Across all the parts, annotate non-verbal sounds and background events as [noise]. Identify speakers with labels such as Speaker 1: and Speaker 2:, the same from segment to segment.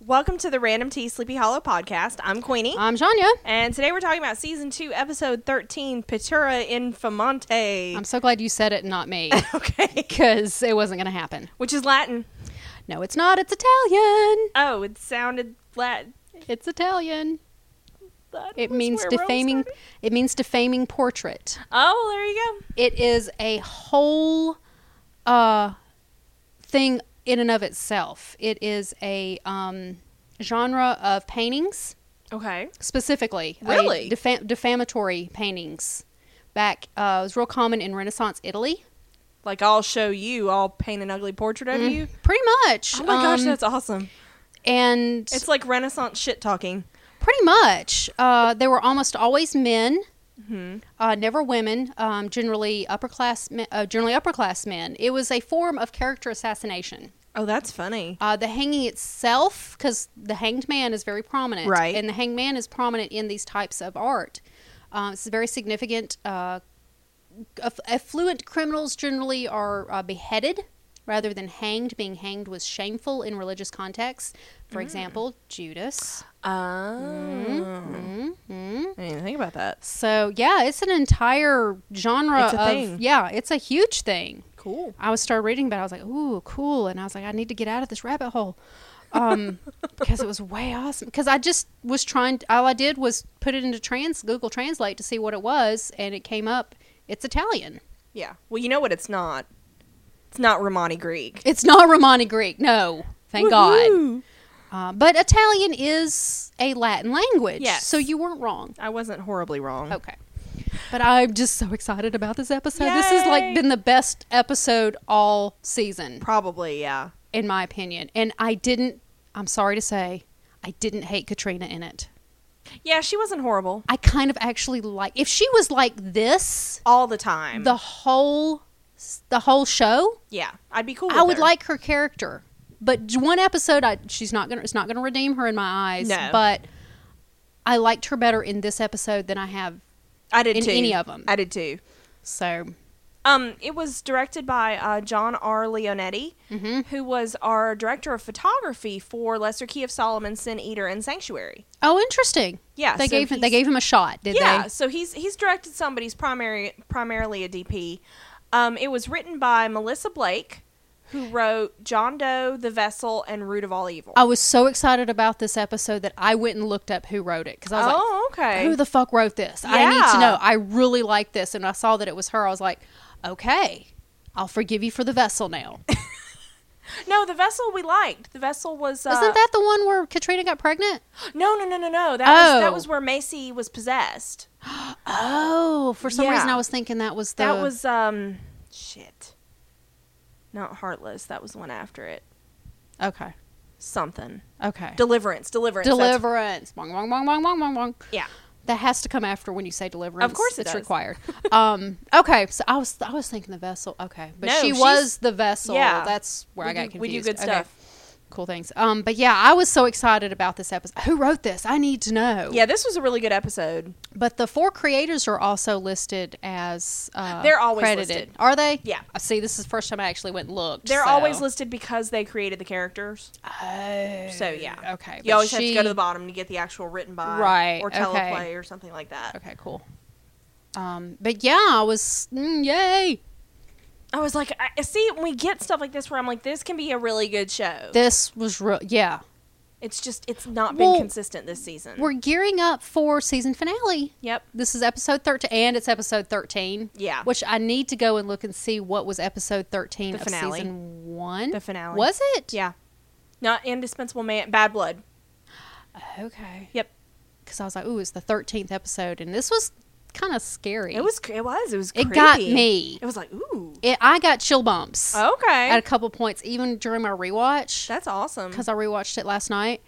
Speaker 1: Welcome to the Random Tea Sleepy Hollow podcast. I'm Queenie.
Speaker 2: I'm Janya.
Speaker 1: and today we're talking about season two, episode 13, Petura Infamante.
Speaker 2: I'm so glad you said it,
Speaker 1: [laughs]
Speaker 2: not me,
Speaker 1: okay.
Speaker 2: because it wasn't going to happen.
Speaker 1: Which is Latin.
Speaker 2: No, it's not. It's Italian.
Speaker 1: Oh, it sounded Latin.
Speaker 2: It's Italian. It means defaming. It means defaming portrait.
Speaker 1: Oh, well, there you go.
Speaker 2: It is a whole uh, thing in and of itself. It is a um, genre of paintings.
Speaker 1: Okay.
Speaker 2: specifically I-
Speaker 1: Really?
Speaker 2: defa- defamatory paintings back uh, it was real common in renaissance italy
Speaker 1: Like, I'll show you, I'll paint an ugly portrait of you.
Speaker 2: pretty much
Speaker 1: Oh my gosh,
Speaker 2: Mm. um,
Speaker 1: that's awesome.
Speaker 2: and
Speaker 1: It's like Renaissance shit talking.
Speaker 2: pretty much uh, they were almost always men uh, never women um, generally upper class men, uh, generally upper class men it was a form of character assassination
Speaker 1: Oh, that's funny.
Speaker 2: uh, the hanging itself because the hanged man is very prominent
Speaker 1: Right.
Speaker 2: and the hanged man is prominent in these types of art um, it's a very significant uh, aff- affluent criminals generally are uh, beheaded rather than hanged being hanged was shameful in religious contexts for example judas
Speaker 1: Oh.
Speaker 2: mm-hmm.
Speaker 1: I didn't even think about that.
Speaker 2: so yeah it's an entire genre
Speaker 1: It's a
Speaker 2: of
Speaker 1: thing.
Speaker 2: yeah it's a huge thing
Speaker 1: Cool.
Speaker 2: I was started reading about. it. I was like, "Ooh, cool!" And I was like, "I need to get out of this rabbit hole,"
Speaker 1: [laughs]
Speaker 2: um, because it was way awesome. Because I just was trying. All I did was put it into trans Google Translate to see what it was, and it came up. It's Italian.
Speaker 1: Yeah. Well, you know what it's not? It's not Romani Greek.
Speaker 2: It's not Romani Greek. No, thank God.
Speaker 1: Woohoo.
Speaker 2: Uh, but Italian is a Latin language.
Speaker 1: Yes.
Speaker 2: So you weren't wrong.
Speaker 1: I wasn't horribly [laughs] wrong.
Speaker 2: Okay. But I'm just so excited about this episode. This has
Speaker 1: Yay.
Speaker 2: like been the best episode all season.
Speaker 1: Probably, yeah.
Speaker 2: in my opinion. And I didn't, I'm sorry to say, I didn't hate Katrina in it.
Speaker 1: Yeah, she wasn't horrible
Speaker 2: I kind of actually like if she was like this
Speaker 1: all the time.
Speaker 2: the whole the whole show,
Speaker 1: yeah, I'd be cool.
Speaker 2: I
Speaker 1: with
Speaker 2: would
Speaker 1: her.
Speaker 2: like her character. But j- one episode I she's not going to it's not going to redeem her in my eyes,
Speaker 1: No.
Speaker 2: but I liked her better in this episode than I have.
Speaker 1: I did
Speaker 2: in
Speaker 1: too.
Speaker 2: any of 'em.
Speaker 1: I did too.
Speaker 2: So,
Speaker 1: Um, it was directed by uh, John R. Leonetti, who was our director of photography for Lesser Key of Solomon, Sin Eater, and Sanctuary.
Speaker 2: oh, interesting.
Speaker 1: Yeah,
Speaker 2: They
Speaker 1: so
Speaker 2: gave him they
Speaker 1: he's-
Speaker 2: gave him a shot, did
Speaker 1: yeah,
Speaker 2: they?
Speaker 1: so he's he's directed somebody's primary primarily a DP. Um, it was written by Melissa Blake, who wrote John Doe, The Vessel, and Root of All Evil.
Speaker 2: I was so excited about this episode that I went and looked up who wrote it cuz I was like,
Speaker 1: oh, okay.
Speaker 2: who the fuck wrote this? I need
Speaker 1: Yeah.
Speaker 2: to know. I really like this. And I saw that it was her. I was like, okay, I'll forgive you for the vessel now.
Speaker 1: no, the vessel we liked. The vessel was uh,
Speaker 2: Wasn't that the one where Katrina got pregnant?
Speaker 1: No, no, no, no, no. That was that
Speaker 2: Oh.
Speaker 1: was where Macy was possessed.
Speaker 2: Oh, for some
Speaker 1: Yeah.
Speaker 2: reason I was thinking that was the.
Speaker 1: That was um shit. Not heartless. That was the one after it.
Speaker 2: Okay.
Speaker 1: Something.
Speaker 2: Okay.
Speaker 1: Deliverance. Deliverance. that's-
Speaker 2: deliverance. Bong, bong, bong, bong, bong, bong, bong.
Speaker 1: Yeah.
Speaker 2: That has to come after when you say deliverance.
Speaker 1: Of course it
Speaker 2: it's
Speaker 1: does.
Speaker 2: required. [laughs] um, okay, so I was I was thinking the vessel. Okay, but
Speaker 1: No,
Speaker 2: she
Speaker 1: she's-
Speaker 2: was the vessel.
Speaker 1: yeah.
Speaker 2: that's where
Speaker 1: We
Speaker 2: I got
Speaker 1: do-
Speaker 2: confused.
Speaker 1: we do good
Speaker 2: Okay.
Speaker 1: stuff.
Speaker 2: Cool things. Um, but yeah, I was so excited about this episode. Who wrote this? I need to know.
Speaker 1: Yeah, this was a really good episode.
Speaker 2: But the four creators are also listed as uh,
Speaker 1: They're always
Speaker 2: credited.
Speaker 1: listed.
Speaker 2: Are they?
Speaker 1: Yeah.
Speaker 2: I see. This is the first time I actually went and looked.
Speaker 1: They're
Speaker 2: so-
Speaker 1: always listed because they created the characters.
Speaker 2: Oh,
Speaker 1: So yeah.
Speaker 2: Okay.
Speaker 1: You
Speaker 2: but
Speaker 1: always have to
Speaker 2: she-
Speaker 1: go to the bottom to get the actual written by
Speaker 2: Right,
Speaker 1: or
Speaker 2: okay.
Speaker 1: teleplay or something like that.
Speaker 2: Okay. Cool. Um, but yeah, I was mm, yay.
Speaker 1: I was like, I see when we get stuff like this where I'm like, this can be a really good show.
Speaker 2: This was real. Yeah,
Speaker 1: it's just it's not been
Speaker 2: Well,
Speaker 1: consistent this season.
Speaker 2: we're gearing up for season finale.
Speaker 1: Yep.
Speaker 2: This is episode thirteen, and it's episode thirteen.
Speaker 1: Yeah.
Speaker 2: Which I need to go and look and see what was episode thirteen
Speaker 1: The
Speaker 2: of
Speaker 1: finale.
Speaker 2: season one.
Speaker 1: The finale.
Speaker 2: was it?
Speaker 1: Yeah. Not indispensable man bad blood.
Speaker 2: Okay.
Speaker 1: Yep.
Speaker 2: because I was like, "Ooh, it's the thirteenth episode," and this was kind of scary.
Speaker 1: It was. It was. It was.
Speaker 2: It got
Speaker 1: creepy.
Speaker 2: me.
Speaker 1: It was like, ooh,
Speaker 2: It, I got chill bumps
Speaker 1: okay,
Speaker 2: at a couple points, even during my rewatch
Speaker 1: that's awesome.
Speaker 2: because I rewatched it last night,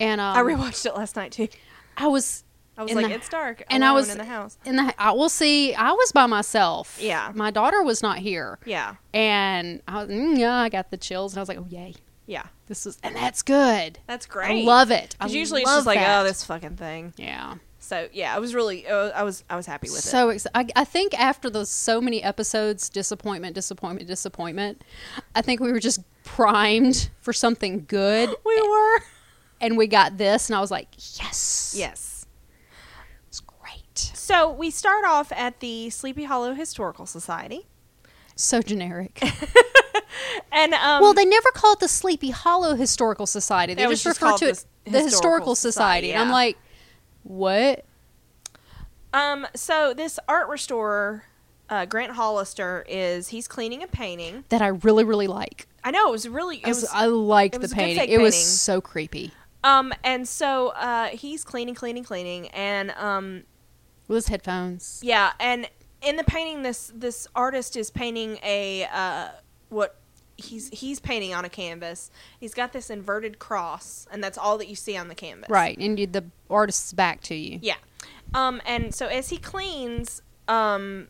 Speaker 2: and um,
Speaker 1: I rewatched it last night too.
Speaker 2: I was.
Speaker 1: I was
Speaker 2: in
Speaker 1: like,
Speaker 2: the-
Speaker 1: it's dark,
Speaker 2: and I
Speaker 1: alone
Speaker 2: was
Speaker 1: in the house.
Speaker 2: In the, I will see. I was by myself.
Speaker 1: Yeah.
Speaker 2: my daughter was not here,
Speaker 1: Yeah,
Speaker 2: and I was, mm, yeah, I got the chills, and I was like, "Oh yay,
Speaker 1: yeah,
Speaker 2: this is," and that's good.
Speaker 1: that's great.
Speaker 2: I love it. I
Speaker 1: 'Cause usually
Speaker 2: love
Speaker 1: it's just like,
Speaker 2: that.
Speaker 1: oh, this fucking thing.
Speaker 2: Yeah.
Speaker 1: So yeah, I was really, uh, I was, I was happy with it.
Speaker 2: so ex- I, I think after those so many episodes disappointment
Speaker 1: [laughs]
Speaker 2: disappointment disappointment i think we were just primed for something good
Speaker 1: [laughs] We were.
Speaker 2: and we got this, and I was like, yes,
Speaker 1: Yes.
Speaker 2: it's great.
Speaker 1: So we start off at the Sleepy Hollow Historical Society,
Speaker 2: So generic.
Speaker 1: and um,
Speaker 2: well, they never call it the Sleepy Hollow Historical Society. They
Speaker 1: It was just
Speaker 2: just refer
Speaker 1: called
Speaker 2: to
Speaker 1: the
Speaker 2: it
Speaker 1: s-
Speaker 2: the
Speaker 1: Historical
Speaker 2: Historical Society.
Speaker 1: Society,
Speaker 2: And I'm
Speaker 1: yeah.
Speaker 2: like, what?
Speaker 1: um, so this art restorer, uh, Grant Hollister, is he's cleaning a painting.
Speaker 2: That I really, really like.
Speaker 1: I know it was really it
Speaker 2: I, was,
Speaker 1: was,
Speaker 2: I liked
Speaker 1: it was a
Speaker 2: the
Speaker 1: good
Speaker 2: painting.
Speaker 1: fake
Speaker 2: It was
Speaker 1: painting.
Speaker 2: so creepy.
Speaker 1: um, and so uh, he's cleaning, cleaning, cleaning, and um,
Speaker 2: With his headphones.
Speaker 1: Yeah, and in the painting, this this artist is painting a uh, what he's he's painting on a canvas. He's got this inverted cross, and that's all that you see on the canvas.
Speaker 2: Right. And you, the artist's back to you.
Speaker 1: Yeah. Um, and so as he cleans, um,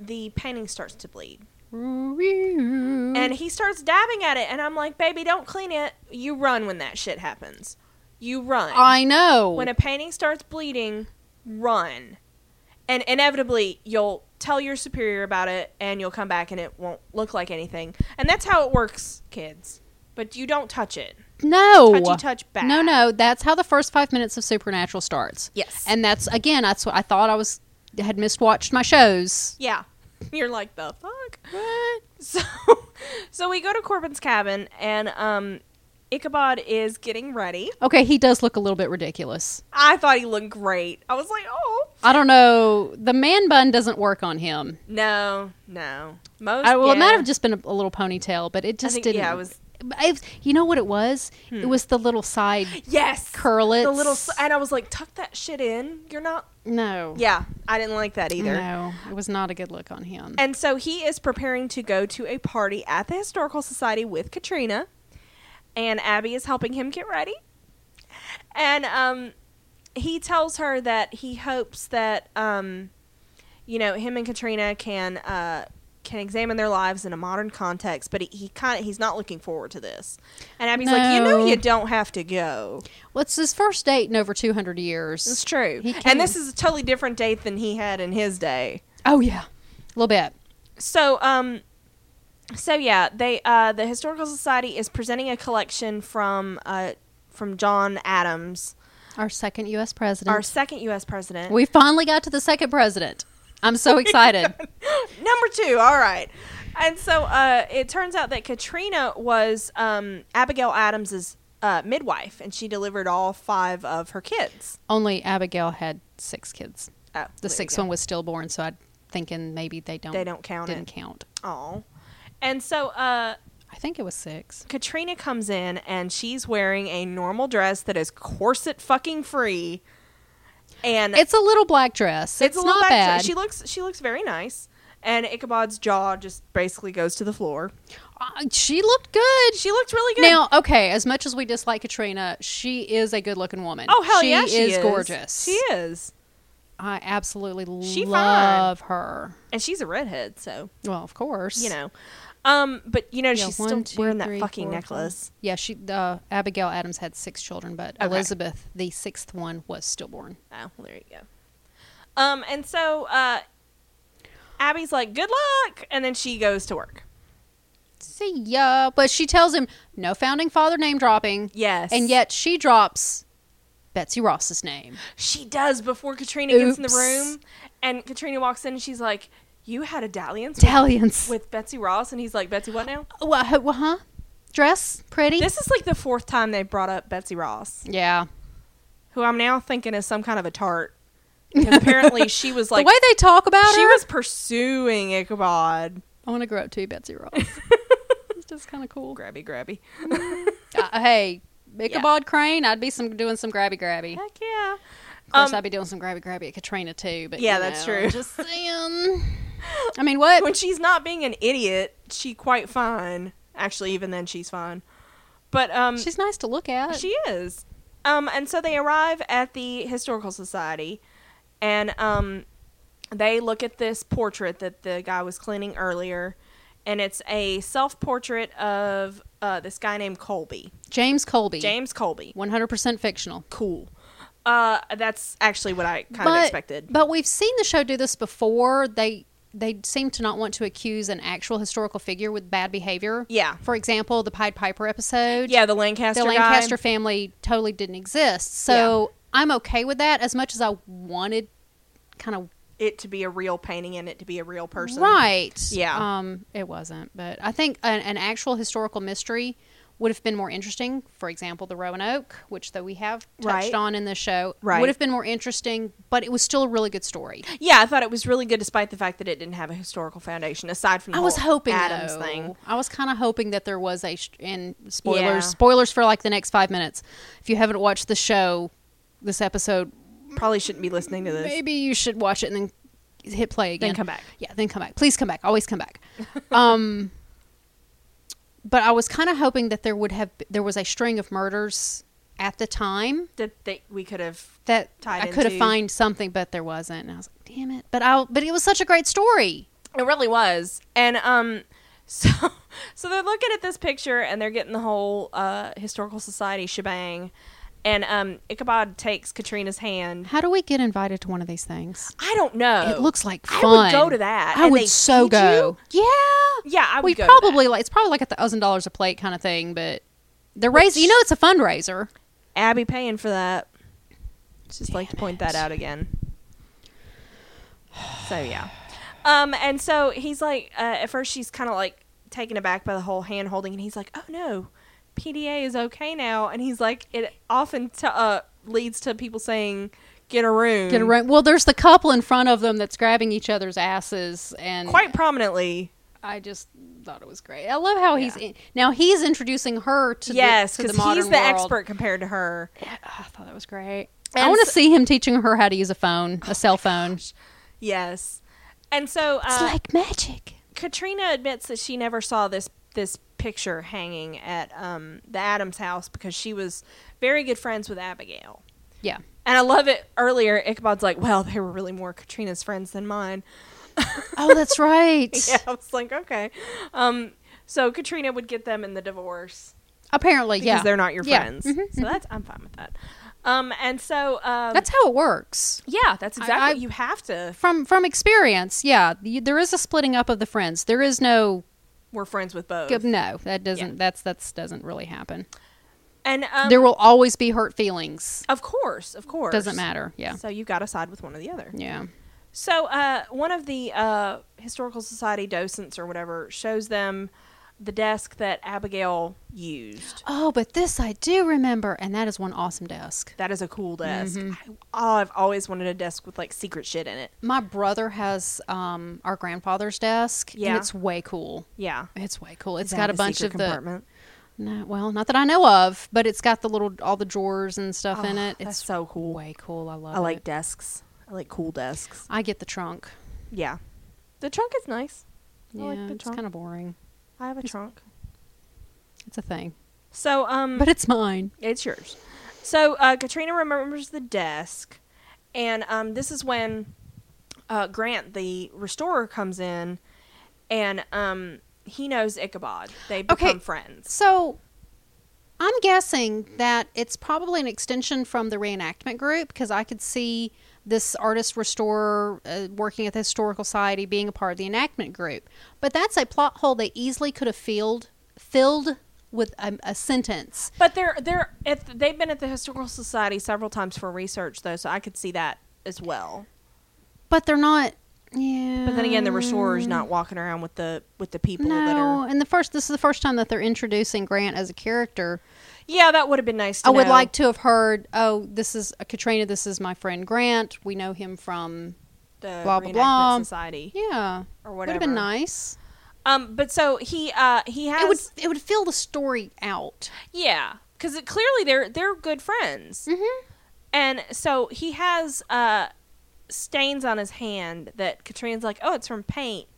Speaker 1: the painting starts to bleed,
Speaker 2: Mm-hmm.
Speaker 1: and he starts dabbing at it. And I'm like, "Baby, don't clean it. You run when that shit happens. You run.
Speaker 2: I know.
Speaker 1: when a painting starts bleeding, run. And inevitably, you'll tell your superior about it and you'll come back and it won't look like anything. And that's how it works, kids. But you don't touch it.
Speaker 2: no.
Speaker 1: Touchy touch back.
Speaker 2: No, no. That's how the first five minutes of Supernatural starts.
Speaker 1: Yes.
Speaker 2: And that's, again, that's what I thought I was, had miswatched my shows.
Speaker 1: yeah. [laughs] You're like, the fuck? [laughs] So, so we go to Corbin's cabin and um, Ichabod is getting ready.
Speaker 2: Okay, he does look a little bit ridiculous.
Speaker 1: I thought he looked great. I was like, oh.
Speaker 2: I don't know. The man bun doesn't work on him.
Speaker 1: No, no. Most.
Speaker 2: I, well, it might
Speaker 1: yeah.
Speaker 2: have just been a, a little ponytail, but it just
Speaker 1: think-
Speaker 2: didn't.
Speaker 1: yeah, it was-
Speaker 2: I- you know what it was? It was the little side.
Speaker 1: Yes.
Speaker 2: Curlets.
Speaker 1: The little. s- And I was like, tuck that shit in. You're not
Speaker 2: No.
Speaker 1: Yeah, I didn't like that either.
Speaker 2: No, it was not a good look on him.
Speaker 1: And so he is preparing to go to a party at the Historical Society with Katrina, and Abby is helping him get ready. And um, he tells her that he hopes that um, you know him and Katrina can uh, can examine their lives in a modern context, but he, he kind of he's not looking forward to this. And Abby's like, you know,
Speaker 2: No.
Speaker 1: you don't have to go.
Speaker 2: well, it's his first date in over 200 years.
Speaker 1: It's true.
Speaker 2: He can-
Speaker 1: And this is a totally different date than he had in his day.
Speaker 2: Oh, yeah. A little bit.
Speaker 1: so um so yeah they uh the historical society is presenting a collection from uh from john adams
Speaker 2: Our second U.S. president.
Speaker 1: our second u.s president
Speaker 2: Hmm. we finally got to the second president. I'm
Speaker 1: [laughs] Oh
Speaker 2: so excited.
Speaker 1: number two all right and so uh it turns out that katrina was um abigail adams's uh, midwife and she delivered all five of her kids
Speaker 2: Only Abigail had six kids.
Speaker 1: oh,
Speaker 2: The sixth one was stillborn, so I'm thinking maybe they don't.
Speaker 1: They don't count
Speaker 2: Didn't
Speaker 1: it.
Speaker 2: count.
Speaker 1: oh and so uh
Speaker 2: I think it was six.
Speaker 1: Katrina comes in and she's wearing a normal dress that is corset fucking free. And
Speaker 2: It's a little black dress. It's,
Speaker 1: a little
Speaker 2: not
Speaker 1: back-
Speaker 2: bad.
Speaker 1: She looks she looks very nice. And Ichabod's jaw just basically goes to the floor.
Speaker 2: Uh, she looked good.
Speaker 1: She looked really good.
Speaker 2: Now, okay, as much as we dislike Katrina, she is a good-looking woman.
Speaker 1: oh hell yeah, she is
Speaker 2: gorgeous.
Speaker 1: She is.
Speaker 2: I absolutely
Speaker 1: She fine.
Speaker 2: love her.
Speaker 1: And she's a redhead, so
Speaker 2: Well, of course,
Speaker 1: you know. Um, but you know,
Speaker 2: Yeah,
Speaker 1: she's
Speaker 2: one,
Speaker 1: still
Speaker 2: two,
Speaker 1: wearing
Speaker 2: three,
Speaker 1: that fucking
Speaker 2: four, five.
Speaker 1: necklace.
Speaker 2: Yeah, she uh, Abigail Adams had six children, but
Speaker 1: Okay.
Speaker 2: Elizabeth, the sixth one, was stillborn.
Speaker 1: Oh, well, there you go. Um, and so uh Abby's like, Good luck and then she goes to work.
Speaker 2: See ya, but she tells him no founding father name dropping,
Speaker 1: Yes.
Speaker 2: and yet she drops Betsy Ross's name.
Speaker 1: She does before Katrina gets in the
Speaker 2: Oops.
Speaker 1: room, and Katrina walks in and she's like, "You had a dalliance with-
Speaker 2: Dalliance.
Speaker 1: with Betsy Ross," and he's like, "Betsy, what now?"
Speaker 2: Wha- huh? wha- huh? Dress pretty.
Speaker 1: This is like the fourth time they brought up Betsy Ross,
Speaker 2: yeah.
Speaker 1: who I'm now thinking is some kind of a tart. And
Speaker 2: [laughs]
Speaker 1: apparently, she was like,
Speaker 2: the way they talk about
Speaker 1: she
Speaker 2: her.
Speaker 1: was pursuing Ichabod.
Speaker 2: I want to grow up to be Betsy
Speaker 1: [laughs]
Speaker 2: Ross. it's just kind of cool.
Speaker 1: Grabby,
Speaker 2: [laughs]
Speaker 1: grabby.
Speaker 2: Uh, hey, Ichabod Crane, I'd be some doing some grabby grabby.
Speaker 1: Heck yeah.
Speaker 2: Of course,
Speaker 1: Um,
Speaker 2: I'd be doing some grabby grabby at Katrina too. But
Speaker 1: Yeah,
Speaker 2: you
Speaker 1: that's
Speaker 2: know,
Speaker 1: true. [laughs]
Speaker 2: Just saying. I mean, what?
Speaker 1: when she's not being an idiot, she quite fine. Actually, even then, she's fine. But um,
Speaker 2: She's nice to look at.
Speaker 1: She is. Um, and so they arrive at the historical society, and um, they look at this portrait that the guy was cleaning earlier, and it's a self-portrait of uh, this guy named Colby,
Speaker 2: James Colby,
Speaker 1: James Colby.
Speaker 2: one hundred percent fictional.
Speaker 1: Cool. Uh, that's actually what I kind of expected.
Speaker 2: But we've seen the show do this before. They they seem to not want to accuse an actual historical figure with bad behavior.
Speaker 1: Yeah.
Speaker 2: For example, the Pied Piper episode.
Speaker 1: Yeah, the Lancaster.
Speaker 2: the
Speaker 1: guy.
Speaker 2: Lancaster family totally didn't exist. So I'm okay with that as much as I wanted kind of
Speaker 1: It to be a real painting and it to be a real person.
Speaker 2: Right.
Speaker 1: Yeah.
Speaker 2: Um, it wasn't, but I think an, an actual historical mystery would have been more interesting. For example, the Roanoke, which though we have
Speaker 1: Right.
Speaker 2: touched on in the show,
Speaker 1: Right.
Speaker 2: would have been more interesting, but it was still a really good story.
Speaker 1: Yeah, I thought it was really good, despite the fact that it didn't have a historical foundation. Aside from the
Speaker 2: I was
Speaker 1: whole
Speaker 2: hoping
Speaker 1: Adams
Speaker 2: though,
Speaker 1: thing.
Speaker 2: I was kind of hoping that there was a sh- and spoilers
Speaker 1: Yeah.
Speaker 2: spoilers for like the next 5 minutes. If you haven't watched the show this episode,
Speaker 1: Probably shouldn't be listening to this.
Speaker 2: maybe you should watch it and then hit play again.
Speaker 1: Then come back.
Speaker 2: Yeah, then come back. Please come back. Always come back. [laughs] um, but I was kind of hoping that there would have there was a string of murders at the time
Speaker 1: That they, we could have.
Speaker 2: that
Speaker 1: Tied
Speaker 2: I could have
Speaker 1: into-
Speaker 2: find something, but there wasn't. And I was like, damn it. But I but it was such a great story.
Speaker 1: It really was, and um, [laughs] so so they're looking at this picture and they're getting the whole uh, historical society shebang, and um, Ichabod takes Katrina's hand.
Speaker 2: How do we get invited to one of these things?
Speaker 1: I don't know.
Speaker 2: It looks like
Speaker 1: I
Speaker 2: fun.
Speaker 1: would go to that.
Speaker 2: I
Speaker 1: And
Speaker 2: would
Speaker 1: they
Speaker 2: so
Speaker 1: feed
Speaker 2: go. Yeah.
Speaker 1: Yeah, I would
Speaker 2: we
Speaker 1: go to that.
Speaker 2: probably like it's probably like a thousand dollars a plate kind of thing, but the raise you know it's a fundraiser.
Speaker 1: Abby paying for that. Just like to
Speaker 2: Damn
Speaker 1: point
Speaker 2: it.
Speaker 1: that out again. So yeah, um, and so he's like, uh, at first she's kind of like taken aback by the whole hand holding, and he's like, oh no, PDA is okay now, and he's like, it often t- uh, leads to people saying, get a room,
Speaker 2: Get around. Well, there's the couple in front of them that's grabbing each other's asses, and
Speaker 1: quite prominently.
Speaker 2: I just thought it was great. I love how he's
Speaker 1: Yeah.
Speaker 2: in, now he's introducing her to
Speaker 1: yes,
Speaker 2: the, to
Speaker 1: because
Speaker 2: the modern
Speaker 1: he's the
Speaker 2: world.
Speaker 1: expert compared to her.
Speaker 2: Yeah, I thought that was great. I
Speaker 1: And Oh
Speaker 2: want to
Speaker 1: so-
Speaker 2: see him teaching her how to use a phone, a cell phone.
Speaker 1: Yes, and so
Speaker 2: It's
Speaker 1: uh,
Speaker 2: like magic.
Speaker 1: Katrina admits that she never saw this this picture hanging at um, the Adams house because she was very good friends with Abigail.
Speaker 2: Yeah,
Speaker 1: And I love it. Earlier, Ichabod's like, "Well, they were really more Katrina's friends than mine." [laughs]
Speaker 2: Oh, that's right.
Speaker 1: Yeah, I was like, "Okay." Um, so Katrina would get them in the divorce
Speaker 2: Apparently,
Speaker 1: because
Speaker 2: yeah,
Speaker 1: they're not your
Speaker 2: Yeah.
Speaker 1: friends.
Speaker 2: Mhm,
Speaker 1: So that's I'm fine with that. Um, and so um,
Speaker 2: That's how it works.
Speaker 1: yeah, that's
Speaker 2: I-
Speaker 1: exactly
Speaker 2: I-
Speaker 1: you have to.
Speaker 2: From from experience, yeah, you, there is a splitting up of the friends. There is no
Speaker 1: We're friends with both.
Speaker 2: no that doesn't that's that's doesn't really happen.
Speaker 1: And um,
Speaker 2: there will always be hurt feelings.
Speaker 1: of course, of course,
Speaker 2: Doesn't matter. Yeah.
Speaker 1: So you got to side with one or the other.
Speaker 2: Yeah.
Speaker 1: So, uh, one of the uh, historical society docents or whatever shows them the desk that Abigail used.
Speaker 2: Oh, but this I do remember, and that is one awesome desk.
Speaker 1: That is a cool desk. I, oh, I've always wanted a desk with like secret shit in it.
Speaker 2: My brother has um, our grandfather's desk,
Speaker 1: Yeah.
Speaker 2: and it's way cool.
Speaker 1: Yeah,
Speaker 2: It's way cool. It's
Speaker 1: Does it
Speaker 2: got
Speaker 1: have
Speaker 2: a bunch
Speaker 1: secret
Speaker 2: of the
Speaker 1: compartment?
Speaker 2: no, well, not that I know of, but it's got the little all the drawers and stuff in
Speaker 1: Oh,
Speaker 2: it.
Speaker 1: that's
Speaker 2: It's
Speaker 1: so cool.
Speaker 2: Way cool. I love.
Speaker 1: I like
Speaker 2: it.
Speaker 1: desks. I like cool desks.
Speaker 2: I get the trunk.
Speaker 1: Yeah, the trunk is nice. I
Speaker 2: Yeah,
Speaker 1: like the
Speaker 2: it's
Speaker 1: trunk.
Speaker 2: kind of boring.
Speaker 1: I have a trunk.
Speaker 2: It's a thing,
Speaker 1: So, um,
Speaker 2: but it's mine.
Speaker 1: It's yours. So uh, Katrina remembers the desk, and um, this is when uh, Grant, the restorer, comes in, and um, he knows Ichabod. They become
Speaker 2: Okay.
Speaker 1: friends.
Speaker 2: So I'm guessing that it's probably an extension from the reenactment group because I could see this artist restorer uh, working at the historical society being a part of the enactment group. But that's a plot hole they easily could have filled filled with a, a sentence.
Speaker 1: But they're they're at they've been at the historical society several times for research though, so I could see that as well.
Speaker 2: But they're not yeah.
Speaker 1: But then again, the restorer is not walking around with the with the people that
Speaker 2: no,
Speaker 1: are.
Speaker 2: and the first this is the first time that they're introducing Grant as a character.
Speaker 1: Yeah, that would have been nice. to
Speaker 2: I would
Speaker 1: know.
Speaker 2: like to have heard, oh, this is Katrina, this is my friend Grant. We know him from
Speaker 1: the
Speaker 2: blah, blah,
Speaker 1: reenactment
Speaker 2: blah.
Speaker 1: society.
Speaker 2: Yeah,
Speaker 1: Or
Speaker 2: Would have
Speaker 1: whatever.
Speaker 2: been nice.
Speaker 1: Um, but so he uh he has
Speaker 2: It would it would fill the story out.
Speaker 1: Yeah, because clearly they're they're good friends,
Speaker 2: Mm-hmm.
Speaker 1: and so he has uh, stains on his hand that Katrina's like, "Oh, it's from paint,"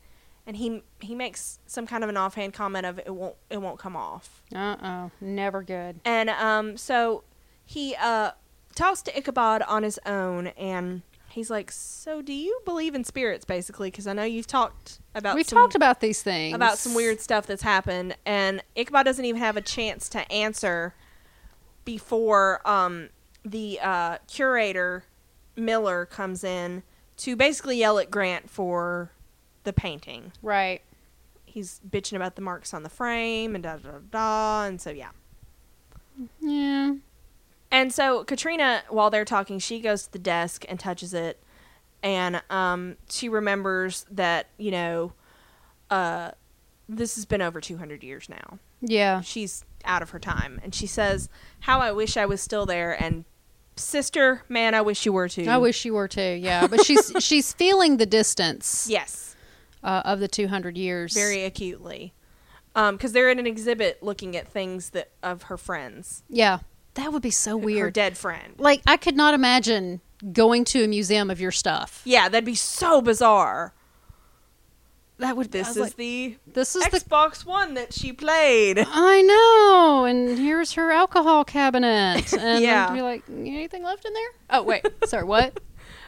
Speaker 1: and he he makes some kind of an offhand comment of it won't it won't come off,
Speaker 2: Uh oh, never good.
Speaker 1: and um, so he uh, talks to Ichabod on his own, and he's like, "So do you believe in spirits, basically? Because I know you've talked about
Speaker 2: We've
Speaker 1: some-
Speaker 2: talked about these things
Speaker 1: about some weird stuff that's happened, and Ichabod doesn't even have a chance to answer before um, the uh, curator Miller comes in to basically yell at Grant for the painting.
Speaker 2: Right.
Speaker 1: He's bitching about the marks on the frame and da da da, da and so yeah.
Speaker 2: Yeah.
Speaker 1: And so Katrina, while they're talking, she goes to the desk and touches it, and um, she remembers that you know, uh, this has been over two hundred years now.
Speaker 2: Yeah.
Speaker 1: She's out of her time, and she says, "How I wish I was still there." And sister, man, I wish you were too.
Speaker 2: I wish you were too. Yeah, but [laughs] she's she's feeling the distance
Speaker 1: Yes,
Speaker 2: uh, of the 200 years.
Speaker 1: very acutely, because they're in an exhibit looking at things that of her friends,
Speaker 2: Yeah. That would be so
Speaker 1: her
Speaker 2: weird.
Speaker 1: dead friend.
Speaker 2: like I could not imagine going to a museum of your stuff.
Speaker 1: Yeah, that'd be so bizarre.
Speaker 2: That would
Speaker 1: This is the
Speaker 2: this is the
Speaker 1: Xbox One that she played.
Speaker 2: I know, and here's her
Speaker 1: [laughs]
Speaker 2: alcohol cabinet, and
Speaker 1: Yeah.
Speaker 2: you're like, anything left in there? Oh wait, sorry, what?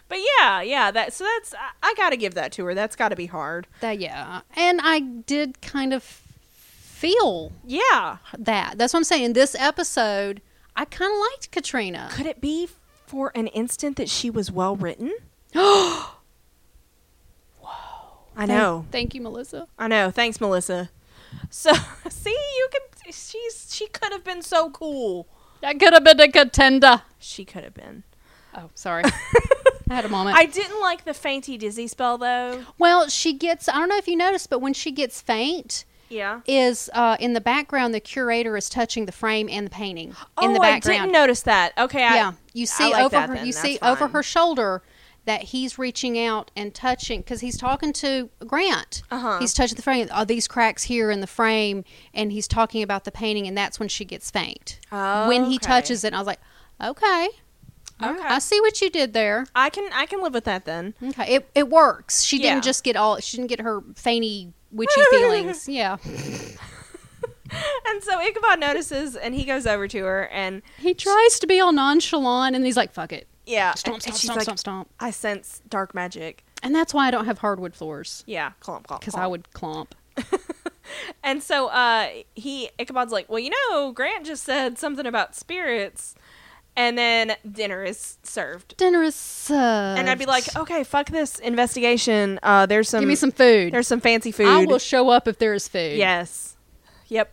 Speaker 1: But yeah, yeah, that so that's I, I got to give that to her. That's got to be hard.
Speaker 2: [laughs] That yeah, and I did kind of feel
Speaker 1: Yeah.
Speaker 2: that. That's what I'm saying. In this episode, I kind of liked Katrina.
Speaker 1: Could it be for an instant that she was well
Speaker 2: [gasps]
Speaker 1: written? Whoa. I know.
Speaker 2: Thank you, Melissa.
Speaker 1: I know. Thanks, Melissa. So, [laughs] see, you can she's she could have been so cool.
Speaker 2: That could have been a contender.
Speaker 1: She could have been.
Speaker 2: Oh,
Speaker 1: [laughs]
Speaker 2: sorry. I had a moment.
Speaker 1: I didn't like the fainty dizzy spell though.
Speaker 2: well, she gets. I don't know if you noticed, but when she gets faint,
Speaker 1: Yeah.
Speaker 2: is uh, in the background. The curator is touching the frame and the painting in the
Speaker 1: oh, I
Speaker 2: background.
Speaker 1: didn't notice that. Okay, I,
Speaker 2: yeah, you see
Speaker 1: I like
Speaker 2: over
Speaker 1: that
Speaker 2: her,
Speaker 1: then.
Speaker 2: you
Speaker 1: That's
Speaker 2: see over
Speaker 1: fine.
Speaker 2: her shoulder that he's reaching out and touching because he's talking to Grant.
Speaker 1: Uh-huh.
Speaker 2: He's touching the frame. Are these cracks here in the frame? And he's talking about the painting, and that's when she gets faint when he
Speaker 1: Okay.
Speaker 2: touches it. And I was like, okay, All right,
Speaker 1: Okay.
Speaker 2: I see what you did there.
Speaker 1: I can I can live with that then. [laughs]
Speaker 2: Okay, it it works. She
Speaker 1: Yeah.
Speaker 2: didn't just get all. She didn't get her fainty witchy
Speaker 1: [laughs]
Speaker 2: feelings. Yeah,
Speaker 1: And so Ichabod notices and he goes over to her and
Speaker 2: he tries to be all nonchalant, and he's like, fuck it.
Speaker 1: yeah, Uh,
Speaker 2: Stomp,
Speaker 1: and-
Speaker 2: stomp,
Speaker 1: and she's
Speaker 2: stomp,
Speaker 1: like,
Speaker 2: stomp, stomp.
Speaker 1: I sense dark magic.
Speaker 2: And that's why I don't have hardwood floors
Speaker 1: Yeah, clump, clump.
Speaker 2: because
Speaker 1: clump.
Speaker 2: I would clomp.
Speaker 1: And so uh, he Ichabod's like, well, you know, Grant just said something about spirits, and then dinner is served.
Speaker 2: Dinner is served.
Speaker 1: And I'd be like, okay, fuck this investigation. Uh, there's some.
Speaker 2: give me some food.
Speaker 1: There's some fancy food.
Speaker 2: I will show up if there is food.
Speaker 1: yes. Yep.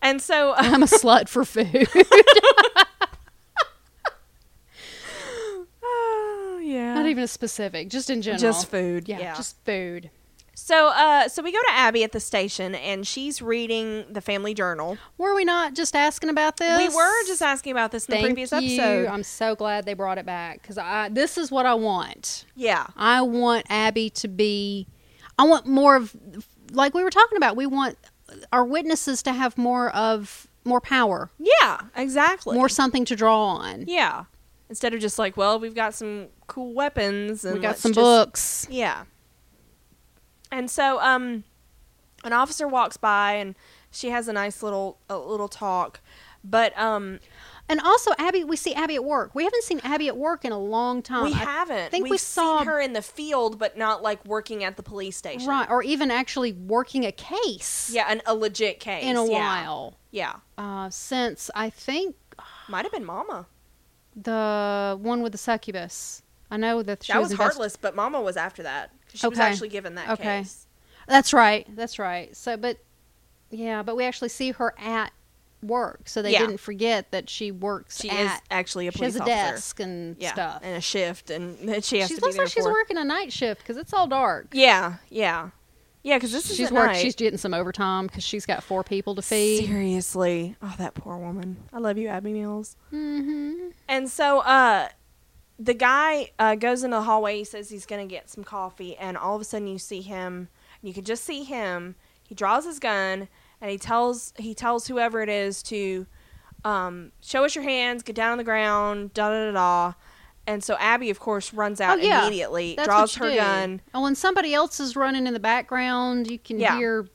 Speaker 1: And so [laughs] uh,
Speaker 2: [laughs] I'm a slut
Speaker 1: [laughs]
Speaker 2: for food.
Speaker 1: oh, yeah.
Speaker 2: Not even specific, just in general.
Speaker 1: Just food,
Speaker 2: Yeah,
Speaker 1: yeah.
Speaker 2: just food.
Speaker 1: So uh, so we go to Abby at the station, and she's reading the family journal.
Speaker 2: Were we not just asking about
Speaker 1: We
Speaker 2: this?
Speaker 1: were just asking about this in
Speaker 2: Thank
Speaker 1: the previous
Speaker 2: you.
Speaker 1: episode.
Speaker 2: I'm so glad they brought it back because I this is what I want.
Speaker 1: yeah.
Speaker 2: I want Abby to be. I want more of, like we were talking about. We want our witnesses to have more of more power,
Speaker 1: Yeah, exactly.
Speaker 2: more something to draw on.
Speaker 1: Yeah. Instead of just like, well, we've got some cool weapons and
Speaker 2: we got
Speaker 1: let's
Speaker 2: some
Speaker 1: just-
Speaker 2: books.
Speaker 1: Yeah. And so, um, an officer walks by and she has a nice little a little talk, but um,
Speaker 2: And also, Abby, we see Abby at work. We haven't seen Abby at work in a long time.
Speaker 1: we
Speaker 2: Um, I
Speaker 1: haven't.
Speaker 2: think
Speaker 1: We've
Speaker 2: we saw
Speaker 1: seen her in the field, but not like working at the police station.
Speaker 2: right, or even actually working a case
Speaker 1: Yeah, an, a legit case
Speaker 2: in a
Speaker 1: yeah.
Speaker 2: while
Speaker 1: Yeah,
Speaker 2: uh, since I think
Speaker 1: might have been Mama.
Speaker 2: the one with the succubus. I know that she
Speaker 1: that
Speaker 2: was,
Speaker 1: was,
Speaker 2: invest-
Speaker 1: Heartless, but Mama was after that. 'cause She was
Speaker 2: Okay.
Speaker 1: actually given that
Speaker 2: Okay.
Speaker 1: case.
Speaker 2: That's right. That's right. So, but yeah, but we actually see her at work, so they
Speaker 1: Yeah.
Speaker 2: didn't forget that she works
Speaker 1: She
Speaker 2: at.
Speaker 1: is actually a
Speaker 2: she has
Speaker 1: police
Speaker 2: a
Speaker 1: officer.
Speaker 2: desk and
Speaker 1: yeah,
Speaker 2: stuff.
Speaker 1: and a shift, and [laughs] that she has
Speaker 2: she
Speaker 1: to be
Speaker 2: looks
Speaker 1: there
Speaker 2: like she's
Speaker 1: for.
Speaker 2: working a night shift because it's all dark.
Speaker 1: Yeah, yeah, yeah. Because this is
Speaker 2: she's
Speaker 1: at
Speaker 2: work.
Speaker 1: night.
Speaker 2: She's getting some overtime because she's got four people to feed.
Speaker 1: seriously. Oh, that poor woman. I love you, Abby Mills.
Speaker 2: Mm-hmm.
Speaker 1: And so, uh, the guy uh, goes into the hallway. He says he's gonna get some coffee, and all of a sudden, you see him. You can just see him. He draws his gun, and he tells he tells whoever it is to um, show us your hands, get down on the ground, da da da da. And so Abby, of course, runs out
Speaker 2: Oh, yeah.
Speaker 1: immediately, draws her gun.
Speaker 2: And when somebody else is running in the background, you can
Speaker 1: Yeah.
Speaker 2: hear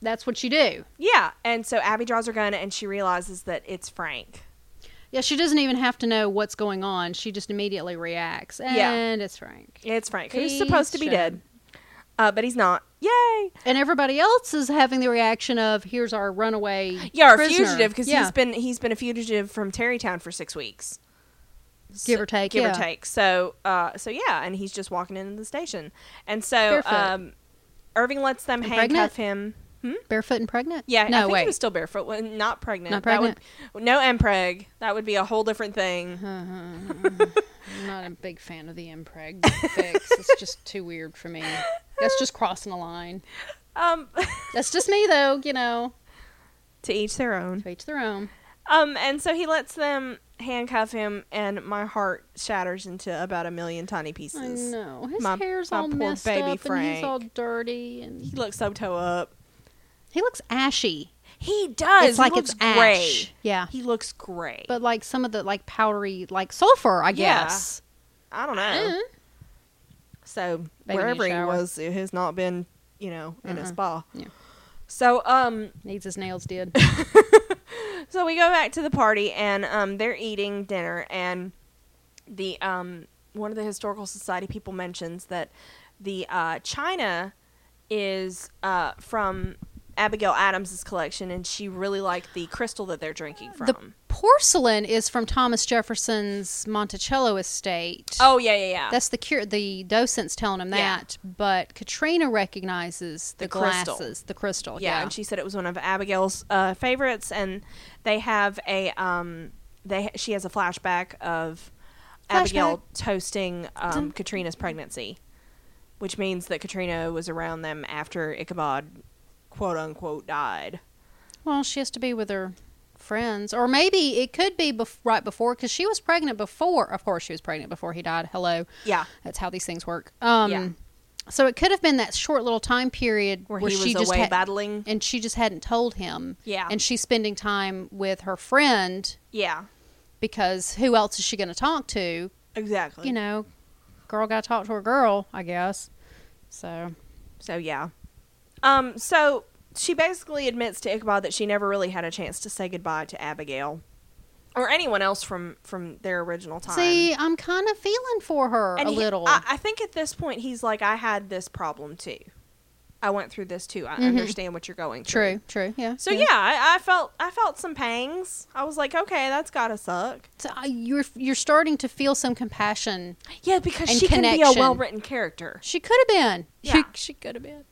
Speaker 2: that's what you do.
Speaker 1: Yeah, and so Abby draws her gun, and she realizes that it's Frank.
Speaker 2: Yeah, she doesn't even have to know what's going on. She just immediately reacts. And
Speaker 1: Yeah.
Speaker 2: it's Frank.
Speaker 1: It's Frank, who's
Speaker 2: He's
Speaker 1: supposed to be
Speaker 2: shot.
Speaker 1: dead, uh, but he's not. Yay!
Speaker 2: And everybody else is having the reaction of here's our runaway.
Speaker 1: Yeah, our
Speaker 2: prisoner."
Speaker 1: fugitive because
Speaker 2: yeah.
Speaker 1: he's been he's been a fugitive from Terrytown for six weeks,
Speaker 2: Give
Speaker 1: So-
Speaker 2: or take,
Speaker 1: give
Speaker 2: yeah.
Speaker 1: or take. So, uh, so yeah, and he's just walking into the station, and so
Speaker 2: Barefoot.
Speaker 1: um, Irving lets them
Speaker 2: And
Speaker 1: handcuff
Speaker 2: pregnant?
Speaker 1: him. Hmm?
Speaker 2: Barefoot and pregnant?
Speaker 1: Yeah, I
Speaker 2: No,
Speaker 1: think
Speaker 2: wait.
Speaker 1: he was still barefoot, well, not pregnant. Uh-huh.
Speaker 2: Not
Speaker 1: That would, no, Mpreg. That would be a whole different thing.
Speaker 2: Uh-huh, I'm not a big fan of the impreg fix. It's just too weird for me. That's just crossing a line.
Speaker 1: Um, [laughs]
Speaker 2: That's just me, though. You know,
Speaker 1: to each their own.
Speaker 2: to each their own.
Speaker 1: Um, and so he lets them handcuff him, and my heart shatters into about a million tiny
Speaker 2: I
Speaker 1: pieces.
Speaker 2: know his
Speaker 1: my-
Speaker 2: hair's
Speaker 1: my
Speaker 2: all
Speaker 1: poor
Speaker 2: messed
Speaker 1: baby
Speaker 2: up, and he's all
Speaker 1: Frank.
Speaker 2: dirty, and
Speaker 1: He looks so toe up.
Speaker 2: he looks ashy.
Speaker 1: He does.
Speaker 2: it's
Speaker 1: He
Speaker 2: like
Speaker 1: looks
Speaker 2: it's
Speaker 1: gray.
Speaker 2: ash. Yeah,
Speaker 1: He looks gray.
Speaker 2: but like some of the like powdery like sulfur, I
Speaker 1: Yeah.
Speaker 2: guess.
Speaker 1: I don't know.
Speaker 2: Mm.
Speaker 1: So
Speaker 2: Baby
Speaker 1: wherever
Speaker 2: needs a
Speaker 1: he
Speaker 2: shower.
Speaker 1: was, it has not been, you know, in a spa.
Speaker 2: Yeah.
Speaker 1: So um,
Speaker 2: Needs his nails [laughs] did.
Speaker 1: so we go back to the party, and um, they're eating dinner, and the um, one of the historical society people mentions that the uh, china is uh from Abigail Adams's collection, and she really liked the crystal that they're drinking from.
Speaker 2: the porcelain is from Thomas Jefferson's Monticello estate.
Speaker 1: oh yeah, yeah, yeah.
Speaker 2: That's the cure. The docent's telling him
Speaker 1: Yeah.
Speaker 2: that, but Katrina recognizes the,
Speaker 1: The crystal.
Speaker 2: glasses, the crystal.
Speaker 1: yeah,
Speaker 2: Yeah,
Speaker 1: and she said it was one of Abigail's uh, favorites, and they have a um, they she has a flashback of Abigail toasting um, Katrina's pregnancy, which means that Katrina was around them after Ichabod, quote unquote, died.
Speaker 2: well, she has to be with her friends, or maybe it could be bef- right before because she was pregnant before. Of course, she was pregnant before he died. Hello,
Speaker 1: Yeah,
Speaker 2: that's how these things work. Um,
Speaker 1: Yeah.
Speaker 2: so it could have been that short little time period
Speaker 1: where,
Speaker 2: where,
Speaker 1: he
Speaker 2: she
Speaker 1: was
Speaker 2: just
Speaker 1: away
Speaker 2: had,
Speaker 1: battling.
Speaker 2: and she just hadn't told him.
Speaker 1: Yeah.
Speaker 2: and she's spending time with her friend
Speaker 1: Yeah,
Speaker 2: because who else is she going to talk to?
Speaker 1: exactly.
Speaker 2: you know, girl got to talk to her girl, I guess. So,
Speaker 1: So yeah. Um so she basically admits to Ichabod that she never really had a chance to say goodbye to Abigail or anyone else from from their original time.
Speaker 2: see, I'm kind of feeling for her
Speaker 1: And
Speaker 2: a
Speaker 1: he-
Speaker 2: little.
Speaker 1: I, I think at this point he's like I had this problem too. I went through this too. I understand what you're going through.
Speaker 2: Mm-hmm. true, true, yeah.
Speaker 1: So yeah, I, I felt I felt some pangs. I was like, okay, that's gotta suck.
Speaker 2: So, uh, you're you're starting to feel some compassion.
Speaker 1: Yeah, because
Speaker 2: And
Speaker 1: she can be
Speaker 2: connection.
Speaker 1: a well written character.
Speaker 2: She could have been.
Speaker 1: Yeah.
Speaker 2: She, she could have been.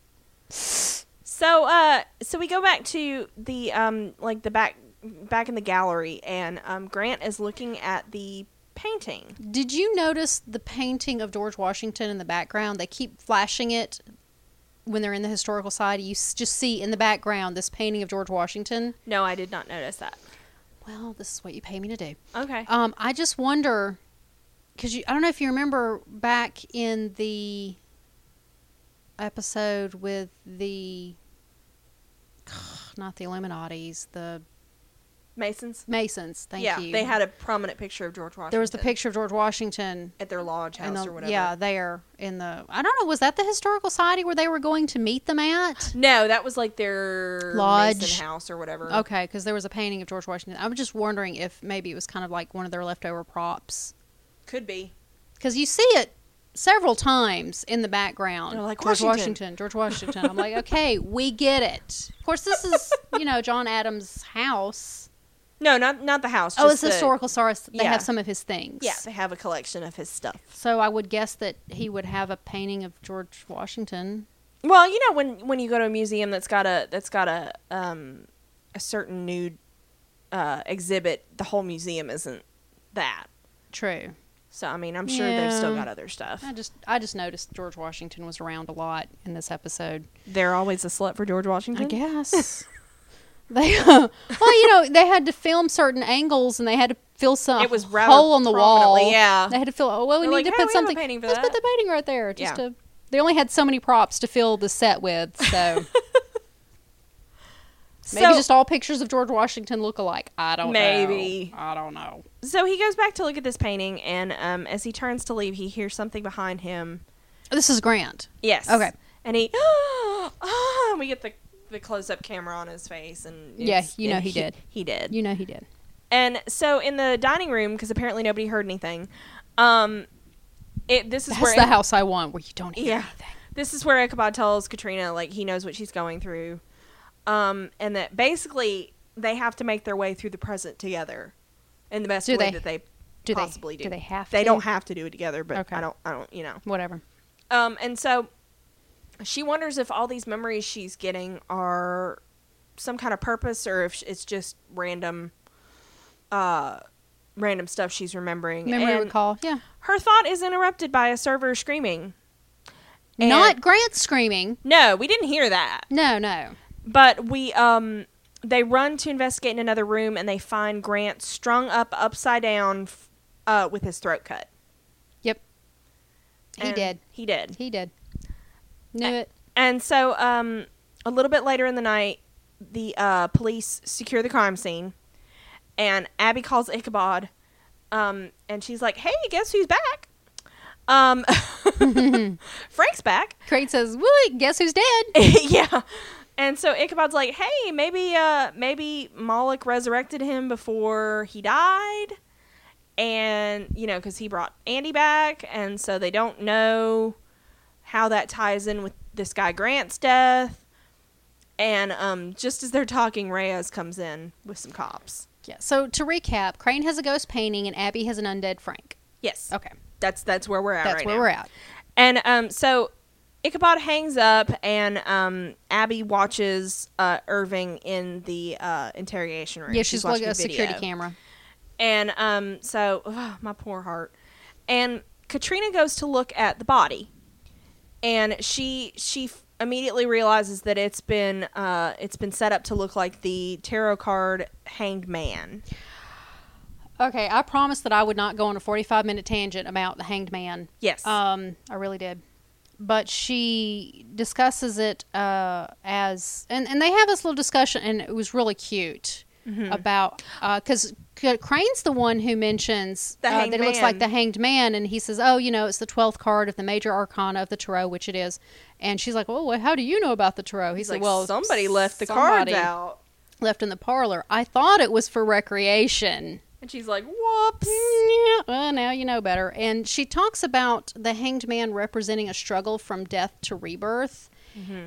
Speaker 1: So uh so we go back to the um like the back back in the gallery and um Grant is looking at the painting.
Speaker 2: Did you notice the painting of George Washington in the background? They keep flashing it when they're in the historical side. You s- just see in the background this painting of George Washington.
Speaker 1: No, I did not notice that.
Speaker 2: Well, this is what you pay me to do.
Speaker 1: Okay.
Speaker 2: Um, I just wonder because I don't know if you remember back in the episode with the [sighs] not the Illuminati's, the
Speaker 1: Masons.
Speaker 2: Masons. Thank
Speaker 1: yeah,
Speaker 2: you.
Speaker 1: they had a prominent picture of George Washington.
Speaker 2: there was the picture of George Washington.
Speaker 1: at their lodge
Speaker 2: and
Speaker 1: house
Speaker 2: the-
Speaker 1: or whatever.
Speaker 2: Yeah, there in the I don't know. Was that the historical society where they were going to meet them at?
Speaker 1: No, that was like their
Speaker 2: Lodge.
Speaker 1: Mason house or whatever.
Speaker 2: Okay, because there was a painting of George Washington. I was just wondering if maybe it was kind of like one of their leftover props.
Speaker 1: Could be.
Speaker 2: because you see it several times in the background.
Speaker 1: They're like,
Speaker 2: George
Speaker 1: "Washington."
Speaker 2: Washington, George Washington. I'm like, okay, we get it. Of course, this is you know John Adams' house.
Speaker 1: No, not not the house.
Speaker 2: oh,
Speaker 1: just
Speaker 2: it's
Speaker 1: the-
Speaker 2: historical source. They
Speaker 1: yeah.
Speaker 2: have some of his things.
Speaker 1: Yeah, they have a collection of his stuff.
Speaker 2: So I would guess that he would have a painting of George Washington.
Speaker 1: Well, you know when when you go to a museum that's got a that's got a um a certain nude uh exhibit, the whole museum isn't that.
Speaker 2: True.
Speaker 1: So I mean, I'm sure they've still
Speaker 2: Yeah.
Speaker 1: got other stuff.
Speaker 2: I just I just noticed George Washington was around a lot in this episode.
Speaker 1: They're always a slut for George Washington.
Speaker 2: I guess. [laughs] They [laughs] well, you know, they had to film certain angles, and they had to fill some
Speaker 1: It was rather
Speaker 2: hole on the wall.
Speaker 1: prominently, yeah.
Speaker 2: they had to fill. Oh well, we
Speaker 1: They're
Speaker 2: need
Speaker 1: like,
Speaker 2: to
Speaker 1: "Hey,
Speaker 2: put
Speaker 1: we have a
Speaker 2: something.
Speaker 1: painting for
Speaker 2: Let's put
Speaker 1: that."
Speaker 2: the painting right there. Just
Speaker 1: Yeah.
Speaker 2: to, they only had so many props to fill the set with,
Speaker 1: [laughs]
Speaker 2: so maybe
Speaker 1: So-
Speaker 2: just all pictures of George Washington look alike. I don't know.
Speaker 1: Maybe.
Speaker 2: I don't know.
Speaker 1: So he goes back to look at this painting, and um, as he turns to leave, he hears something behind him.
Speaker 2: This is Grant.
Speaker 1: Yes.
Speaker 2: Okay.
Speaker 1: And he, [gasps] ah, we get the the close up camera on his face, and
Speaker 2: Yeah,
Speaker 1: it's-
Speaker 2: you know
Speaker 1: and
Speaker 2: he did.
Speaker 1: He did.
Speaker 2: You know he did.
Speaker 1: and so in the dining room, because apparently nobody heard anything. Um, it this is
Speaker 2: That's
Speaker 1: where
Speaker 2: the house I want, where you don't hear
Speaker 1: [laughs] Yeah.
Speaker 2: anything.
Speaker 1: This is where Ichabod tells Katrina like he knows what she's going through, um, and that basically they have to make their way through the present together, in the best
Speaker 2: Do
Speaker 1: way
Speaker 2: they-
Speaker 1: that they
Speaker 2: do they-
Speaker 1: possibly do.
Speaker 2: do they have
Speaker 1: They
Speaker 2: to?
Speaker 1: don't have to do it together, but
Speaker 2: Okay.
Speaker 1: I don't. I don't. You know.
Speaker 2: Whatever.
Speaker 1: Um, and so She wonders if all these memories she's getting are some kind of purpose or if sh- it's just random uh random stuff she's remembering.
Speaker 2: Memory
Speaker 1: And
Speaker 2: recall. Yeah.
Speaker 1: Her thought is interrupted by a server screaming. And-
Speaker 2: Not Grant screaming.
Speaker 1: No, we didn't hear that.
Speaker 2: No, no.
Speaker 1: But we um they run to investigate in another room and they find Grant strung up upside down f- uh with his throat cut.
Speaker 2: Yep. He
Speaker 1: And
Speaker 2: did.
Speaker 1: He did.
Speaker 2: He did. Knew it.
Speaker 1: And so, um, a little bit later in the night, the uh, police secure the crime scene, and Abby calls Ichabod, um, and she's like, "Hey, guess who's back? Um, [laughs] Frank's back."
Speaker 2: Crate says, "Woo! Guess who's dead?"
Speaker 1: [laughs] yeah. And so Ichabod's like, "Hey, maybe, uh, maybe Moloch resurrected him before he died." And you know, because he brought Andy back, and so they don't know how that ties in with this guy Grant's death. And um, just as they're talking, Reyes comes in with some cops.
Speaker 2: Yeah. So to recap, Crane has a ghost painting, and Abby has an undead Frank.
Speaker 1: Yes,
Speaker 2: Okay,
Speaker 1: that's that's where we're at.
Speaker 2: that's
Speaker 1: right
Speaker 2: where
Speaker 1: now.
Speaker 2: we're at.
Speaker 1: And um, so Ichabod hangs up, and um, Abby watches uh, Irving in the uh, interrogation room.
Speaker 2: Yeah, she's, like
Speaker 1: watching the
Speaker 2: a
Speaker 1: video.
Speaker 2: security camera.
Speaker 1: And um, so, ugh, my poor heart. And Katrina goes to look at the body, and she she f- immediately realizes that it's been uh, it's been set up to look like the tarot card hanged man.
Speaker 2: Okay, I promised that I would not go on a forty-five minute tangent about the Hanged Man.
Speaker 1: Yes.
Speaker 2: Um, I really did, but she discusses it uh, as, and and they have this little discussion, and it was really cute
Speaker 1: Mm-hmm.
Speaker 2: about because. Crane's the one who mentions
Speaker 1: The
Speaker 2: uh,
Speaker 1: Hanged
Speaker 2: that it looks
Speaker 1: Man.
Speaker 2: like the hanged man, and he says, "Oh, you know, it's the twelfth card of the major arcana of the tarot, which it is." And she's like, "Well, wha- how do you know about the tarot?" He's
Speaker 1: It's like,
Speaker 2: like, "Well,
Speaker 1: somebody left the cards
Speaker 2: somebody
Speaker 1: out,
Speaker 2: left in the parlor. I thought it was for recreation.
Speaker 1: and she's like, "Whoops."
Speaker 2: Yeah, well, now you know better. And she talks about the hanged man representing a struggle from death to rebirth.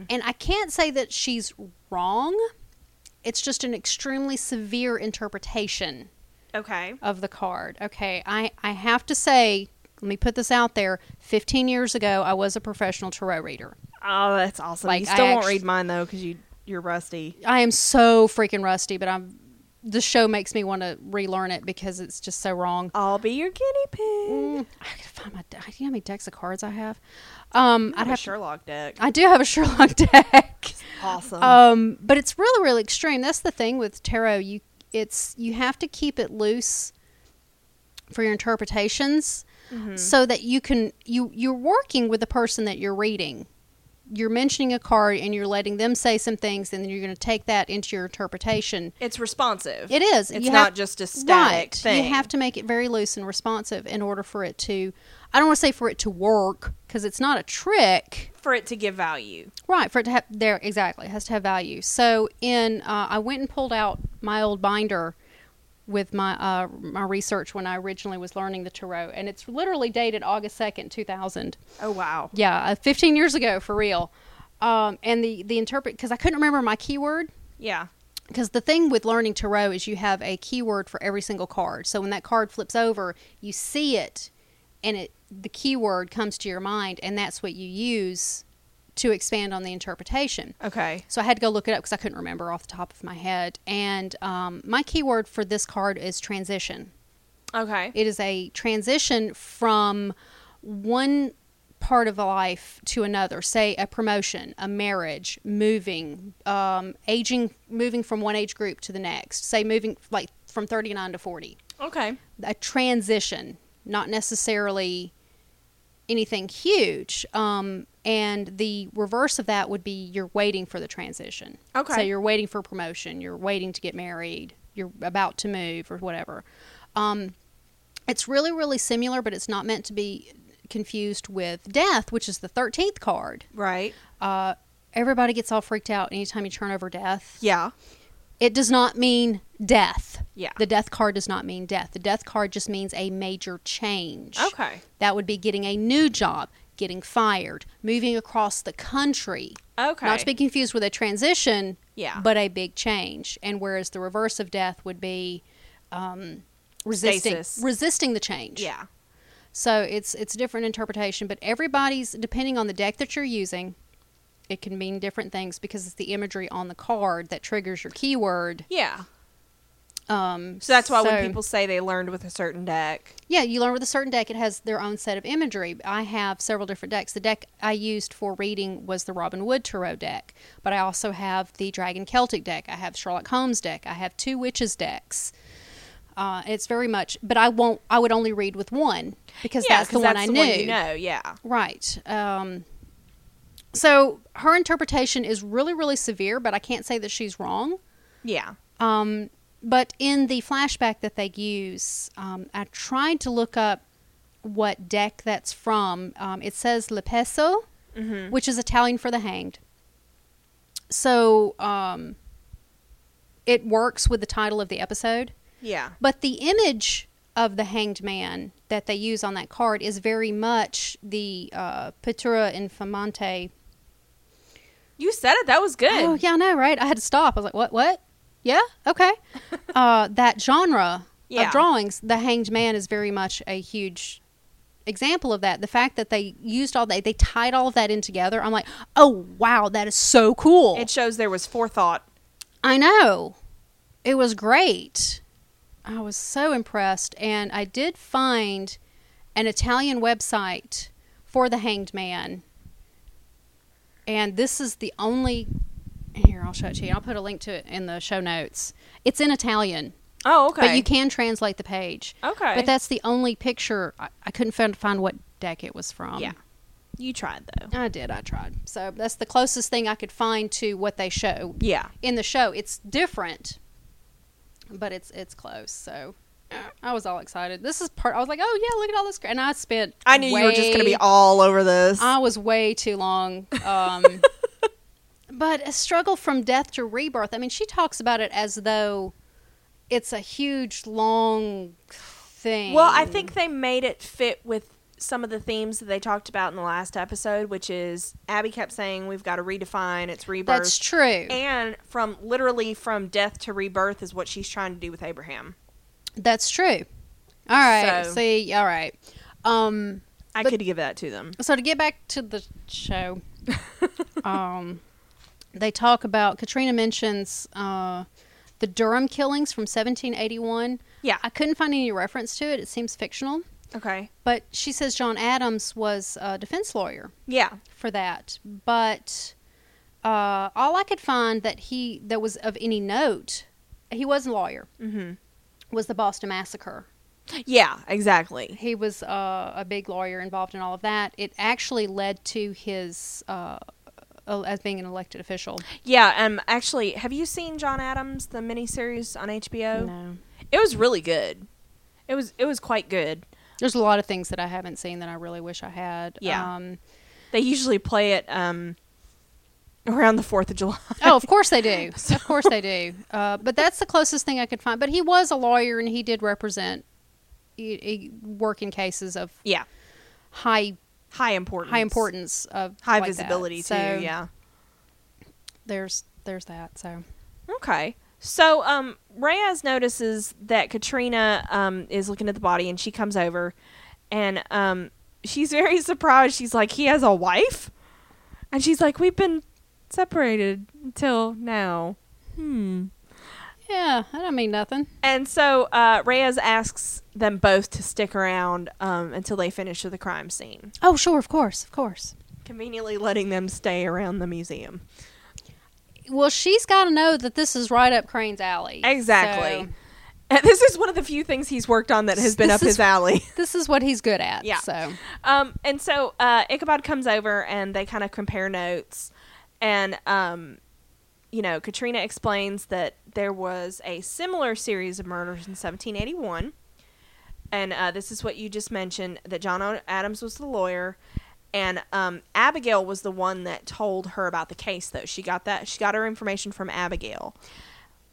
Speaker 2: And I can't say that she's wrong. It's just an extremely severe interpretation
Speaker 1: Okay.
Speaker 2: of the card. Okay, I, I have to say, let me put this out there. 15 years ago, I was a professional tarot reader.
Speaker 1: Oh, that's awesome.
Speaker 2: Like,
Speaker 1: you
Speaker 2: I
Speaker 1: still won't
Speaker 2: actu-
Speaker 1: read mine though because you you're rusty.
Speaker 2: I am so freaking rusty, but I'm. The show makes me want to relearn it because it's just so wrong.
Speaker 1: I'll be your guinea pig.
Speaker 2: Mm, I gotta find my. Do you know how many decks of cards I have? Um, I'd
Speaker 1: have a
Speaker 2: have.
Speaker 1: Sherlock deck.
Speaker 2: I do have
Speaker 1: [laughs]
Speaker 2: a Sherlock deck.
Speaker 1: Awesome.
Speaker 2: Um, but it's really, really extreme. That's the thing with tarot. You, it's you have to keep it loose for your interpretations,
Speaker 1: Mm-hmm.
Speaker 2: so that you can you you're working with the person that you're reading. You're mentioning a card and you're letting them say some things, and then you're going to take that into your interpretation.
Speaker 1: it's responsive.
Speaker 2: It is.
Speaker 1: It's
Speaker 2: You
Speaker 1: not
Speaker 2: have-
Speaker 1: just a static thing.
Speaker 2: You have to make it very loose and responsive in order for it to. I don't want to say for it to work because it's not a trick,
Speaker 1: for it to give value.
Speaker 2: right? For it to have there exactly it has to have value. So in uh, I went and pulled out my old binder with my uh, my research when I originally was learning the tarot, and it's literally dated August second, two thousand.
Speaker 1: Oh wow.
Speaker 2: Yeah, uh, fifteen years ago for real. Um, and the the interpret because I couldn't remember my keyword
Speaker 1: Yeah.
Speaker 2: because the thing with learning tarot is you have a keyword for every single card. So when that card flips over, you see it, and it the keyword comes to your mind, and that's what you use to expand on the interpretation.
Speaker 1: Okay.
Speaker 2: So I had to go look it up because I couldn't remember off the top of my head. And um, my keyword for this card is transition.
Speaker 1: Okay.
Speaker 2: It is a transition from one part of life to another, say a promotion, a marriage, moving, um, aging, moving from one age group to the next, say moving like from 39 to 40.
Speaker 1: okay.
Speaker 2: A transition, not necessarily anything huge. Um, and the reverse of that would be you're waiting for the transition.
Speaker 1: Okay.
Speaker 2: So you're waiting for promotion, you're waiting to get married, you're about to move or whatever. Um, it's really, really similar, but it's not meant to be confused with death, which is the 13th card.
Speaker 1: Right.
Speaker 2: Uh, everybody gets all freaked out anytime you turn over death.
Speaker 1: Yeah.
Speaker 2: It does not mean death.
Speaker 1: Yeah.
Speaker 2: The death card does not mean death. The death card just means a major change.
Speaker 1: Okay.
Speaker 2: That would be getting a new job, getting fired, moving across the country.
Speaker 1: Okay.
Speaker 2: Not to be confused with a transition,
Speaker 1: Yeah.
Speaker 2: but a big change. And whereas the reverse of death would be um, resisting
Speaker 1: Stasis.
Speaker 2: resisting the change.
Speaker 1: yeah.
Speaker 2: So it's it's a different interpretation, but everybody's depending on the deck that you're using it can mean different things because it's the imagery on the card that triggers your keyword.
Speaker 1: Yeah.
Speaker 2: Um,
Speaker 1: So that's why when
Speaker 2: so-
Speaker 1: people say they learned with a certain deck,
Speaker 2: yeah, you learn with a certain deck, it has their own set of imagery. I have several different decks. The deck I used for reading was the Robin Wood Tarot deck, but I also have the Dragon Celtic deck. I have Sherlock Holmes deck. I have two Witches decks. Uh, it's very much, but I won't. I would only read with one because
Speaker 1: yeah,
Speaker 2: that's the
Speaker 1: 'cause
Speaker 2: one
Speaker 1: that's the
Speaker 2: I knew.
Speaker 1: you know, yeah.
Speaker 2: Right. Um, so her interpretation is really, really severe, but I can't say that she's wrong.
Speaker 1: Yeah.
Speaker 2: Um, but in the flashback that they use, um, I tried to look up what deck that's from. Um, it says Le Peso, which is Italian for the hanged. So um, it works with the title of the episode.
Speaker 1: Yeah.
Speaker 2: But the image of the hanged man that they use on that card is very much the uh, Pittura Infamante.
Speaker 1: You said it. That was good.
Speaker 2: Oh, yeah, I know, right? I had to stop. I was like, what, what? Yeah,
Speaker 1: [laughs]
Speaker 2: okay. uh, that genre
Speaker 1: Yeah.
Speaker 2: of drawings, the hanged man is very much a huge example of that. The fact that they used all that, they tied all of that in together. I'm like, oh, wow, that is so cool.
Speaker 1: It shows there was forethought.
Speaker 2: I know. It was great. I was so impressed. And I did find an Italian website for the Hanged Man. And this is the only. Here, I'll show it to you. I'll put a link to it in the show notes. It's in Italian,
Speaker 1: Oh, okay.
Speaker 2: but you can translate the page.
Speaker 1: Okay.
Speaker 2: But that's the only picture. I, I couldn't find, find what deck it was from.
Speaker 1: yeah. You tried though.
Speaker 2: I did. I tried. So that's the closest thing I could find to what they show
Speaker 1: Yeah.
Speaker 2: in the show. It's different, but it's it's close. So I was all excited. This is part. I was like, oh yeah, look at all this. gra-" And I spent.
Speaker 1: I knew you were just going to be
Speaker 2: way-
Speaker 1: all over this.
Speaker 2: I was way too long.
Speaker 1: [laughs]
Speaker 2: Um, but a struggle from death to rebirth. I mean, she talks about it as though it's a huge long thing.
Speaker 1: well, I think they made it fit with some of the themes that they talked about in the last episode, which is Abby kept saying we've got to redefine its rebirth.
Speaker 2: that's true.
Speaker 1: and from literally from death to rebirth is what she's trying to do with Abraham.
Speaker 2: That's true. All right.
Speaker 1: So-
Speaker 2: See. All right. Um.
Speaker 1: I
Speaker 2: But-
Speaker 1: could give that to them.
Speaker 2: so to get back to the show um they talk about katrina mentions uh the durham killings from 1781
Speaker 1: Yeah.
Speaker 2: i couldn't find any reference to it it seems fictional
Speaker 1: Okay.
Speaker 2: but she says john adams was a defense lawyer
Speaker 1: Yeah.
Speaker 2: for that but uh all i could find that he that was of any note he was a lawyer
Speaker 1: Mhm.
Speaker 2: was the boston massacre
Speaker 1: Yeah, exactly.
Speaker 2: he was uh, a big lawyer involved in all of that. It actually led to his uh, el- as being an elected official.
Speaker 1: Yeah, um actually, have you seen John Adams the miniseries on HBO? It was really good. It was it was quite good.
Speaker 2: There's a lot of things that I haven't seen that I really wish I had.
Speaker 1: Yeah.
Speaker 2: Um,
Speaker 1: They usually play it um around the 4th of July.
Speaker 2: oh, of course they [laughs] do. Of course they do. Uh, but that's the closest thing I could find. But he was a lawyer and he did represent he, he work in cases of
Speaker 1: Yeah.
Speaker 2: high
Speaker 1: High importance.
Speaker 2: high importance of
Speaker 1: High
Speaker 2: like that.
Speaker 1: visibility too,
Speaker 2: So
Speaker 1: yeah.
Speaker 2: There's there's that. So
Speaker 1: Okay. So um Reyes notices that Katrina um is looking at the body and she comes over and um she's very surprised. She's like, He has a wife? And she's like, We've been separated until now. Hmm.
Speaker 2: yeah, I don't mean nothing.
Speaker 1: And so uh, Reyes asks them both to stick around um, until they finish with the crime scene,
Speaker 2: Oh, sure, of course, of course.
Speaker 1: conveniently letting them stay around the museum.
Speaker 2: Well, she's got to know that this is right up Crane's alley.
Speaker 1: Exactly. [laughs] And this is one of the few things he's worked on that has been
Speaker 2: This
Speaker 1: up his
Speaker 2: is-
Speaker 1: alley.
Speaker 2: So this is what he's good at.
Speaker 1: Yeah.
Speaker 2: So
Speaker 1: [laughs] Um, and so uh, Ichabod comes over and they kind of compare notes. And, um, you know, Katrina explains that there was a similar series of murders in 1781. And uh, this is what you just mentioned that John O- Adams was the lawyer. And um, Abigail was the one that told her about the case, though. She got that. She got her information from Abigail.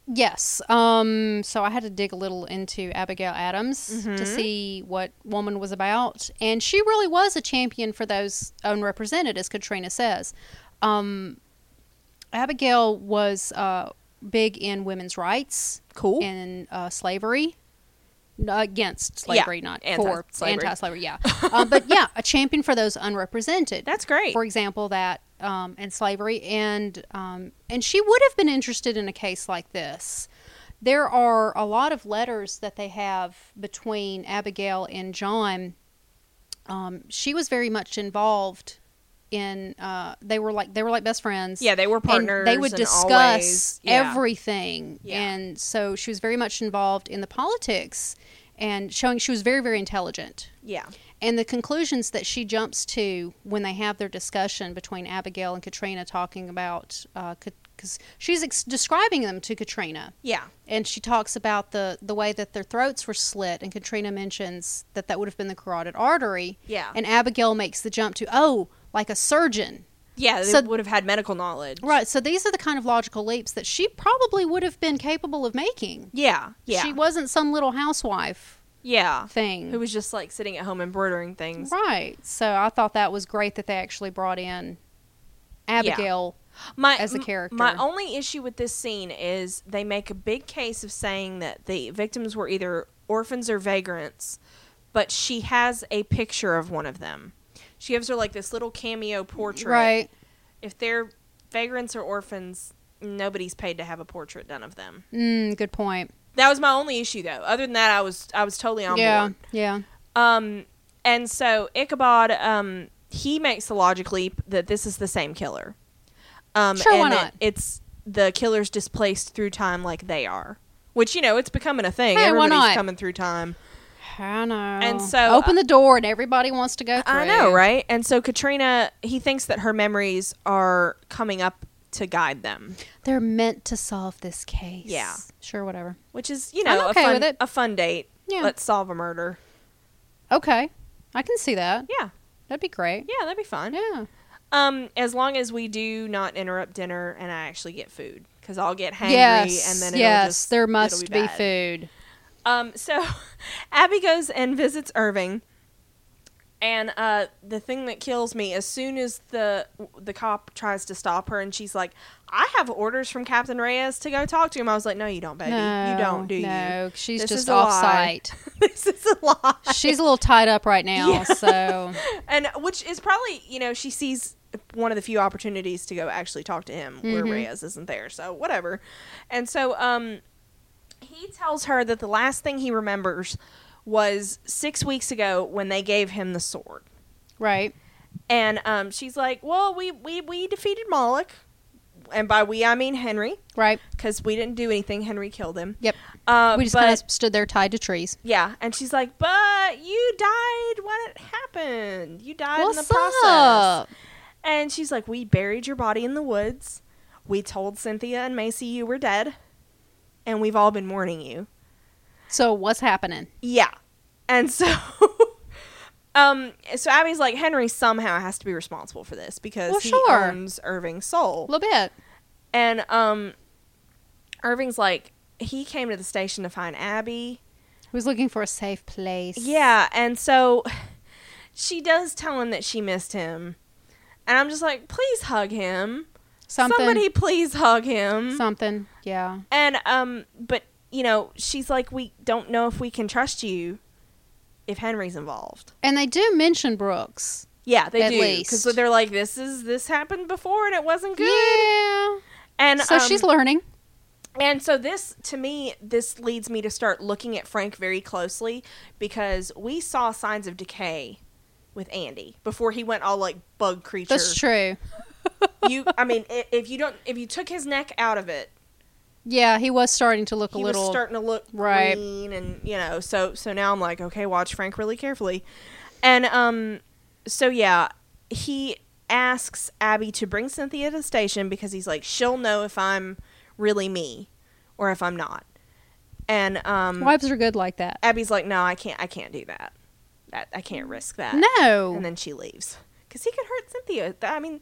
Speaker 2: yes. Um. So I had to dig a little into Abigail Adams
Speaker 1: Mm-hmm.
Speaker 2: to see what woman was about, and she really was a champion for those unrepresented, as Katrina says. Um, Abigail was uh big in women's rights.
Speaker 1: Cool.
Speaker 2: in uh, slavery N- against slavery not for
Speaker 1: anti-slavery.
Speaker 2: Um, anti-slavery yeah uh, but yeah a champion for those unrepresented
Speaker 1: That's great.
Speaker 2: for example that um, and slavery, and um, and she would have been interested in a case like this. There are a lot of letters that they have between Abigail and John. Um, she was very much involved in. Uh, they were like they were like best friends.
Speaker 1: Yeah, they were
Speaker 2: And
Speaker 1: partners.
Speaker 2: they would
Speaker 1: and
Speaker 2: discuss
Speaker 1: always- yeah.
Speaker 2: everything,
Speaker 1: Yeah.
Speaker 2: and so she was very much involved in the politics, and showing she was very very intelligent.
Speaker 1: Yeah.
Speaker 2: And the conclusions that she jumps to when they have their discussion between Abigail and Katrina, talking about because she's ex- describing them to Katrina,
Speaker 1: Yeah.
Speaker 2: and she talks about the the way that their throats were slit, and Katrina mentions that that would have been the carotid artery,
Speaker 1: Yeah.
Speaker 2: and Abigail makes the jump to oh, like a surgeon,
Speaker 1: yeah, they
Speaker 2: so-
Speaker 1: would have had medical knowledge.
Speaker 2: right? So these are the kind of logical leaps that she probably would have been capable of making.
Speaker 1: Yeah. Yeah.
Speaker 2: She wasn't some little housewife
Speaker 1: yeah.
Speaker 2: thing.
Speaker 1: Who was just like sitting at home embroidering things.
Speaker 2: Right. So I thought that was great that they actually brought in Abigail.
Speaker 1: my
Speaker 2: as a
Speaker 1: m-
Speaker 2: character.
Speaker 1: My only issue with this scene is they make a big case of saying that the victims were either orphans or vagrants, but she has a picture of one of them. She gives her like this little cameo portrait.
Speaker 2: Right.
Speaker 1: If they're vagrants or orphans, nobody's paid to have a portrait done of them.
Speaker 2: Mm, good point.
Speaker 1: That was my only issue though. Other than that, I was I was totally on
Speaker 2: yeah.
Speaker 1: board.
Speaker 2: Yeah.
Speaker 1: Um, and so Ichabod, um, he makes the logic leap that this is the same killer. Um,
Speaker 2: Sure,
Speaker 1: and
Speaker 2: why
Speaker 1: that
Speaker 2: not?
Speaker 1: It's the killer's displaced through time like they are, which you know it's becoming a thing.
Speaker 2: Hey, why
Speaker 1: Everybody's
Speaker 2: not?
Speaker 1: coming through time.
Speaker 2: I know.
Speaker 1: And so- uh,
Speaker 2: open the door and everybody wants to go through.
Speaker 1: I know, right? And so Katrina, he thinks that her memories are coming up to guide them,
Speaker 2: They're meant to solve this case.
Speaker 1: Yeah.
Speaker 2: Sure, whatever.
Speaker 1: which is you
Speaker 2: I'm
Speaker 1: know
Speaker 2: okay
Speaker 1: a fun
Speaker 2: with it.
Speaker 1: a fun date.
Speaker 2: Yeah.
Speaker 1: Let's solve a murder.
Speaker 2: Okay. I can see that.
Speaker 1: Yeah,
Speaker 2: That'd be great.
Speaker 1: yeah, that'd be fun.
Speaker 2: Yeah.
Speaker 1: Um, as long as we do not interrupt dinner and I actually get food, because I'll get hangry
Speaker 2: yes.
Speaker 1: and then it'll
Speaker 2: yes.
Speaker 1: just,
Speaker 2: there
Speaker 1: it'll
Speaker 2: must be,
Speaker 1: bad.
Speaker 2: food.
Speaker 1: Um, so [laughs] Abby goes and visits Irving, and uh, the thing that kills me as soon as the the cop tries to stop her and she's like, "I have orders from Captain Reyes to go talk to him." I was like, "No, you don't, baby.
Speaker 2: no,
Speaker 1: you don't, do
Speaker 2: no, she's
Speaker 1: This is
Speaker 2: just
Speaker 1: a
Speaker 2: off
Speaker 1: lie.
Speaker 2: site.
Speaker 1: you? [laughs] this is a lie."
Speaker 2: She's a little tied
Speaker 1: [laughs]
Speaker 2: up right now,
Speaker 1: Yeah.
Speaker 2: so
Speaker 1: and which is probably you know she sees one of the few opportunities to go actually talk to him where
Speaker 2: Mhm.
Speaker 1: Reyes isn't there so whatever and so um he tells her that the last thing he remembers was 6 weeks ago when they gave him the sword
Speaker 2: right.
Speaker 1: and um she's like well we we we defeated Moloch and by we I mean Henry
Speaker 2: Right.
Speaker 1: cuz we didn't do anything Henry killed him
Speaker 2: Yep.
Speaker 1: uh,
Speaker 2: we just
Speaker 1: but-
Speaker 2: kind of stood there tied to trees.
Speaker 1: yeah, and she's like, "But you died when it happened. You died in
Speaker 2: What's
Speaker 1: the process."
Speaker 2: up?
Speaker 1: And she's like, We buried your body in the woods. We told Cynthia and Macy you were dead. And we've all been mourning you.
Speaker 2: So what's happening?
Speaker 1: Yeah. And so [laughs] um so Abby's like, Henry somehow has to be responsible for this because
Speaker 2: Well,
Speaker 1: he
Speaker 2: sure.
Speaker 1: owns Irving's soul.
Speaker 2: A little bit.
Speaker 1: And um Irving's like, he came to the station to find Abby.
Speaker 2: He was looking for a safe place.
Speaker 1: Yeah, and so [sighs] she does tell him that she missed him. And I'm just like, please hug him.
Speaker 2: Something.
Speaker 1: Somebody please hug him.
Speaker 2: Something. Yeah.
Speaker 1: And um, but you know, she's like, we don't know if we can trust you if Henry's involved.
Speaker 2: And they do mention Brooks.
Speaker 1: Yeah, they
Speaker 2: At
Speaker 1: do because
Speaker 2: least.
Speaker 1: they're like, this is this happened before and it wasn't good.
Speaker 2: Yeah.
Speaker 1: And
Speaker 2: so
Speaker 1: um,
Speaker 2: she's learning.
Speaker 1: and so this to me this leads me to start looking at Frank very closely because we saw signs of decay with Andy before he went all like bug creature.
Speaker 2: That's true.
Speaker 1: You, I mean, i- if you don't, if you took his neck out of it,
Speaker 2: Yeah, he was starting to look
Speaker 1: he
Speaker 2: a little.
Speaker 1: was starting to look
Speaker 2: Right.
Speaker 1: green and you know so so now i'm like okay watch frank really carefully and um so yeah he asks abby to bring cynthia to the station because he's like she'll know if i'm really me or if i'm not and um
Speaker 2: Wives are good like that.
Speaker 1: abby's like no i can't i can't do that that i can't risk that
Speaker 2: No.
Speaker 1: and
Speaker 2: And,
Speaker 1: then she leaves because he could hurt cynthia Th- i mean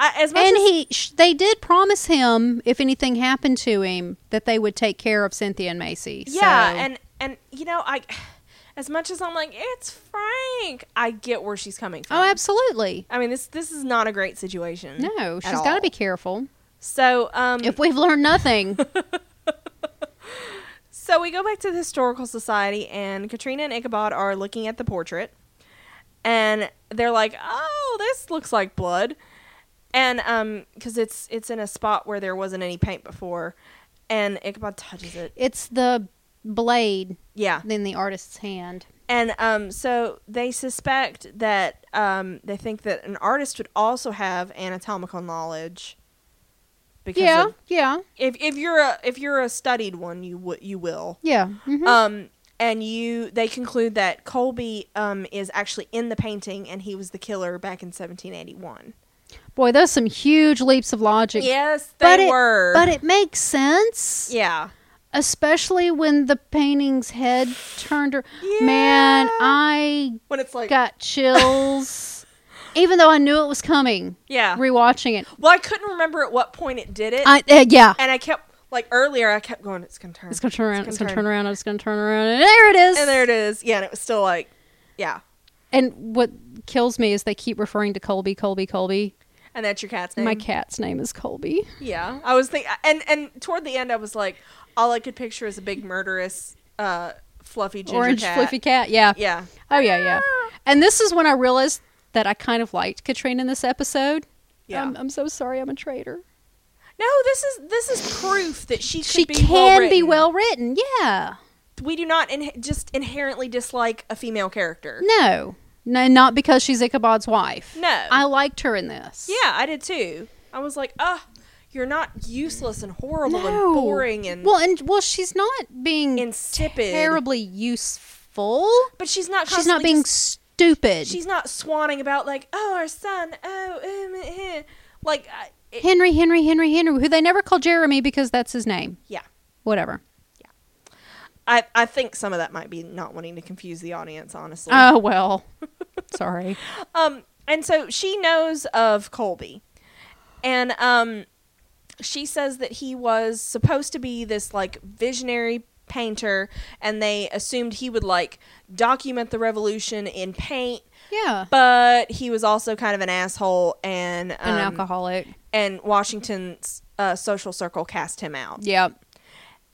Speaker 1: I, as much as
Speaker 2: he, sh- they did promise him if anything happened to him that they would take care of Cynthia and Macy.
Speaker 1: Yeah,
Speaker 2: so-
Speaker 1: and and you know, I [sighs] as much as I'm like, it's Frank, I get where she's coming from.
Speaker 2: oh, absolutely.
Speaker 1: I mean, this this is not a great situation.
Speaker 2: No,
Speaker 1: at
Speaker 2: she's got
Speaker 1: all.
Speaker 2: to be careful.
Speaker 1: So, um,
Speaker 2: If we've
Speaker 1: [laughs]
Speaker 2: learned nothing,
Speaker 1: so we go back to the historical society, and Katrina and Ichabod are looking at the portrait, and they're like, "Oh, this looks like blood," and um, because it's it's in a spot where there wasn't any paint before, and Ichabod touches it.
Speaker 2: It's the blade
Speaker 1: Yeah,
Speaker 2: in the artist's hand.
Speaker 1: and um, so they suspect that um, they think that an artist would also have anatomical knowledge. Because
Speaker 2: Yeah,
Speaker 1: of-
Speaker 2: yeah,
Speaker 1: if if you're a if you're a studied one, you would you will.
Speaker 2: yeah. mhm.
Speaker 1: Um, and you they conclude that Colby um is actually in the painting, and he was the killer back in 1781.
Speaker 2: Boy, those some huge leaps of logic.
Speaker 1: Yes, they
Speaker 2: but it,
Speaker 1: were.
Speaker 2: But it makes sense,
Speaker 1: yeah.
Speaker 2: especially when the painting's head turned. Her- Man,
Speaker 1: Yeah.
Speaker 2: I
Speaker 1: When it's like [laughs]
Speaker 2: got chills, even though I knew it was coming.
Speaker 1: yeah.
Speaker 2: Rewatching it,
Speaker 1: Well, I couldn't remember at what point it did it,
Speaker 2: I uh, yeah,
Speaker 1: and I kept like earlier. I kept going, "It's gonna turn,
Speaker 2: it's gonna turn around. It's gonna turn around. It's gonna turn around. And there it is.
Speaker 1: and there it is. Yeah, and it was still like, yeah,
Speaker 2: And what kills me is they keep referring to Colby, Colby, Colby.
Speaker 1: and that's your cat's name.
Speaker 2: My cat's name is Colby.
Speaker 1: Yeah, I was thinking, and and toward the end, I was like, all I could picture is a big murderous, uh, fluffy ginger
Speaker 2: Orange
Speaker 1: cat.
Speaker 2: fluffy cat. Yeah.
Speaker 1: Yeah,
Speaker 2: Oh yeah, yeah. And this is when I realized that I kind of liked Katrina in this episode.
Speaker 1: yeah.
Speaker 2: I'm, I'm so sorry. I'm a traitor.
Speaker 1: no, this is this is proof that she could
Speaker 2: She
Speaker 1: be
Speaker 2: can
Speaker 1: well-written.
Speaker 2: be well written. Yeah.
Speaker 1: We do not in- just inherently dislike a female character.
Speaker 2: No. No, not because she's Ichabod's wife.
Speaker 1: No.
Speaker 2: I liked her in this.
Speaker 1: Yeah, I did too. I was like, ah, you're not useless and horrible
Speaker 2: No.
Speaker 1: and boring and
Speaker 2: Well, and well, she's not being
Speaker 1: insipid.
Speaker 2: terribly useful.
Speaker 1: But she's not.
Speaker 2: She's not
Speaker 1: constantly
Speaker 2: being
Speaker 1: just-
Speaker 2: stupid.
Speaker 1: she's not swanning about like, oh, our son. Oh, um, eh. like, I it,
Speaker 2: Henry, Henry, Henry, Henry, who they never call Jeremy because that's his name.
Speaker 1: yeah.
Speaker 2: Whatever.
Speaker 1: I, I think some of that might be not wanting to confuse the audience, honestly.
Speaker 2: Oh well. [laughs] Sorry.
Speaker 1: um, and so she knows of Colby, and um, she says that he was supposed to be this like visionary painter, and they assumed he would like document the revolution in paint,
Speaker 2: Yeah.
Speaker 1: but he was also kind of an asshole, and um,
Speaker 2: An alcoholic.
Speaker 1: and Washington's uh, social circle cast him out.
Speaker 2: Yeah.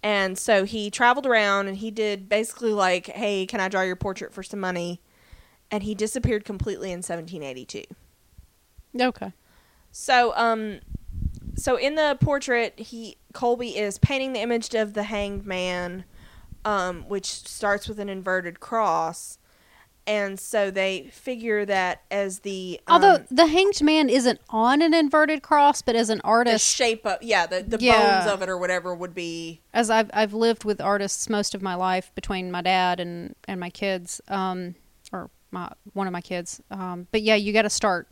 Speaker 1: And so he traveled around and he did basically like, hey, can I draw your portrait for some money? And he disappeared completely in 1782.
Speaker 2: Okay.
Speaker 1: So, um, so in the portrait, he Colby is painting the image of the hanged man, um, which starts with an inverted cross, and so they figure that as the um,
Speaker 2: Although the hanged man isn't on an inverted cross, but as an
Speaker 1: the
Speaker 2: artist,
Speaker 1: shape of yeah the the
Speaker 2: Yeah.
Speaker 1: bones of it or whatever would be
Speaker 2: as I've I've lived with artists most of my life between my dad and and my kids, um, or my one of my kids. Um, but yeah, you got to start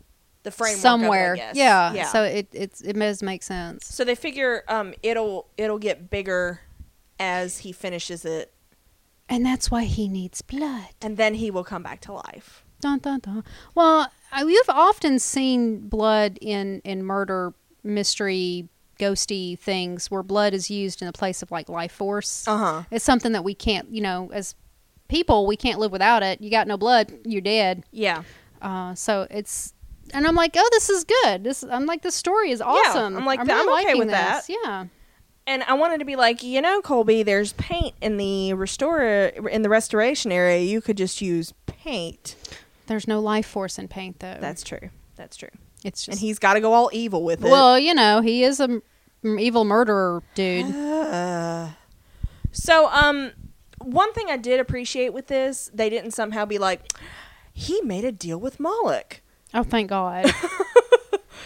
Speaker 1: the framework of it, I
Speaker 2: somewhere.
Speaker 1: guess.
Speaker 2: Yeah. So it it's it does make sense.
Speaker 1: So they figure um, it'll it'll get bigger as he finishes it,
Speaker 2: And that's why he needs blood.
Speaker 1: and then he will come back to life.
Speaker 2: Dun, dun, dun. Well, I, you've often seen blood in, in murder mystery ghosty things where blood is used in the place of like life force.
Speaker 1: Uh huh.
Speaker 2: It's something that we can't, you know, as people, we can't live without it. You got no blood, you're dead.
Speaker 1: Yeah.
Speaker 2: Uh, so it's, and I'm like, oh, this is good. This I'm like, this story is awesome.
Speaker 1: I'm like, I'm okay
Speaker 2: liking
Speaker 1: with
Speaker 2: this.
Speaker 1: that.
Speaker 2: Yeah.
Speaker 1: And I wanted to be like, you know, Colby, there's paint in the restore in the restoration area. You could just use paint.
Speaker 2: There's no life force in paint though.
Speaker 1: That's true. That's true.
Speaker 2: it's just
Speaker 1: And he's got to go all evil with it.
Speaker 2: well, you know, he is a m- evil murderer
Speaker 1: [gasps]
Speaker 2: dude.
Speaker 1: Uh, so, um, one thing I did appreciate with this, they didn't somehow be like, he made a deal with Moloch.
Speaker 2: Oh, thank God.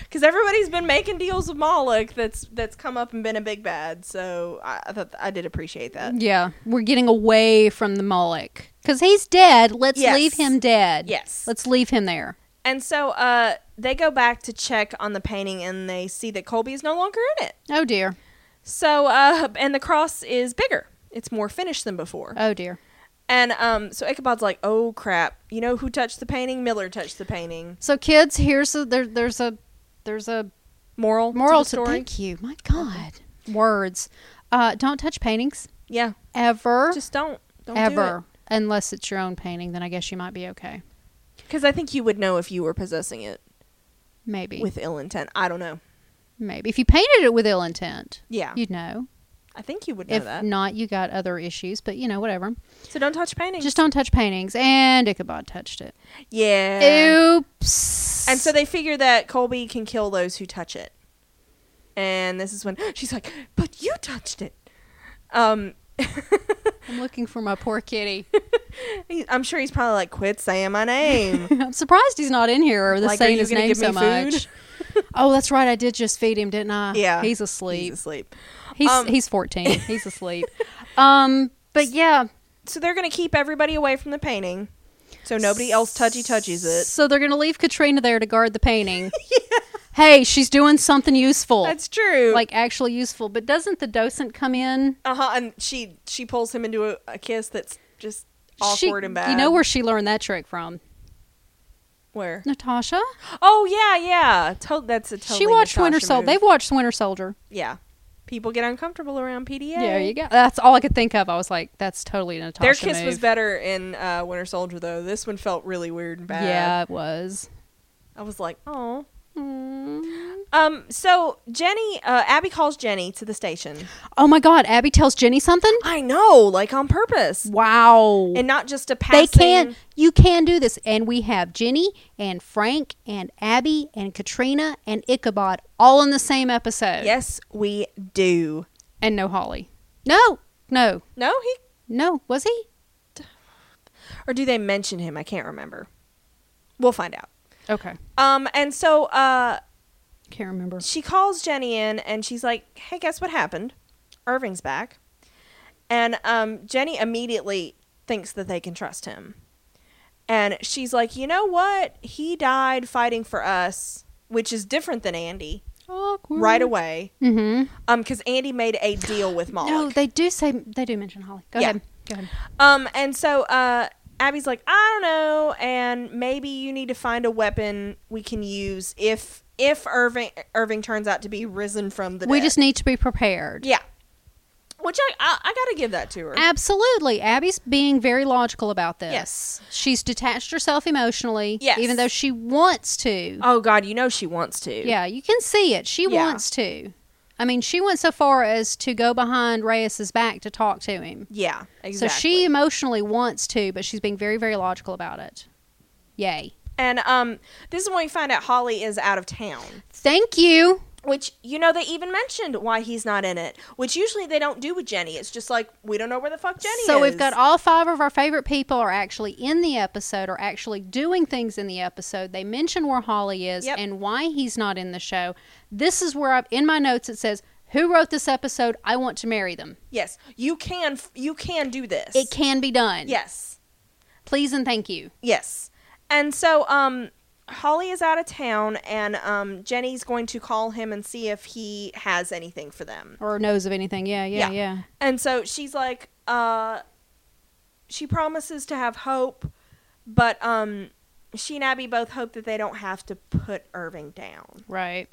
Speaker 1: because everybody's been making deals with Moloch that's that's come up and been a big bad. So I, I thought I did appreciate that.
Speaker 2: Yeah, we're getting away from the Moloch because he's dead. Let's
Speaker 1: Yes.
Speaker 2: leave him dead.
Speaker 1: Yes.
Speaker 2: let's leave him there.
Speaker 1: And so uh, they go back to check on the painting and they see that Colby is no longer in it.
Speaker 2: Oh dear.
Speaker 1: So uh, and the cross is bigger. It's more finished than before.
Speaker 2: Oh dear.
Speaker 1: And um, so Ichabod's like, "Oh crap! You know who touched the painting? Miller touched the painting."
Speaker 2: So kids, here's a there, there's a there's a
Speaker 1: Moral,
Speaker 2: moral
Speaker 1: to
Speaker 2: to,
Speaker 1: the story.
Speaker 2: thank you. My God, words. Uh, don't touch paintings
Speaker 1: yeah,
Speaker 2: ever,
Speaker 1: just don't, don't
Speaker 2: ever, unless it's your own painting. Then I guess you might be okay.
Speaker 1: Because I think you would know if you were possessing it
Speaker 2: Maybe,
Speaker 1: with ill intent. I don't know.
Speaker 2: maybe if you painted it with ill intent,
Speaker 1: Yeah,
Speaker 2: you'd know.
Speaker 1: I think you would know
Speaker 2: if
Speaker 1: that.
Speaker 2: not, you got other issues. But you know, whatever.
Speaker 1: so don't touch paintings.
Speaker 2: Just don't touch paintings. And Ichabod touched it.
Speaker 1: yeah.
Speaker 2: Oops.
Speaker 1: And so they figure that Colby can kill those who touch it. And this is when she's like, "But you touched it." Um
Speaker 2: I'm looking for my poor kitty. [laughs]
Speaker 1: he- I'm sure he's probably like, "Quit saying my name."
Speaker 2: [laughs] I'm surprised he's not in here or the
Speaker 1: Like, are
Speaker 2: saying
Speaker 1: you
Speaker 2: his
Speaker 1: gonna
Speaker 2: name
Speaker 1: give me
Speaker 2: so much. [laughs] oh, that's right. I did just feed him, didn't I?
Speaker 1: yeah.
Speaker 2: He's asleep.
Speaker 1: He's asleep.
Speaker 2: He's
Speaker 1: Um,
Speaker 2: he's
Speaker 1: [laughs]
Speaker 2: 14. He's asleep. um, but yeah,
Speaker 1: So they're going to keep everybody away from the painting. So nobody else touchy touches it.
Speaker 2: so they're gonna leave Katrina there to guard
Speaker 1: [laughs]
Speaker 2: the painting. Hey, she's doing something useful,
Speaker 1: That's true.
Speaker 2: like actually useful. But doesn't the docent come in?
Speaker 1: uh-huh, and she she pulls him into a, a kiss that's just
Speaker 2: She-
Speaker 1: awkward and bad.
Speaker 2: You know where she learned that trick from?
Speaker 1: Where?
Speaker 2: Natasha.
Speaker 1: Oh yeah, yeah. To- that's a totally
Speaker 2: she watched
Speaker 1: Natasha
Speaker 2: Winter Soldier.
Speaker 1: move.
Speaker 2: They've watched Winter Soldier.
Speaker 1: yeah. People get uncomfortable around PDA.
Speaker 2: There you go. That's all I could think of. I was like, that's totally a Natasha.
Speaker 1: Their kiss
Speaker 2: move.
Speaker 1: was better in uh, Winter Soldier though. This one felt really weird and bad.
Speaker 2: Yeah, it was.
Speaker 1: I was like, oh.
Speaker 2: Mm.
Speaker 1: Um. So Jenny, uh, Abby calls Jenny to the station.
Speaker 2: Oh my God! Abby tells Jenny something.
Speaker 1: I know, like on purpose,
Speaker 2: Wow.
Speaker 1: and not just a passing.
Speaker 2: they can. You can do this, and we have Jenny and Frank and Abby and Katrina and Ichabod all in the same episode.
Speaker 1: Yes, we do.
Speaker 2: And no Holly. No. No.
Speaker 1: No, he
Speaker 2: No. Was he?
Speaker 1: or do they mention him? I can't remember. We'll find out.
Speaker 2: Okay.
Speaker 1: Um. And so, uh,
Speaker 2: Can't remember.
Speaker 1: she calls Jenny in, and she's like, "Hey, guess what happened? Irving's back." And um, Jenny immediately thinks that they can trust him, and she's like, "You know what? He died fighting for us, which is different than Andy."
Speaker 2: Awkward.
Speaker 1: Right away,
Speaker 2: Mm-hmm.
Speaker 1: um, because Andy made a deal with Moloch.
Speaker 2: [gasps] No, they do say they do mention Holly. Go
Speaker 1: Yeah.
Speaker 2: ahead. Go ahead.
Speaker 1: Um, and so uh, Abby's like, I don't know, and maybe you need to find a weapon we can use if if Irving Irving turns out to be risen from the
Speaker 2: We
Speaker 1: dead.
Speaker 2: just need to be prepared.
Speaker 1: yeah, which I I, I got to give that to her.
Speaker 2: Absolutely. Abby's being very logical about this.
Speaker 1: Yes.
Speaker 2: She's detached herself emotionally,
Speaker 1: Yes.
Speaker 2: even though she wants to.
Speaker 1: oh God, you know she wants to.
Speaker 2: Yeah, you can see it. She
Speaker 1: Yeah.
Speaker 2: wants to. I mean, she went so far as to go behind Reyes's back to talk to him.
Speaker 1: yeah, exactly.
Speaker 2: So she emotionally wants to, but she's being very, very logical about it. Yay.
Speaker 1: and um, this is when we find out Holly is out of town.
Speaker 2: Thank you.
Speaker 1: Which you know they even mentioned why he's not in it. Which usually they don't do with Jenny. It's just like we don't know where the fuck Jenny is.
Speaker 2: so we've got all five of our favorite people are actually in the episode or actually doing things in the episode they mention where holly is
Speaker 1: Yep.
Speaker 2: and why he's not in the show this is where i've in my notes it says who wrote this episode i want to marry them
Speaker 1: yes. You can f- you can do this.
Speaker 2: it can be done
Speaker 1: Yes.
Speaker 2: please and thank you
Speaker 1: Yes. And so um Holly is out of town and um Jenny's going to call him and see if he has anything for them.
Speaker 2: or knows of anything yeah yeah
Speaker 1: Yeah.
Speaker 2: yeah,
Speaker 1: And so she's like uh she promises to have hope, but um she and Abby both hope that they don't have to put Irving down.
Speaker 2: right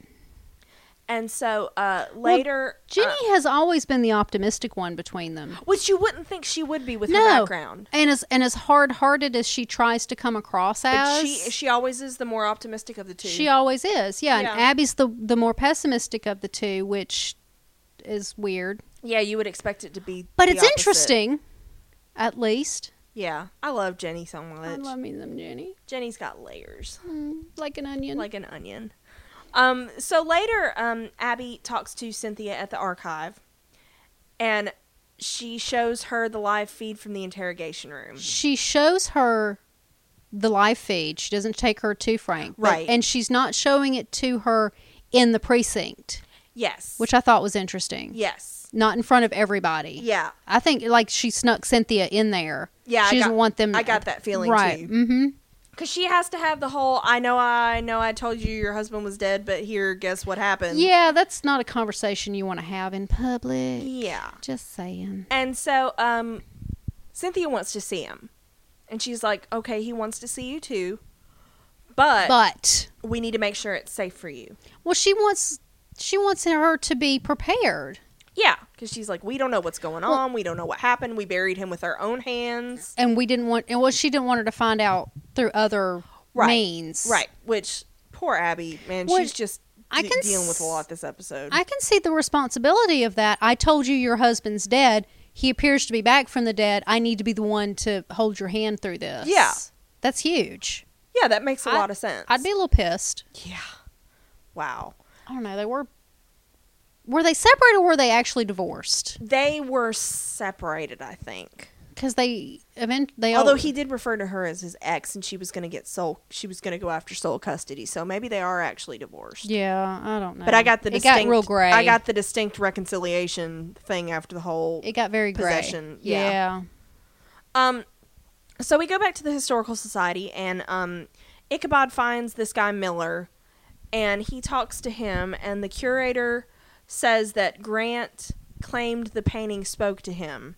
Speaker 1: And so uh later
Speaker 2: jenny
Speaker 1: uh,
Speaker 2: has always been the optimistic one between them
Speaker 1: which you wouldn't think she would be with
Speaker 2: No.
Speaker 1: her background.
Speaker 2: and as and as hard-hearted as she tries to come across
Speaker 1: But
Speaker 2: as
Speaker 1: she she always is the more optimistic of the two.
Speaker 2: She always is. Yeah, and
Speaker 1: Yeah.
Speaker 2: Abby's the the more pessimistic of the two, which is weird,
Speaker 1: yeah, you would expect it to be
Speaker 2: but
Speaker 1: the
Speaker 2: it's
Speaker 1: opposite.
Speaker 2: interesting. At least
Speaker 1: Yeah. I love Jenny so much.
Speaker 2: I love me them, Jenny,
Speaker 1: Jenny's got layers,
Speaker 2: Mm, like an onion.
Speaker 1: like an onion. Um, so later, um, Abby talks to Cynthia at the archive, and she shows her the live feed from the interrogation room.
Speaker 2: she shows her the live feed. She doesn't take her to Frank, but-
Speaker 1: Right.
Speaker 2: and she's not showing it to her in the precinct,
Speaker 1: Yes.
Speaker 2: which I thought was interesting.
Speaker 1: Yes.
Speaker 2: Not in front of everybody.
Speaker 1: Yeah.
Speaker 2: I think like she snuck Cynthia in there.
Speaker 1: Yeah.
Speaker 2: she
Speaker 1: I
Speaker 2: doesn't
Speaker 1: got,
Speaker 2: want them.
Speaker 1: I got that feeling
Speaker 2: right.
Speaker 1: too.
Speaker 2: Mm-hmm.
Speaker 1: Because she has to have the whole I know, I know, I told you your husband was dead, but here, guess what happened?
Speaker 2: Yeah, that's not a conversation you want to have in public.
Speaker 1: Yeah.
Speaker 2: Just saying.
Speaker 1: And so um, Cynthia wants to see him. And she's like, okay, he wants to see you too, but
Speaker 2: But
Speaker 1: we need to make sure it's safe for you.
Speaker 2: well, she wants she wants her to be prepared,
Speaker 1: Yeah, because she's like, we don't know what's going on. we don't know what happened. We buried him with our own hands.
Speaker 2: and we didn't want and well, she didn't want her to find out through other
Speaker 1: Right.
Speaker 2: means.
Speaker 1: Right. Which poor Abby, man,
Speaker 2: Which
Speaker 1: she's just
Speaker 2: I
Speaker 1: de-
Speaker 2: can
Speaker 1: dealing with a
Speaker 2: s-
Speaker 1: lot this episode.
Speaker 2: I can see the responsibility of that. I told you your husband's dead. He appears to be back from the dead. I need to be the one to hold your hand through this.
Speaker 1: Yeah.
Speaker 2: That's huge.
Speaker 1: yeah, that makes a
Speaker 2: I-
Speaker 1: lot of sense.
Speaker 2: I'd be a little pissed.
Speaker 1: Yeah. Wow.
Speaker 2: I don't know. They were were they separated or were they actually divorced?
Speaker 1: They were separated, I think.
Speaker 2: Because they event they
Speaker 1: Although
Speaker 2: all,
Speaker 1: he did refer to her as his ex, and she was going to get sole. She was going to go after sole custody. So maybe they are actually divorced.
Speaker 2: yeah, I don't know.
Speaker 1: But I got the
Speaker 2: it
Speaker 1: distinct,
Speaker 2: got real gray.
Speaker 1: I got the distinct reconciliation thing after the whole.
Speaker 2: it got very gray.
Speaker 1: possession, yeah.
Speaker 2: yeah.
Speaker 1: Um, so we go back to the historical society, and um, Ichabod finds this guy Miller, and he talks to him, and the curator says that Grant claimed the painting spoke to him,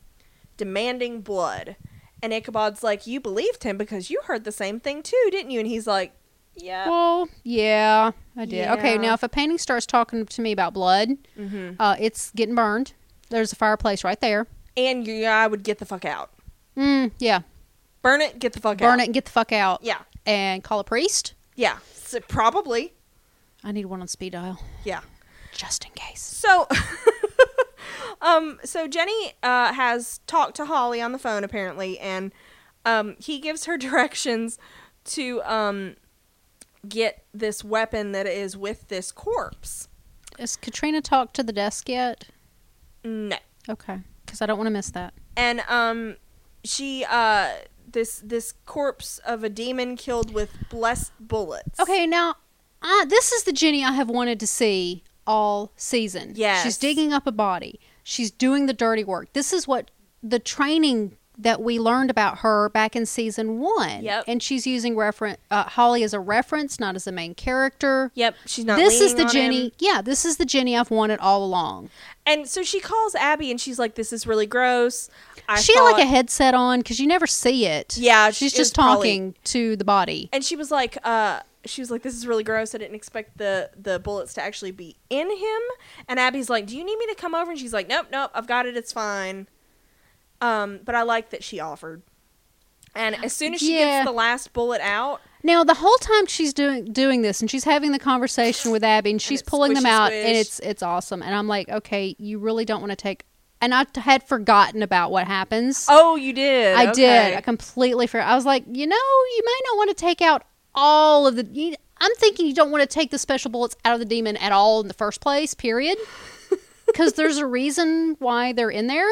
Speaker 1: demanding blood. And Ichabod's like, "You believed him because you heard the same thing too, didn't you?" And he's like, "Yeah."
Speaker 2: Well, yeah, I did.
Speaker 1: Uh,
Speaker 2: Okay,
Speaker 1: Yeah.
Speaker 2: now if a painting starts talking to me about blood,
Speaker 1: mm-hmm.
Speaker 2: uh, it's getting burned. There's a fireplace right there.
Speaker 1: And you, I would get the fuck out,
Speaker 2: Mm, yeah,
Speaker 1: burn it, get the fuck out,
Speaker 2: burn it and get the fuck out.
Speaker 1: Yeah,
Speaker 2: And call a priest.
Speaker 1: yeah, so probably,
Speaker 2: I need one on speed dial
Speaker 1: yeah.
Speaker 2: just in case.
Speaker 1: So, [laughs] um, so Jenny uh, has talked to Holly on the phone apparently, and um, he gives her [laughs] directions to um, get this weapon that is with this corpse.
Speaker 2: Has Katrina talked to the desk yet? Mm.
Speaker 1: No,
Speaker 2: Okay, because I don't want to miss that.
Speaker 1: and um, she uh, this this corpse of a demon killed with blessed bullets.
Speaker 2: Okay, now I, this is the Jenny I have wanted to see all season.
Speaker 1: Yes.
Speaker 2: she's digging up a body. She's doing the dirty work. This is what the training that we learned about her back in season one.
Speaker 1: Yep.
Speaker 2: And she's using reference uh, Holly as a reference, not as a main character.
Speaker 1: Yep, she's not.
Speaker 2: This is
Speaker 1: leaning
Speaker 2: the
Speaker 1: on
Speaker 2: Jenny.
Speaker 1: him.
Speaker 2: Yeah, this is the Jenny I've wanted all along.
Speaker 1: and so she calls Abby, and she's like, "This is really gross." I
Speaker 2: she had like a
Speaker 1: thought-
Speaker 2: headset on because you never see it.
Speaker 1: Yeah,
Speaker 2: she's
Speaker 1: it was
Speaker 2: just
Speaker 1: probably-
Speaker 2: talking to the body.
Speaker 1: and she was like uh she was like this is really gross i didn't expect the the bullets to actually be in him and abby's like do you need me to come over and she's like nope nope i've got it it's fine um but i like that she offered and as soon as she
Speaker 2: Yeah.
Speaker 1: gets the last bullet out
Speaker 2: Now the whole time she's doing doing this and she's having the conversation with Abby and she's
Speaker 1: it's
Speaker 2: pulling them
Speaker 1: squishy
Speaker 2: out and
Speaker 1: squish.
Speaker 2: it's it's awesome and I'm like okay you really don't want to take and I t- had forgotten about what happens
Speaker 1: oh you did
Speaker 2: I did I
Speaker 1: Okay.
Speaker 2: completely forgot I was like you know you might not want to take out all of the you, I'm thinking you don't want to take the special bullets out of the demon at all in the first
Speaker 1: [laughs]
Speaker 2: place period because there's a reason why they're in there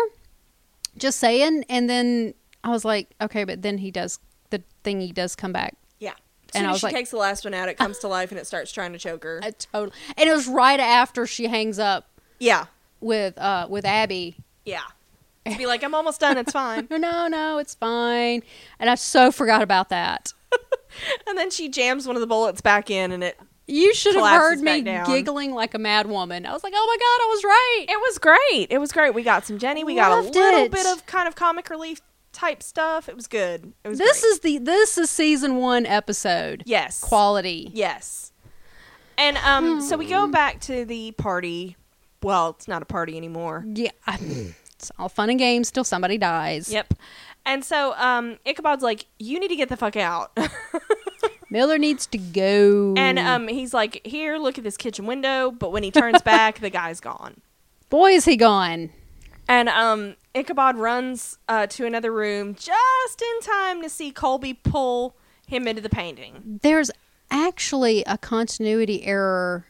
Speaker 2: just saying and then I was like okay but then he does the thing he does come back
Speaker 1: yeah as
Speaker 2: And
Speaker 1: soon
Speaker 2: I
Speaker 1: as
Speaker 2: was
Speaker 1: she
Speaker 2: like-
Speaker 1: takes the last one out it comes to life and it starts trying to choke her
Speaker 2: I totally. And it was right after she hangs up
Speaker 1: yeah
Speaker 2: with uh with Abby.
Speaker 1: yeah to be like i'm almost done it's
Speaker 2: [laughs]
Speaker 1: fine
Speaker 2: No, no, no, it's fine. And I so forgot about that.
Speaker 1: and then she jams one of the bullets back in and it
Speaker 2: You should have
Speaker 1: Collapses
Speaker 2: heard me
Speaker 1: back down.
Speaker 2: giggling like a mad woman. I was like, "Oh my god, I was right."
Speaker 1: It was great. It was great. We got some Jenny. We got a
Speaker 2: Loved
Speaker 1: little
Speaker 2: it.
Speaker 1: bit of kind of comic relief type stuff. It was good. It was
Speaker 2: This
Speaker 1: great.
Speaker 2: is the this is season 1 episode.
Speaker 1: yes,
Speaker 2: Quality. Hmm.
Speaker 1: yes. And um, so we go back to the party. Well, it's not a party anymore.
Speaker 2: Yeah. I- it's all fun and games till somebody dies.
Speaker 1: Yep. And so um, Ichabod's like, "You need to get the fuck out." [laughs]
Speaker 2: Miller needs to go.
Speaker 1: and um, he's like, "Here, look at this kitchen window." But when he turns back, the guy's gone.
Speaker 2: boy is he gone.
Speaker 1: And um, Ichabod runs uh, to another room just in time to see Colby pull him into the painting.
Speaker 2: There's actually a continuity error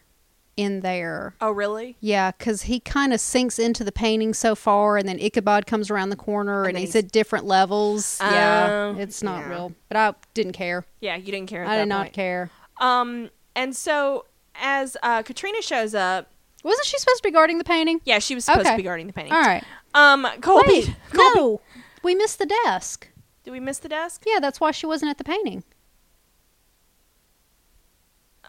Speaker 2: in there.
Speaker 1: Oh, really?
Speaker 2: Yeah, because he kind of sinks into the painting so far, and then Ichabod comes around the corner, and,
Speaker 1: then
Speaker 2: he's,
Speaker 1: he's-
Speaker 2: at different levels. yeah,
Speaker 1: Oh,
Speaker 2: it's not
Speaker 1: yeah.
Speaker 2: real. But I didn't care.
Speaker 1: Yeah, you didn't care. At
Speaker 2: I
Speaker 1: that
Speaker 2: did not
Speaker 1: point.
Speaker 2: care.
Speaker 1: Um, and so as uh, Katrina shows up,
Speaker 2: Wasn't she supposed to be guarding the painting?
Speaker 1: yeah, she was supposed to
Speaker 2: Okay.
Speaker 1: be guarding the painting.
Speaker 2: All right.
Speaker 1: Um, Colby,
Speaker 2: Wait,
Speaker 1: Colby,
Speaker 2: no, we missed the desk.
Speaker 1: did we miss the desk?
Speaker 2: Yeah, that's why she wasn't at the painting.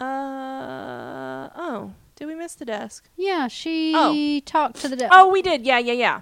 Speaker 1: Uh, oh, did we miss the desk?
Speaker 2: Yeah, she
Speaker 1: Oh.
Speaker 2: talked to the desk.
Speaker 1: Oh, we did. Yeah, yeah, yeah.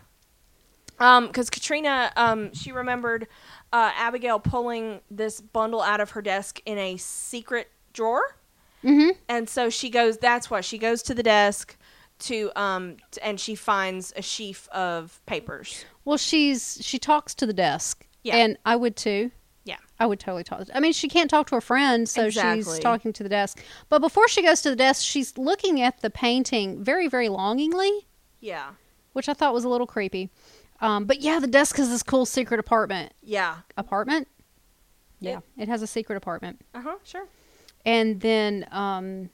Speaker 1: Um, because Katrina, um, she remembered uh, Abigail pulling this bundle out of her desk in a secret drawer.
Speaker 2: hmm
Speaker 1: and so she goes that's why she goes to the desk to um t- and she finds a sheaf of papers
Speaker 2: Well, she's she talks to the desk.
Speaker 1: Yeah.
Speaker 2: and I would too.
Speaker 1: Yeah.
Speaker 2: I would totally talk. I mean, she can't talk to her friend, so
Speaker 1: Exactly.
Speaker 2: she's talking to the desk. But before she goes to the desk, she's looking at the painting very, very longingly,
Speaker 1: yeah
Speaker 2: which I thought was a little creepy. Um, but yeah, the desk is this cool secret apartment.
Speaker 1: yeah
Speaker 2: Apartment? Yeah. It has a secret apartment.
Speaker 1: Uh huh. Sure.
Speaker 2: And then um,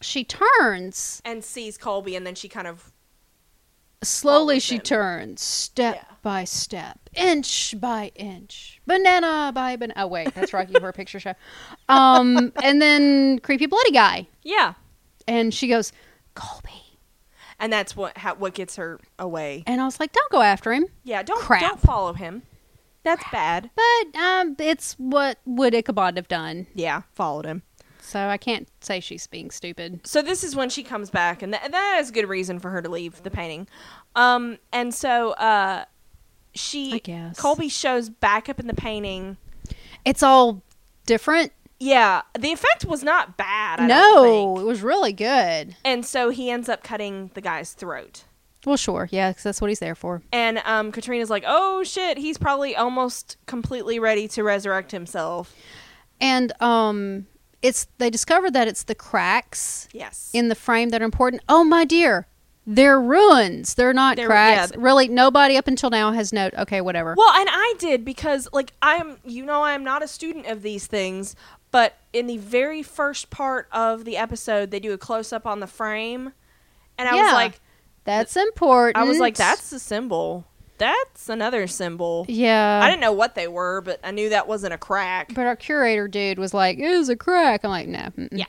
Speaker 2: she turns.
Speaker 1: And sees Colby, and then she kind of
Speaker 2: Slowly
Speaker 1: follows
Speaker 2: she
Speaker 1: him.
Speaker 2: turns, step
Speaker 1: Yeah.
Speaker 2: by step, inch by inch, banana by banana. Oh wait, that's Rocky Horror Picture Show. [laughs] Um, and then creepy bloody guy,
Speaker 1: yeah,
Speaker 2: and she goes, Colby,
Speaker 1: and that's what how, what gets her away.
Speaker 2: and I was like, don't go after him,
Speaker 1: Yeah. Don't
Speaker 2: Crap.
Speaker 1: don't follow him. That's bad.
Speaker 2: but um, it's what would Ichabod have done,
Speaker 1: Yeah, followed him.
Speaker 2: so I can't say she's being stupid.
Speaker 1: So this is when she comes back, and th- that is good reason for her to leave the painting. Um, and so uh, she
Speaker 2: I guess.
Speaker 1: Colby shows back up in the painting.
Speaker 2: It's all different.
Speaker 1: Yeah, the effect was not bad. I don't
Speaker 2: no,
Speaker 1: think.
Speaker 2: it was really good.
Speaker 1: and so he ends up cutting the guy's throat.
Speaker 2: Well, sure, yeah, 'cause that's what he's there for.
Speaker 1: And um, Katrina's like, "Oh shit, he's probably almost completely ready to resurrect himself."
Speaker 2: And um, it's they discovered that it's the cracks
Speaker 1: Yes,
Speaker 2: in the frame that are important. Oh my dear, they're ruins. They're not
Speaker 1: They're-
Speaker 2: cracks.
Speaker 1: yeah.
Speaker 2: Really, nobody up until now has note. Okay, whatever.
Speaker 1: Well, and I did because like I'm you know I'm not a student of these things, but in the very first part of the episode they do a close up on the frame and I
Speaker 2: Yeah.
Speaker 1: was like
Speaker 2: That's important.
Speaker 1: I was like that's a symbol. That's another symbol.
Speaker 2: yeah.
Speaker 1: I didn't know what they were, but I knew that wasn't a crack.
Speaker 2: But our curator dude was like, "It was a crack." I'm like, "No." mm-mm."
Speaker 1: Yeah.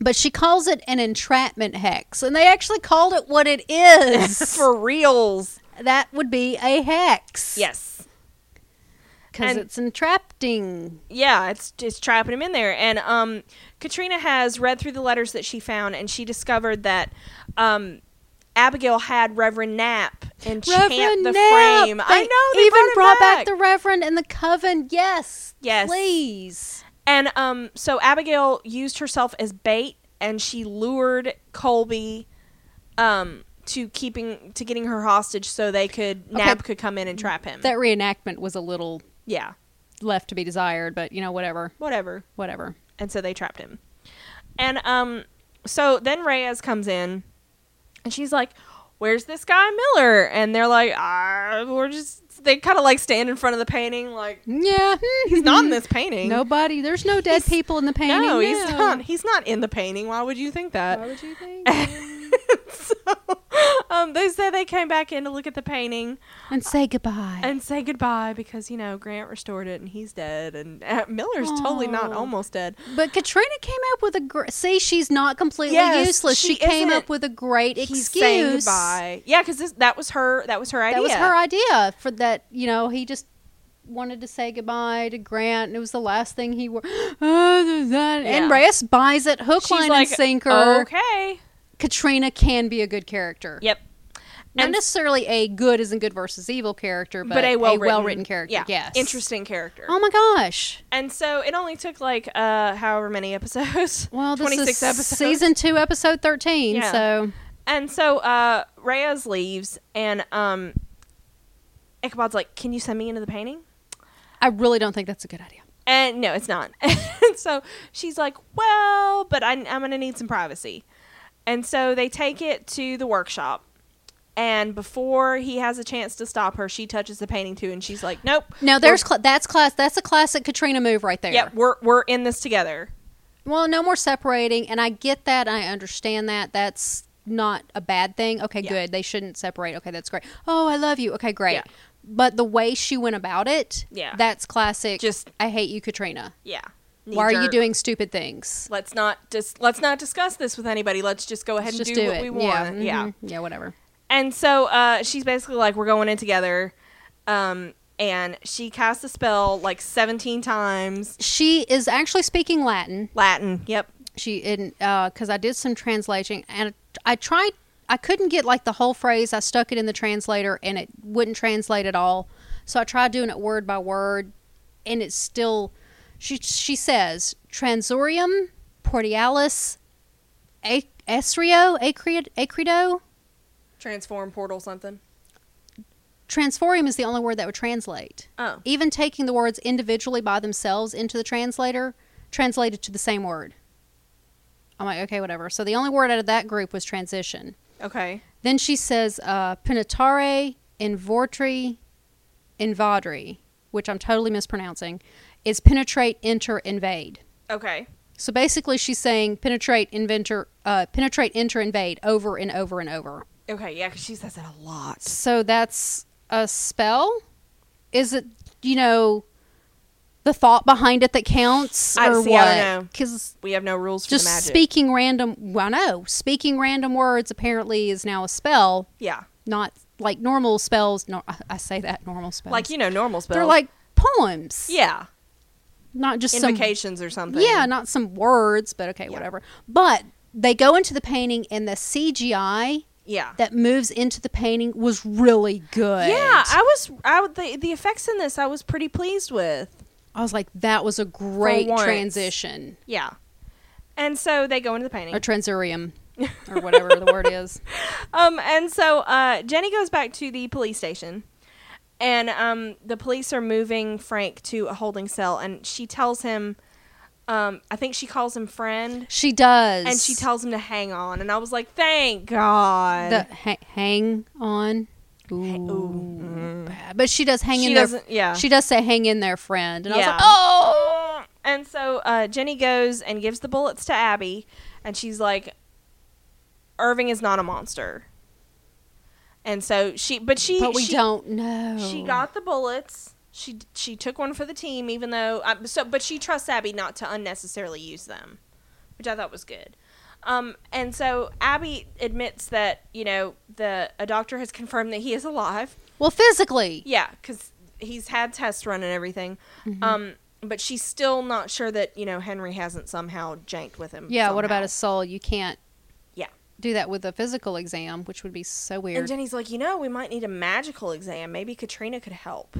Speaker 2: But she calls it an entrapment hex, and they actually called it what it
Speaker 1: [laughs] [laughs]
Speaker 2: is.
Speaker 1: For reals.
Speaker 2: that would be a hex.
Speaker 1: Yes.
Speaker 2: because
Speaker 1: and-
Speaker 2: it's entrapping.
Speaker 1: Yeah, it's it's trapping him in there. And um Katrina has read through the letters that she found and she discovered that um Abigail had Reverend Knapp enchant the
Speaker 2: Knapp,
Speaker 1: frame.
Speaker 2: they
Speaker 1: I know they
Speaker 2: even brought back.
Speaker 1: back
Speaker 2: the Reverend and the Coven. Yes.
Speaker 1: Yes.
Speaker 2: Please.
Speaker 1: And um, so Abigail used herself as bait, and she lured Colby um, to keeping to getting her hostage, so they could Nab could come in and trap him.
Speaker 2: That reenactment was a little
Speaker 1: yeah,
Speaker 2: left to be desired, but you know, whatever,
Speaker 1: whatever.
Speaker 2: whatever.
Speaker 1: And so they trapped him. And um, so then Reyes comes in, and she's like, "Where's this guy Miller?" And they're like, "Ah, we're just." They kind of like stand in front of the painting, like
Speaker 2: Yeah,
Speaker 1: he's not in this painting.
Speaker 2: Hmm. Nobody. There's Mm-hmm. no dead people in the painting.
Speaker 1: no, he's not. He's not in the painting. Why would you think that? [laughs]
Speaker 2: Why would you think?
Speaker 1: so um, they said they came back in to look at the painting
Speaker 2: and say goodbye.
Speaker 1: and say goodbye because you know Grant restored it and he's dead and uh, Miller's totally not
Speaker 2: Aw.
Speaker 1: almost dead.
Speaker 2: but Katrina came up with a gr- see. She's not completely
Speaker 1: Yes,
Speaker 2: useless. She,
Speaker 1: she
Speaker 2: came
Speaker 1: isn't.
Speaker 2: up with a great excuse.
Speaker 1: He's saying goodbye. Yeah, because that was her. That was her idea.
Speaker 2: That was her idea for that. You know, he just wanted to say goodbye to Grant, and it was the last thing [gasps] he wore.
Speaker 1: Yeah.
Speaker 2: And Reyes buys it hook,
Speaker 1: She's
Speaker 2: line,
Speaker 1: like,
Speaker 2: and sinker.
Speaker 1: Okay.
Speaker 2: Katrina can be a good character.
Speaker 1: Yep.
Speaker 2: Not
Speaker 1: And-
Speaker 2: necessarily a good isn't good versus evil character, but,
Speaker 1: But, a well written,
Speaker 2: character.
Speaker 1: Yeah.
Speaker 2: Yes.
Speaker 1: Interesting character.
Speaker 2: Oh my gosh.
Speaker 1: and so it only took like uh however many episodes. [laughs]
Speaker 2: Well, this
Speaker 1: 26
Speaker 2: is
Speaker 1: episodes.
Speaker 2: season two, episode thirteen.
Speaker 1: Yeah.
Speaker 2: So
Speaker 1: And so uh, Reyes leaves, and um, Ichabod's like, "Can you send me into the painting?"
Speaker 2: I really don't think that's a good idea.
Speaker 1: And no, it's not. [laughs] and so she's like, "Well, but I, I'm gonna need some privacy." And so they take it to the workshop, and before he has a chance to stop her, she touches the painting too, and she's like, "Nope."
Speaker 2: No, there's cla that's class. That's a classic Katrina move right there.
Speaker 1: We're, yep, we're we're in this together.
Speaker 2: Well, no more separating, and I get that. I understand that. That's not a bad thing. Okay,
Speaker 1: Yeah.
Speaker 2: good. They shouldn't separate. Okay, that's great. Oh, I love you. Okay, great.
Speaker 1: Yeah.
Speaker 2: But the way she went about it,
Speaker 1: Yeah.
Speaker 2: that's classic.
Speaker 1: Just-
Speaker 2: I hate you, Katrina.
Speaker 1: Yeah.
Speaker 2: Why are you
Speaker 1: Knee-jerk.
Speaker 2: doing stupid things?
Speaker 1: Let's not just let's not discuss this with anybody. Let's just go ahead
Speaker 2: Let's
Speaker 1: and
Speaker 2: just
Speaker 1: do,
Speaker 2: do,
Speaker 1: what
Speaker 2: it.
Speaker 1: we want.
Speaker 2: Yeah,
Speaker 1: yeah.
Speaker 2: mhm. yeah, whatever.
Speaker 1: And so uh, she's basically like, we're going in together. Um, and she casts a spell like 17 times.
Speaker 2: She is actually speaking Latin.
Speaker 1: Latin. Yep.
Speaker 2: She in because I did some translation, and I tried. I couldn't get like the whole phrase. I stuck it in the translator, and it wouldn't translate at all. So I tried doing it word by word, and it's still. She she says transorium portialis, a- esrio acrid acrido.
Speaker 1: Transform portal something.
Speaker 2: Transforium is the only word that would translate.
Speaker 1: Oh.
Speaker 2: Even taking the words individually by themselves into the translator translated to the same word. I'm like, okay, whatever. So the only word out of that group was transition.
Speaker 1: Okay.
Speaker 2: Then she says uh, penitare, invortri, invadri, which I'm totally mispronouncing, is penetrate, enter, invade.
Speaker 1: Okay.
Speaker 2: So basically, she's saying penetrate, inventor, uh, penetrate, enter, invade over and over and over.
Speaker 1: Okay. Yeah, because she says that a lot.
Speaker 2: So that's a spell. Is it you know the thought behind it that counts
Speaker 1: I
Speaker 2: or
Speaker 1: see, I don't know.
Speaker 2: what? Because
Speaker 1: We have no rules for
Speaker 2: just
Speaker 1: the magic.
Speaker 2: speaking random, well, no, speaking random words apparently is now a spell,
Speaker 1: Yeah.
Speaker 2: not like normal spells. No, I, I say that normal spells.
Speaker 1: Like you know, normal spells.
Speaker 2: they're like poems,
Speaker 1: yeah,
Speaker 2: not just some
Speaker 1: invocations or something.
Speaker 2: Yeah, not some words, but okay, whatever. But they go into the painting, and the CGI
Speaker 1: yeah.
Speaker 2: that moves into the painting was really good.
Speaker 1: Yeah, I was. I would- the the effects in this I was pretty pleased with.
Speaker 2: I was like, that was a great
Speaker 1: once.
Speaker 2: transition
Speaker 1: Yeah, and so they go into the painting.
Speaker 2: or
Speaker 1: [laughs]
Speaker 2: transurium or whatever the word is.
Speaker 1: Um, and so uh, Jenny goes back to the police station, and um, the police are moving Frank to a holding cell, and she tells him, um, I think she calls him friend,
Speaker 2: She does,
Speaker 1: and she tells him to hang on, and I was like, thank God.
Speaker 2: the ha- hang on. Ooh, bad. but she does hang
Speaker 1: Mm. She
Speaker 2: in there.
Speaker 1: doesn't- yeah.
Speaker 2: she does say, "Hang in there, friend." And I was
Speaker 1: Yeah.
Speaker 2: like, "Oh,
Speaker 1: and so uh, Jenny goes and gives the bullets to Abby, and she's like, Irving is not a monster. And so she, but she,
Speaker 2: oh, but we
Speaker 1: she,
Speaker 2: don't know."
Speaker 1: She got the bullets. She she took one for the team, even though uh, so. But she trusts Abby not to unnecessarily use them, which I thought was good. Um, and so Abby admits that you know the a doctor has confirmed that he is alive.
Speaker 2: well physically.
Speaker 1: Yeah, because he's had tests run and everything.
Speaker 2: Mm-hmm.
Speaker 1: Um, but she's still not sure that you know Henry hasn't somehow janked with him.
Speaker 2: Yeah, what
Speaker 1: somehow.
Speaker 2: about his soul? You can't
Speaker 1: Yeah.
Speaker 2: do that with a physical exam, which would be so
Speaker 1: And
Speaker 2: weird.
Speaker 1: Jenny's like, you know, we might need a magical exam. Maybe Katrina could help.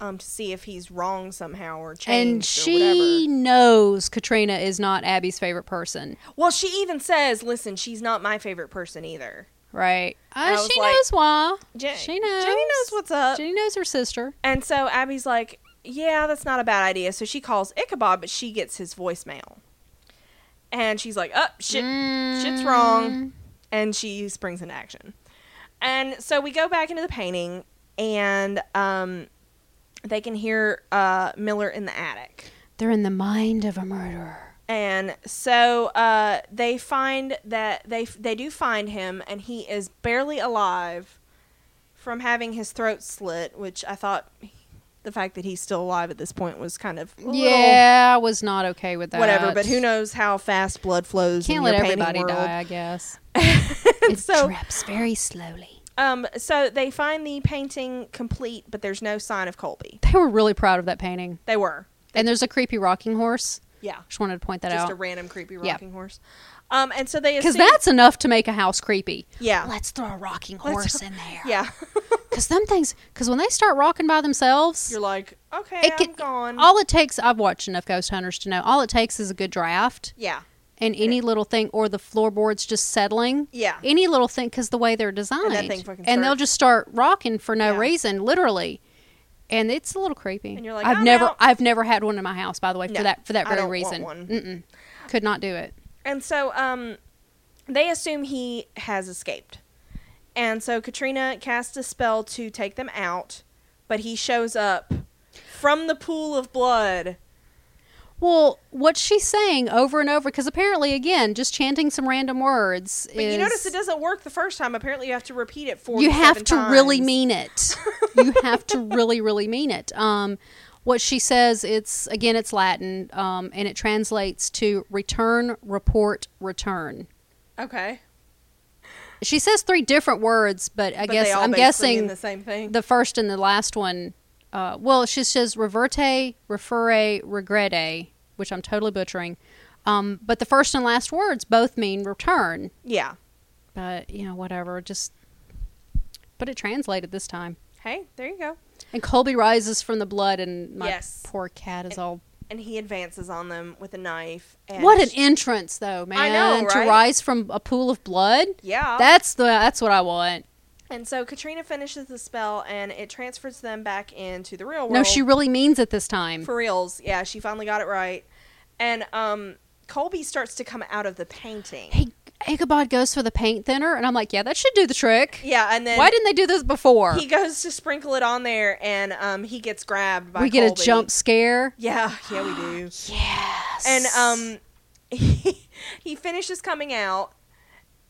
Speaker 1: Um, to see if he's wrong somehow or changed
Speaker 2: And
Speaker 1: or whatever.
Speaker 2: she knows Katrina is not Abby's favorite person,
Speaker 1: Well, she even says, "Listen, she's not my favorite person either."
Speaker 2: right?
Speaker 1: I
Speaker 2: Uh,
Speaker 1: was
Speaker 2: she
Speaker 1: like-
Speaker 2: knows why.
Speaker 1: Jen-
Speaker 2: she knows.
Speaker 1: Jenny knows what's up,
Speaker 2: Jenny knows her sister.
Speaker 1: and so Abby's like, "Yeah, that's not a bad idea." So she calls Ichabod, but she gets his voicemail, and she's like, "Up, oh, shit, shit's wrong," and she springs into action. And so we go back into the painting, and um, they can hear uh, Miller in the attic.
Speaker 2: They're in the mind of a murderer.
Speaker 1: And so uh, they find that they they do find him, and he is barely alive from having his throat slit. Which I thought the fact that he's still alive at this point was kind of a little
Speaker 2: yeah, I was not okay with that.
Speaker 1: whatever. But who knows how fast blood flows?
Speaker 2: Can't
Speaker 1: in
Speaker 2: let
Speaker 1: your painting
Speaker 2: everybody
Speaker 1: world.
Speaker 2: die, I guess.
Speaker 1: [laughs] And
Speaker 2: it
Speaker 1: so-
Speaker 2: drips very slowly.
Speaker 1: Um, so they find the painting complete, but there's no sign of Colby.
Speaker 2: They were really proud of that painting.
Speaker 1: They were,
Speaker 2: And there's a creepy rocking horse.
Speaker 1: yeah,
Speaker 2: Just wanted to point that
Speaker 1: just
Speaker 2: out.
Speaker 1: a random creepy
Speaker 2: Yeah.
Speaker 1: rocking horse. Um, and so they
Speaker 2: Because
Speaker 1: assume,
Speaker 2: that's enough to make a house creepy.
Speaker 1: Yeah.
Speaker 2: Let's throw a rocking horse in there.
Speaker 1: yeah.
Speaker 2: Because them things, because when they start rocking by
Speaker 1: [laughs]
Speaker 2: themselves,
Speaker 1: You're [laughs] like, okay,
Speaker 2: it
Speaker 1: I'm
Speaker 2: can-
Speaker 1: gone.
Speaker 2: all it takes, I've watched enough Ghost Hunters to know, all it takes is a good draft
Speaker 1: yeah,
Speaker 2: and any little thing, or the floorboards just settling.
Speaker 1: yeah.
Speaker 2: Any little thing, because the way they're designed.
Speaker 1: thing fucking
Speaker 2: And they'll
Speaker 1: starts.
Speaker 2: just start rocking for no
Speaker 1: Yeah.
Speaker 2: reason, literally. And it's a little creepy.
Speaker 1: And you're like,
Speaker 2: I've
Speaker 1: "I'm
Speaker 2: never,
Speaker 1: out."
Speaker 2: I've never had one in my house, by the way,
Speaker 1: No,
Speaker 2: for that for that
Speaker 1: I
Speaker 2: very
Speaker 1: don't want
Speaker 2: reason.
Speaker 1: one.
Speaker 2: Mm-mm. Could not do it.
Speaker 1: And so um, they assume he has escaped. And so Katrina casts a spell to take them out, but he shows up from the pool of blood.
Speaker 2: Well, what she's saying over and over, because apparently, again, just chanting some random words.
Speaker 1: But
Speaker 2: is,
Speaker 1: you notice it doesn't work the first time. Apparently, you have to repeat it four.
Speaker 2: You have to really
Speaker 1: times. [laughs]
Speaker 2: mean it. you have to really, really mean it. Um, what she says, it's again, it's Latin, um, and it translates to return, report, return.
Speaker 1: Okay,
Speaker 2: She says three different words, but I
Speaker 1: But
Speaker 2: guess
Speaker 1: they all
Speaker 2: I'm
Speaker 1: basically mean
Speaker 2: guessing
Speaker 1: the same thing.
Speaker 2: the first and the last one. Uh, well, she says reverte, referre, regrette, which I'm totally butchering. Um, but the first and last words both mean return.
Speaker 1: yeah.
Speaker 2: but you know whatever just but it translated this time
Speaker 1: Hey, there you go.
Speaker 2: and colby rises from the blood and my
Speaker 1: Yes.
Speaker 2: poor cat is all
Speaker 1: And he advances on them with a knife. And
Speaker 2: what an
Speaker 1: she-
Speaker 2: entrance though man
Speaker 1: know,
Speaker 2: to
Speaker 1: right?
Speaker 2: rise from a pool of blood
Speaker 1: yeah.
Speaker 2: that's the that's what i want
Speaker 1: and so Katrina finishes the spell, and it transfers them back into the real world.
Speaker 2: no she really means it this time
Speaker 1: For reals, yeah, she finally got it right. And um Colby starts to come out of the painting.
Speaker 2: hey Ichabod goes for the paint thinner, and I'm like, yeah, that should do the trick.
Speaker 1: Yeah, and then
Speaker 2: Why didn't they do this before?
Speaker 1: he goes to sprinkle it on there, and um, he gets grabbed by.
Speaker 2: we get
Speaker 1: Colby.
Speaker 2: a jump scare.
Speaker 1: Yeah, yeah, we do.
Speaker 2: [gasps] Yes.
Speaker 1: and um, [laughs] he, he finishes coming out,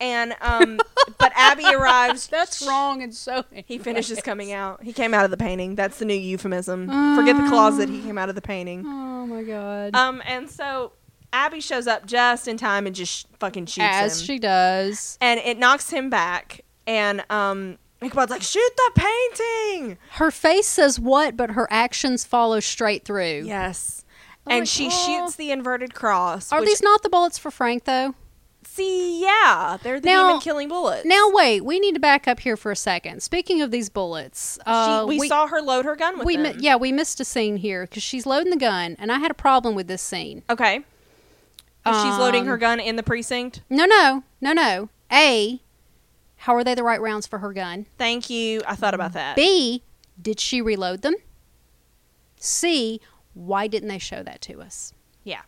Speaker 1: and
Speaker 2: [laughs]
Speaker 1: um, but Abby arrives.
Speaker 2: that's wrong and [laughs] so
Speaker 1: He finishes coming out. He came out of the painting. That's the new euphemism. Forget
Speaker 2: Um.
Speaker 1: the closet. He came out of the painting.
Speaker 2: Oh my god.
Speaker 1: Um, and so Abby shows up just in time and just sh- fucking shoots
Speaker 2: As
Speaker 1: him,
Speaker 2: she does.
Speaker 1: and it knocks him back. And um, Ichabod's like, "Shoot the painting!"
Speaker 2: Her face says what, but her actions follow straight through.
Speaker 1: Yes.
Speaker 2: I'm
Speaker 1: and
Speaker 2: like,
Speaker 1: she
Speaker 2: "Aw."
Speaker 1: shoots the inverted cross.
Speaker 2: Are
Speaker 1: which-
Speaker 2: these not the bullets for Frank though?
Speaker 1: See, yeah, they're the
Speaker 2: Now-
Speaker 1: demon killing bullets.
Speaker 2: Now wait, we need to back up here for a second. Speaking of these bullets, uh,
Speaker 1: she, we, saw her load her gun with
Speaker 2: we mi-
Speaker 1: them.
Speaker 2: yeah we missed a scene here because she's loading the gun, and I had a problem with this scene.
Speaker 1: Okay. And Oh, she's loading
Speaker 2: Um,
Speaker 1: her gun in the precinct.
Speaker 2: No, no, no, no. A, how are they the right rounds for her gun?
Speaker 1: Thank you. I thought about that.
Speaker 2: B, did she reload them? C, why didn't they show that to us?
Speaker 1: Yeah.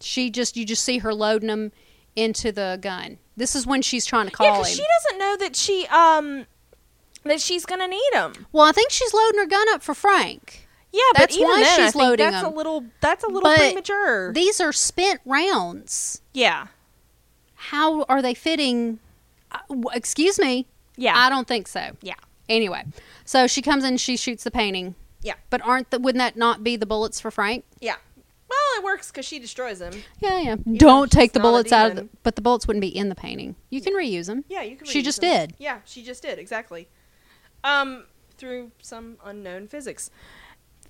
Speaker 2: She just you just see her loading them into the gun. This is when she's trying to
Speaker 1: Yeah,
Speaker 2: call
Speaker 1: because
Speaker 2: him.
Speaker 1: she doesn't know that she um that she's gonna need them.
Speaker 2: well, I think she's loading her gun up for Frank.
Speaker 1: Yeah,
Speaker 2: That's
Speaker 1: but even
Speaker 2: why
Speaker 1: then, I
Speaker 2: she's
Speaker 1: think
Speaker 2: loading
Speaker 1: that's
Speaker 2: them.
Speaker 1: a little that's a little
Speaker 2: But
Speaker 1: premature.
Speaker 2: These are spent rounds.
Speaker 1: yeah,
Speaker 2: How are they fitting? Uh, w- excuse me.
Speaker 1: yeah,
Speaker 2: I don't think so.
Speaker 1: yeah,
Speaker 2: Anyway, so she comes in, she shoots the painting.
Speaker 1: Yeah.
Speaker 2: But aren't the, wouldn't that not be the bullets for Frank?
Speaker 1: yeah. Well, it works because she destroys him.
Speaker 2: Yeah, yeah. Don't
Speaker 1: she's
Speaker 2: take the
Speaker 1: not a
Speaker 2: bullets out of the,
Speaker 1: demon.
Speaker 2: but the bullets wouldn't be in the painting. You can reuse them.
Speaker 1: Yeah, you can.
Speaker 2: She
Speaker 1: reuse
Speaker 2: just
Speaker 1: them.
Speaker 2: did.
Speaker 1: Yeah, she just did exactly. Um, through some unknown physics.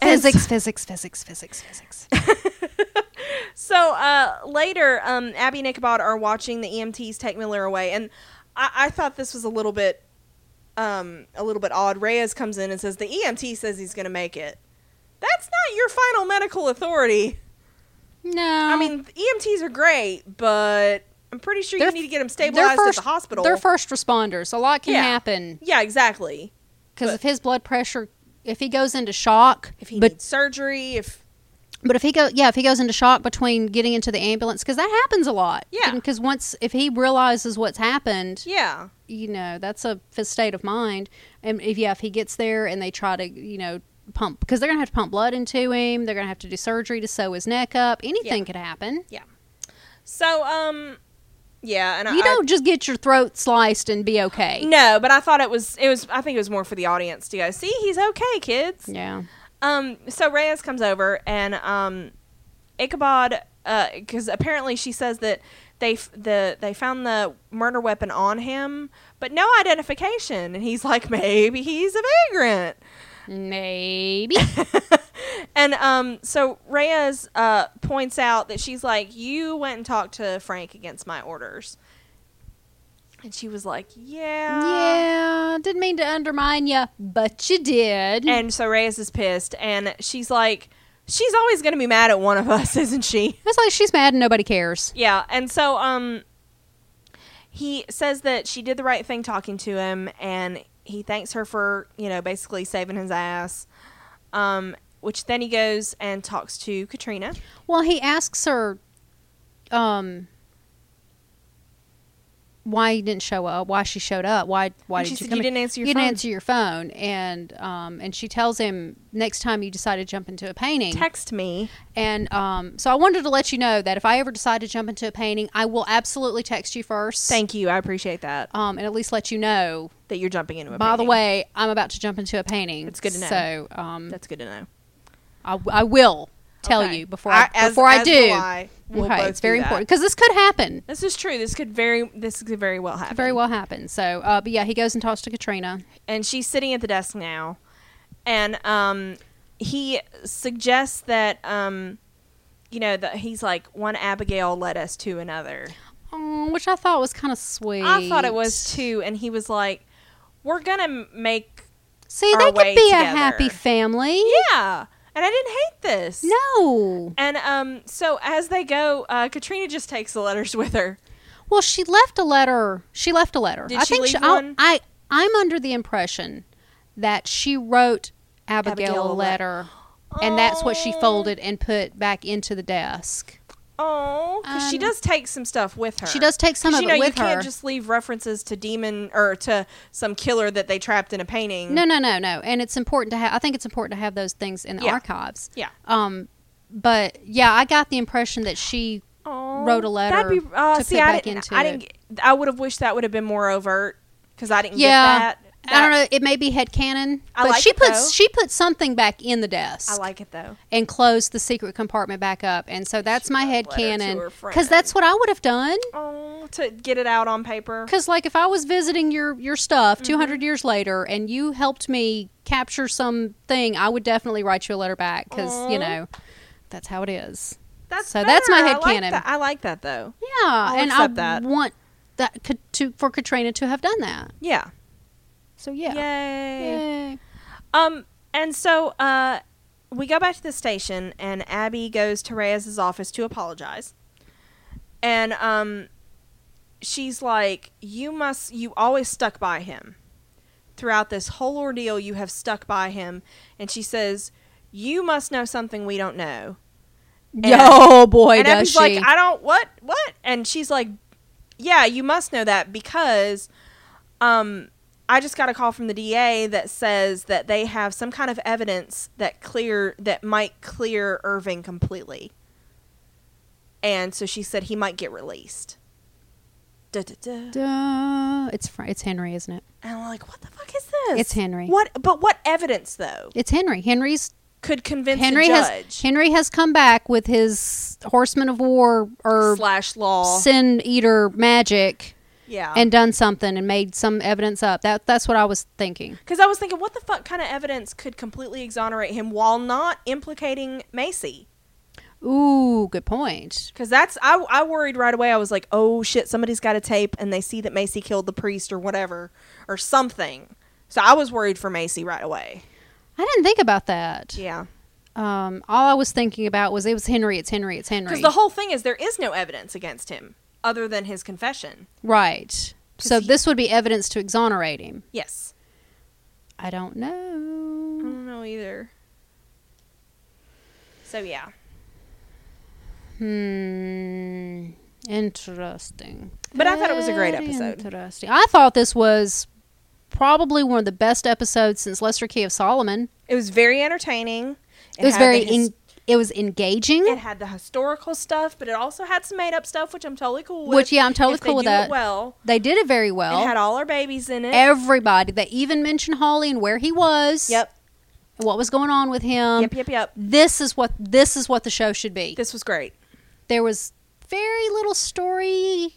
Speaker 1: And [laughs]
Speaker 2: Physics, physics, physics, physics, physics.
Speaker 1: So uh, later, um, Abby and Ichabod are watching the EMTs take Miller away, and I, I thought this was a little bit, um, a little bit odd. Reyes comes in and says the EMT says he's going to make it. That's not your final medical authority.
Speaker 2: No.
Speaker 1: I mean, EMTs are great, but I'm pretty sure
Speaker 2: They're-
Speaker 1: you need to get them
Speaker 2: they're
Speaker 1: stabilized
Speaker 2: first-
Speaker 1: at the hospital.
Speaker 2: They're first responders. A lot can
Speaker 1: Yeah.
Speaker 2: happen
Speaker 1: yeah, exactly.
Speaker 2: because
Speaker 1: But-
Speaker 2: if his blood pressure, if he goes into shock,
Speaker 1: If he
Speaker 2: but
Speaker 1: needs surgery, if
Speaker 2: but if he go, yeah, if he goes into shock between getting into the ambulance, because that happens a lot.
Speaker 1: Yeah.
Speaker 2: Because once if he realizes what's happened,
Speaker 1: yeah,
Speaker 2: you know that's a f- state of mind and if yeah if he gets there and they try to you know pump because they're gonna have to pump blood into him they're gonna have to do surgery to sew his neck up anything
Speaker 1: Yeah.
Speaker 2: could happen
Speaker 1: yeah. So um, yeah, and I,
Speaker 2: you
Speaker 1: I-
Speaker 2: don't just get your throat sliced and be okay
Speaker 1: No, but I thought it was it was I think it was more for the audience to go, see, he's okay, kids.
Speaker 2: yeah
Speaker 1: Um so Reyes comes over and um Ichabod because apparently she says that they f- the they found the murder weapon on him, but no identification, and he's like maybe he's a vagrant,
Speaker 2: maybe
Speaker 1: and um so Reyes uh points out that she's like you went and talked to Frank against my orders, and she was like
Speaker 2: [laughs] yeah didn't mean to undermine you but you did
Speaker 1: And so Reyes is pissed, and she's like, she's always going to be mad at one of us, [laughs] isn't she?
Speaker 2: it's like she's mad and nobody cares
Speaker 1: Yeah. And so, um, he says that she did the right thing talking to him, and he thanks her for, you know, basically saving his ass. Um, which then he goes and talks to Katrina.
Speaker 2: well he asks her um why you didn't show up why she showed up why why
Speaker 1: and
Speaker 2: did
Speaker 1: she said,
Speaker 2: you come
Speaker 1: You
Speaker 2: in?"
Speaker 1: didn't answer your
Speaker 2: you
Speaker 1: phone.
Speaker 2: didn't answer your phone and um, and she tells him next time you decide to jump into a painting
Speaker 1: Text me.
Speaker 2: and um, so i wanted to let you know that if i ever decide to jump into a painting i will absolutely text you first
Speaker 1: Thank you. I appreciate that.
Speaker 2: um, and at least let you know
Speaker 1: That you're jumping into a
Speaker 2: by the
Speaker 1: painting.
Speaker 2: way i'm about to jump into a painting
Speaker 1: It's good to know.
Speaker 2: so um,
Speaker 1: that's good to know.
Speaker 2: I, I will tell
Speaker 1: Okay.
Speaker 2: you before i,
Speaker 1: as-
Speaker 2: before i
Speaker 1: as
Speaker 2: do
Speaker 1: will I. We'll
Speaker 2: okay
Speaker 1: both
Speaker 2: it's
Speaker 1: do
Speaker 2: very
Speaker 1: that.
Speaker 2: important because this could happen
Speaker 1: This is true. This could very this could very well happen.
Speaker 2: could very well happen so uh, but yeah he goes and talks to katrina
Speaker 1: and she's sitting at the desk now and um he suggests that um you know that he's like one abigail led us to another
Speaker 2: Oh, which i thought was kind of sweet
Speaker 1: i thought it was too and he was like we're gonna m- make
Speaker 2: see
Speaker 1: our
Speaker 2: they could
Speaker 1: way
Speaker 2: be a
Speaker 1: together.
Speaker 2: happy family
Speaker 1: yeah and i didn't hate this
Speaker 2: No.
Speaker 1: and um so as they go uh katrina just takes the letters with her
Speaker 2: Well, she left a letter. She left a letter.
Speaker 1: Did
Speaker 2: I
Speaker 1: she
Speaker 2: think
Speaker 1: leave
Speaker 2: I-
Speaker 1: one?
Speaker 2: I I'm under the impression that she wrote Abigail,
Speaker 1: Abigail
Speaker 2: a
Speaker 1: a
Speaker 2: letter, and that's what she
Speaker 1: Oh.
Speaker 2: folded and put back into the desk.
Speaker 1: Oh, because she
Speaker 2: Um,
Speaker 1: does take some stuff with her.
Speaker 2: She does take some
Speaker 1: 'Cause,
Speaker 2: of
Speaker 1: you
Speaker 2: it
Speaker 1: know,
Speaker 2: with
Speaker 1: you
Speaker 2: her.
Speaker 1: can't just leave references to demon or to some killer that they trapped in a painting.
Speaker 2: No, no, no, no. And it's important to have. I think it's important to have those things in the
Speaker 1: Yeah.
Speaker 2: archives.
Speaker 1: Yeah.
Speaker 2: Um, but yeah, I got the impression that she
Speaker 1: Oh,
Speaker 2: wrote a letter
Speaker 1: That'd be, uh,
Speaker 2: to
Speaker 1: see,
Speaker 2: put
Speaker 1: I
Speaker 2: back
Speaker 1: didn't,
Speaker 2: into
Speaker 1: I
Speaker 2: it.
Speaker 1: didn't. get- I would have wished that would have been more overt because I didn't
Speaker 2: Yeah.
Speaker 1: get that.
Speaker 2: I don't
Speaker 1: That-
Speaker 2: know. It may be headcanon,
Speaker 1: I
Speaker 2: but
Speaker 1: like
Speaker 2: she
Speaker 1: it,
Speaker 2: puts
Speaker 1: though.
Speaker 2: she put something back in the desk
Speaker 1: I like it though.
Speaker 2: and closed the secret compartment back up, and so that's my
Speaker 1: wrote a letter to
Speaker 2: headcanon
Speaker 1: her
Speaker 2: because that's what I would have done.
Speaker 1: Oh, to get it out on paper.
Speaker 2: Because like if I was visiting your your stuff
Speaker 1: Mm-hmm.
Speaker 2: 200 years later and you helped me capture something, I would definitely write you a letter back because
Speaker 1: Aw.
Speaker 2: you know that's how it is.
Speaker 1: That's
Speaker 2: so that's my
Speaker 1: better. I like
Speaker 2: headcanon.
Speaker 1: that- I like that though.
Speaker 2: Yeah,
Speaker 1: I'll
Speaker 2: and I
Speaker 1: accept that.
Speaker 2: want that co- to for Katrina to have done that.
Speaker 1: Yeah.
Speaker 2: So yeah,
Speaker 1: Yay.
Speaker 2: Yay.
Speaker 1: Um, and so uh, we go back to the station, and Abby goes to Reyes's office to apologize, and um, she's like, "You must. You always stuck by him throughout this whole ordeal. You have stuck by him." And she says, "You must know something we don't know."
Speaker 2: Yo, boy,
Speaker 1: and
Speaker 2: Oh, does
Speaker 1: Abby's
Speaker 2: she.
Speaker 1: like, I don't what what, and she's like, Yeah, you must know that because, um, I just got a call from the DA that says that they have some kind of evidence that clear that might clear Irving completely, and so she said he might get released. Duh, duh, duh.
Speaker 2: Duh. It's Fra- it's Henry, isn't it?
Speaker 1: And I'm like, what the fuck is this?
Speaker 2: It's Henry.
Speaker 1: What? But what evidence though
Speaker 2: It's Henry. Henry's
Speaker 1: could convince
Speaker 2: Henry
Speaker 1: a
Speaker 2: has
Speaker 1: judge
Speaker 2: Henry has come back with his horseman of war or
Speaker 1: slash law?
Speaker 2: sin eater magic
Speaker 1: yeah.
Speaker 2: and done something and made some evidence up. That that's what I was thinking.
Speaker 1: Because I was thinking, what the fuck kind of evidence could completely exonerate him while not implicating Macy?
Speaker 2: Ooh, good point.
Speaker 1: Because that's I, I worried right away. I was like, oh shit, somebody's got a tape, and they see that Macy killed the priest or whatever or something. So I was worried for Macy right away.
Speaker 2: I didn't think about that.
Speaker 1: Yeah,
Speaker 2: Um, all I was thinking about was it was Henry. It's Henry. It's Henry.
Speaker 1: because the whole thing is there is no evidence against him other than his confession.
Speaker 2: right. So
Speaker 1: he-
Speaker 2: this would be evidence to exonerate him.
Speaker 1: Yes,
Speaker 2: I don't
Speaker 1: I
Speaker 2: know.
Speaker 1: don't know either. So yeah,
Speaker 2: Hmm. Interesting.
Speaker 1: But I thought it was a great
Speaker 2: Very
Speaker 1: episode.
Speaker 2: Interesting. I thought this was probably one of the best episodes since Lester Key of Solomon.
Speaker 1: it was very entertaining.
Speaker 2: It, was
Speaker 1: had the
Speaker 2: very
Speaker 1: his-
Speaker 2: en- it was engaging.
Speaker 1: It had the historical stuff, but it also had some made up stuff, which I'm totally cool with.
Speaker 2: Which, yeah, I'm totally
Speaker 1: if
Speaker 2: cool
Speaker 1: they
Speaker 2: with
Speaker 1: do it
Speaker 2: that.
Speaker 1: well,
Speaker 2: they did it very well.
Speaker 1: it had all our babies in it.
Speaker 2: Everybody. They even mentioned Holly and where he was.
Speaker 1: yep,
Speaker 2: and What was going on with him?
Speaker 1: yep, yep, yep.
Speaker 2: This is what this is what the show should be.
Speaker 1: This was great.
Speaker 2: there was very little story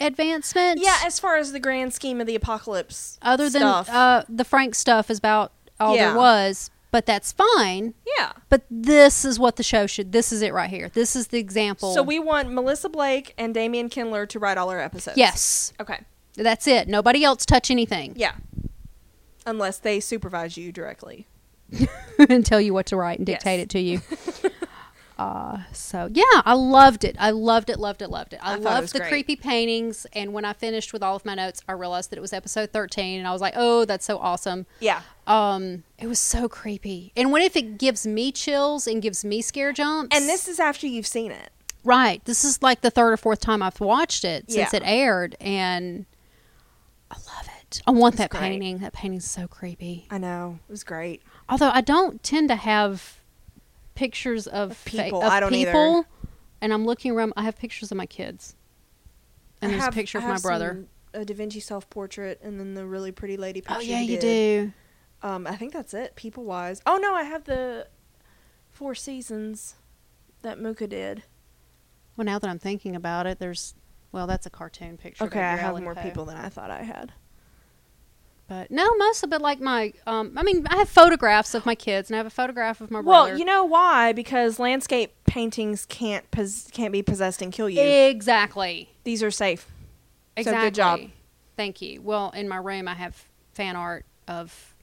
Speaker 2: advancement.
Speaker 1: Yeah, as far as the grand scheme of the apocalypse,
Speaker 2: other than
Speaker 1: stuff,
Speaker 2: uh, the Frank stuff is about all
Speaker 1: Yeah.
Speaker 2: there was, but that's fine.
Speaker 1: yeah.
Speaker 2: But this is what the show should. This is it right here. This is the example.
Speaker 1: So we want Melissa Blake and Damian Kindler to write all our episodes.
Speaker 2: yes,
Speaker 1: Okay.
Speaker 2: that's it. Nobody else touch anything
Speaker 1: Yeah. Unless they supervise you directly.
Speaker 2: [laughs] and tell you what to write and dictate
Speaker 1: Yes.
Speaker 2: it
Speaker 1: [laughs]
Speaker 2: to you. uh, so yeah, I loved it. I loved it. Loved it. Loved it.
Speaker 1: I
Speaker 2: I,
Speaker 1: thought it
Speaker 2: loved
Speaker 1: was
Speaker 2: the
Speaker 1: great.
Speaker 2: creepy paintings. And when I finished with all of my notes, I realized that it was episode thirteen, and I was like, oh, that's so awesome.
Speaker 1: Yeah.
Speaker 2: Um, it was so creepy. And what if it gives me chills and gives me scare jumps?
Speaker 1: And this is after you've seen it.
Speaker 2: Right. This is like the third or fourth time I've watched it since
Speaker 1: Yeah.
Speaker 2: it aired, and I love it. I want that
Speaker 1: great.
Speaker 2: painting. That painting's so creepy.
Speaker 1: I know. It was great.
Speaker 2: Although I don't tend to have pictures of, fa-
Speaker 1: people.
Speaker 2: of
Speaker 1: I don't either.
Speaker 2: people, and I'm looking around. I have pictures of my kids, and
Speaker 1: I
Speaker 2: there's
Speaker 1: have-
Speaker 2: a picture
Speaker 1: I
Speaker 2: of my
Speaker 1: have
Speaker 2: brother.
Speaker 1: some, A Da Vinci self portrait, and then the really pretty lady picture.
Speaker 2: Oh yeah,
Speaker 1: he
Speaker 2: you
Speaker 1: did.
Speaker 2: do.
Speaker 1: Um, I think that's it, people wise. Oh no, I have the Four Seasons that Mooka did.
Speaker 2: Well, now that I'm thinking about it, there's well, that's a cartoon picture. of
Speaker 1: Okay, I
Speaker 2: Edgar
Speaker 1: have
Speaker 2: Allan
Speaker 1: more
Speaker 2: Poe.
Speaker 1: people than I thought I had.
Speaker 2: But no, most of it like my um I mean I have photographs of my kids and I have a photograph of my brother.
Speaker 1: Well, you know why? Because landscape paintings can't pos- can't be possessed and kill you.
Speaker 2: Exactly.
Speaker 1: These are safe. So
Speaker 2: Exactly.
Speaker 1: good job.
Speaker 2: Thank you. Well, in my room I have fan art of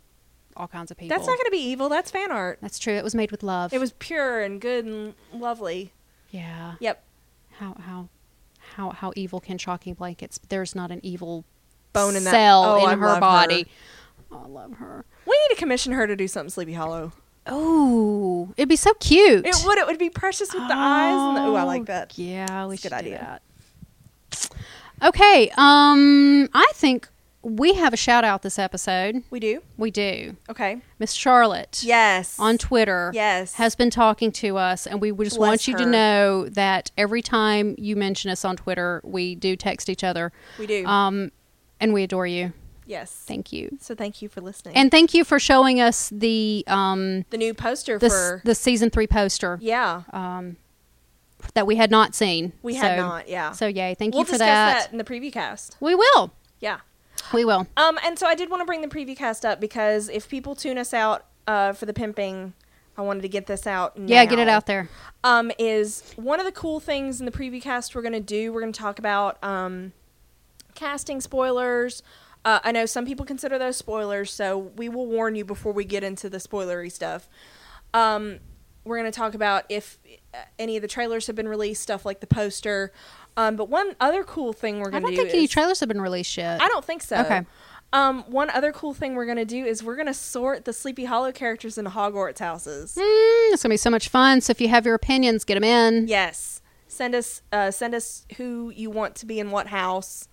Speaker 2: all kinds of people.
Speaker 1: That's not going to be evil. That's fan art.
Speaker 2: That's true. It was made with love.
Speaker 1: It was pure and good and lovely.
Speaker 2: Yeah.
Speaker 1: Yep.
Speaker 2: How how how how evil can shocking blankets? There's not an evil
Speaker 1: Bone in that-
Speaker 2: cell
Speaker 1: Oh,
Speaker 2: in
Speaker 1: I
Speaker 2: her
Speaker 1: love
Speaker 2: body.
Speaker 1: her.
Speaker 2: Oh, I love her.
Speaker 1: We need to commission her to do something Sleepy Hollow.
Speaker 2: Oh, it'd be so cute.
Speaker 1: It would. It would be precious with the eyes. And the, ooh, I like that.
Speaker 2: Oh, Yeah, we
Speaker 1: It's a
Speaker 2: should
Speaker 1: good
Speaker 2: do
Speaker 1: idea.
Speaker 2: that. Okay, um, I think we have a shout out this episode.
Speaker 1: We do.
Speaker 2: We do.
Speaker 1: Okay.
Speaker 2: Miss Charlotte
Speaker 1: Yes.
Speaker 2: on Twitter
Speaker 1: Yes.
Speaker 2: has been talking to us, and we would just
Speaker 1: Bless
Speaker 2: want you to
Speaker 1: her.
Speaker 2: know that every time you mention us on Twitter, we do text each other.
Speaker 1: we do.
Speaker 2: Um, and we adore you.
Speaker 1: yes.
Speaker 2: Thank you,
Speaker 1: so thank you for listening.
Speaker 2: and thank you for showing us the um
Speaker 1: the new poster
Speaker 2: the
Speaker 1: for
Speaker 2: the season three poster
Speaker 1: yeah,
Speaker 2: um that we had not seen.
Speaker 1: we
Speaker 2: so,
Speaker 1: had not. Yeah.
Speaker 2: So yay! Thank
Speaker 1: we'll
Speaker 2: you for
Speaker 1: discuss
Speaker 2: that.
Speaker 1: that. in the preview cast.
Speaker 2: We will.
Speaker 1: Yeah.
Speaker 2: We will.
Speaker 1: Um, and so I did want to bring the preview cast up because if people tune us out uh, for the pimping, I wanted to get this out.
Speaker 2: Yeah, get it
Speaker 1: now.
Speaker 2: out there.
Speaker 1: um, is one of the cool things in the preview cast we're going to do. We're going to talk about um, casting spoilers. Uh, I know some people consider those spoilers, so we will warn you before we get into the spoilery stuff. Um, we're going to talk about if uh, any of the trailers have been released, stuff like the poster. Um, but one other cool thing we're
Speaker 2: I
Speaker 1: going to
Speaker 2: don't
Speaker 1: do
Speaker 2: think any
Speaker 1: is-
Speaker 2: trailers have been released yet.
Speaker 1: I don't think so.
Speaker 2: Okay.
Speaker 1: Um, one other cool thing we're going to do is we're going to sort the Sleepy Hollow characters into Hogwarts houses.
Speaker 2: Mm, it's gonna be so much fun. So if you have your opinions, get them in.
Speaker 1: Yes. Send us uh, send us who you want to be in what house.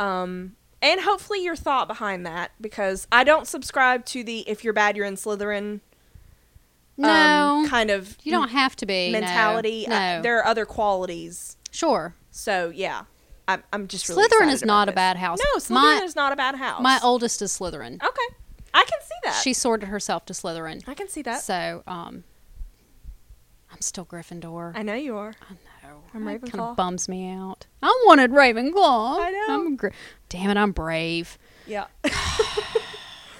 Speaker 1: Um and hopefully your thought behind that because I don't subscribe to the if you're bad you're in Slytherin
Speaker 2: No,
Speaker 1: um, kind of
Speaker 2: you don't have to be no.
Speaker 1: mentality. uh,
Speaker 2: No,
Speaker 1: I- there are other qualities.
Speaker 2: sure.
Speaker 1: So yeah. I'm I'm just really
Speaker 2: Slytherin
Speaker 1: excited
Speaker 2: is
Speaker 1: about
Speaker 2: not a
Speaker 1: this.
Speaker 2: bad house.
Speaker 1: No, Slytherin
Speaker 2: My-
Speaker 1: is not a bad house.
Speaker 2: My oldest is Slytherin.
Speaker 1: okay. I can see that.
Speaker 2: She sorted herself to Slytherin.
Speaker 1: I can see that.
Speaker 2: So, um, I'm still Gryffindor.
Speaker 1: I know you are.
Speaker 2: I know.
Speaker 1: I'm
Speaker 2: That kind
Speaker 1: Ravenclaw.
Speaker 2: of bums me out. I wanted Ravenclaw.
Speaker 1: I know.
Speaker 2: I'm gr- Damn it, I'm brave.
Speaker 1: Yeah. [laughs]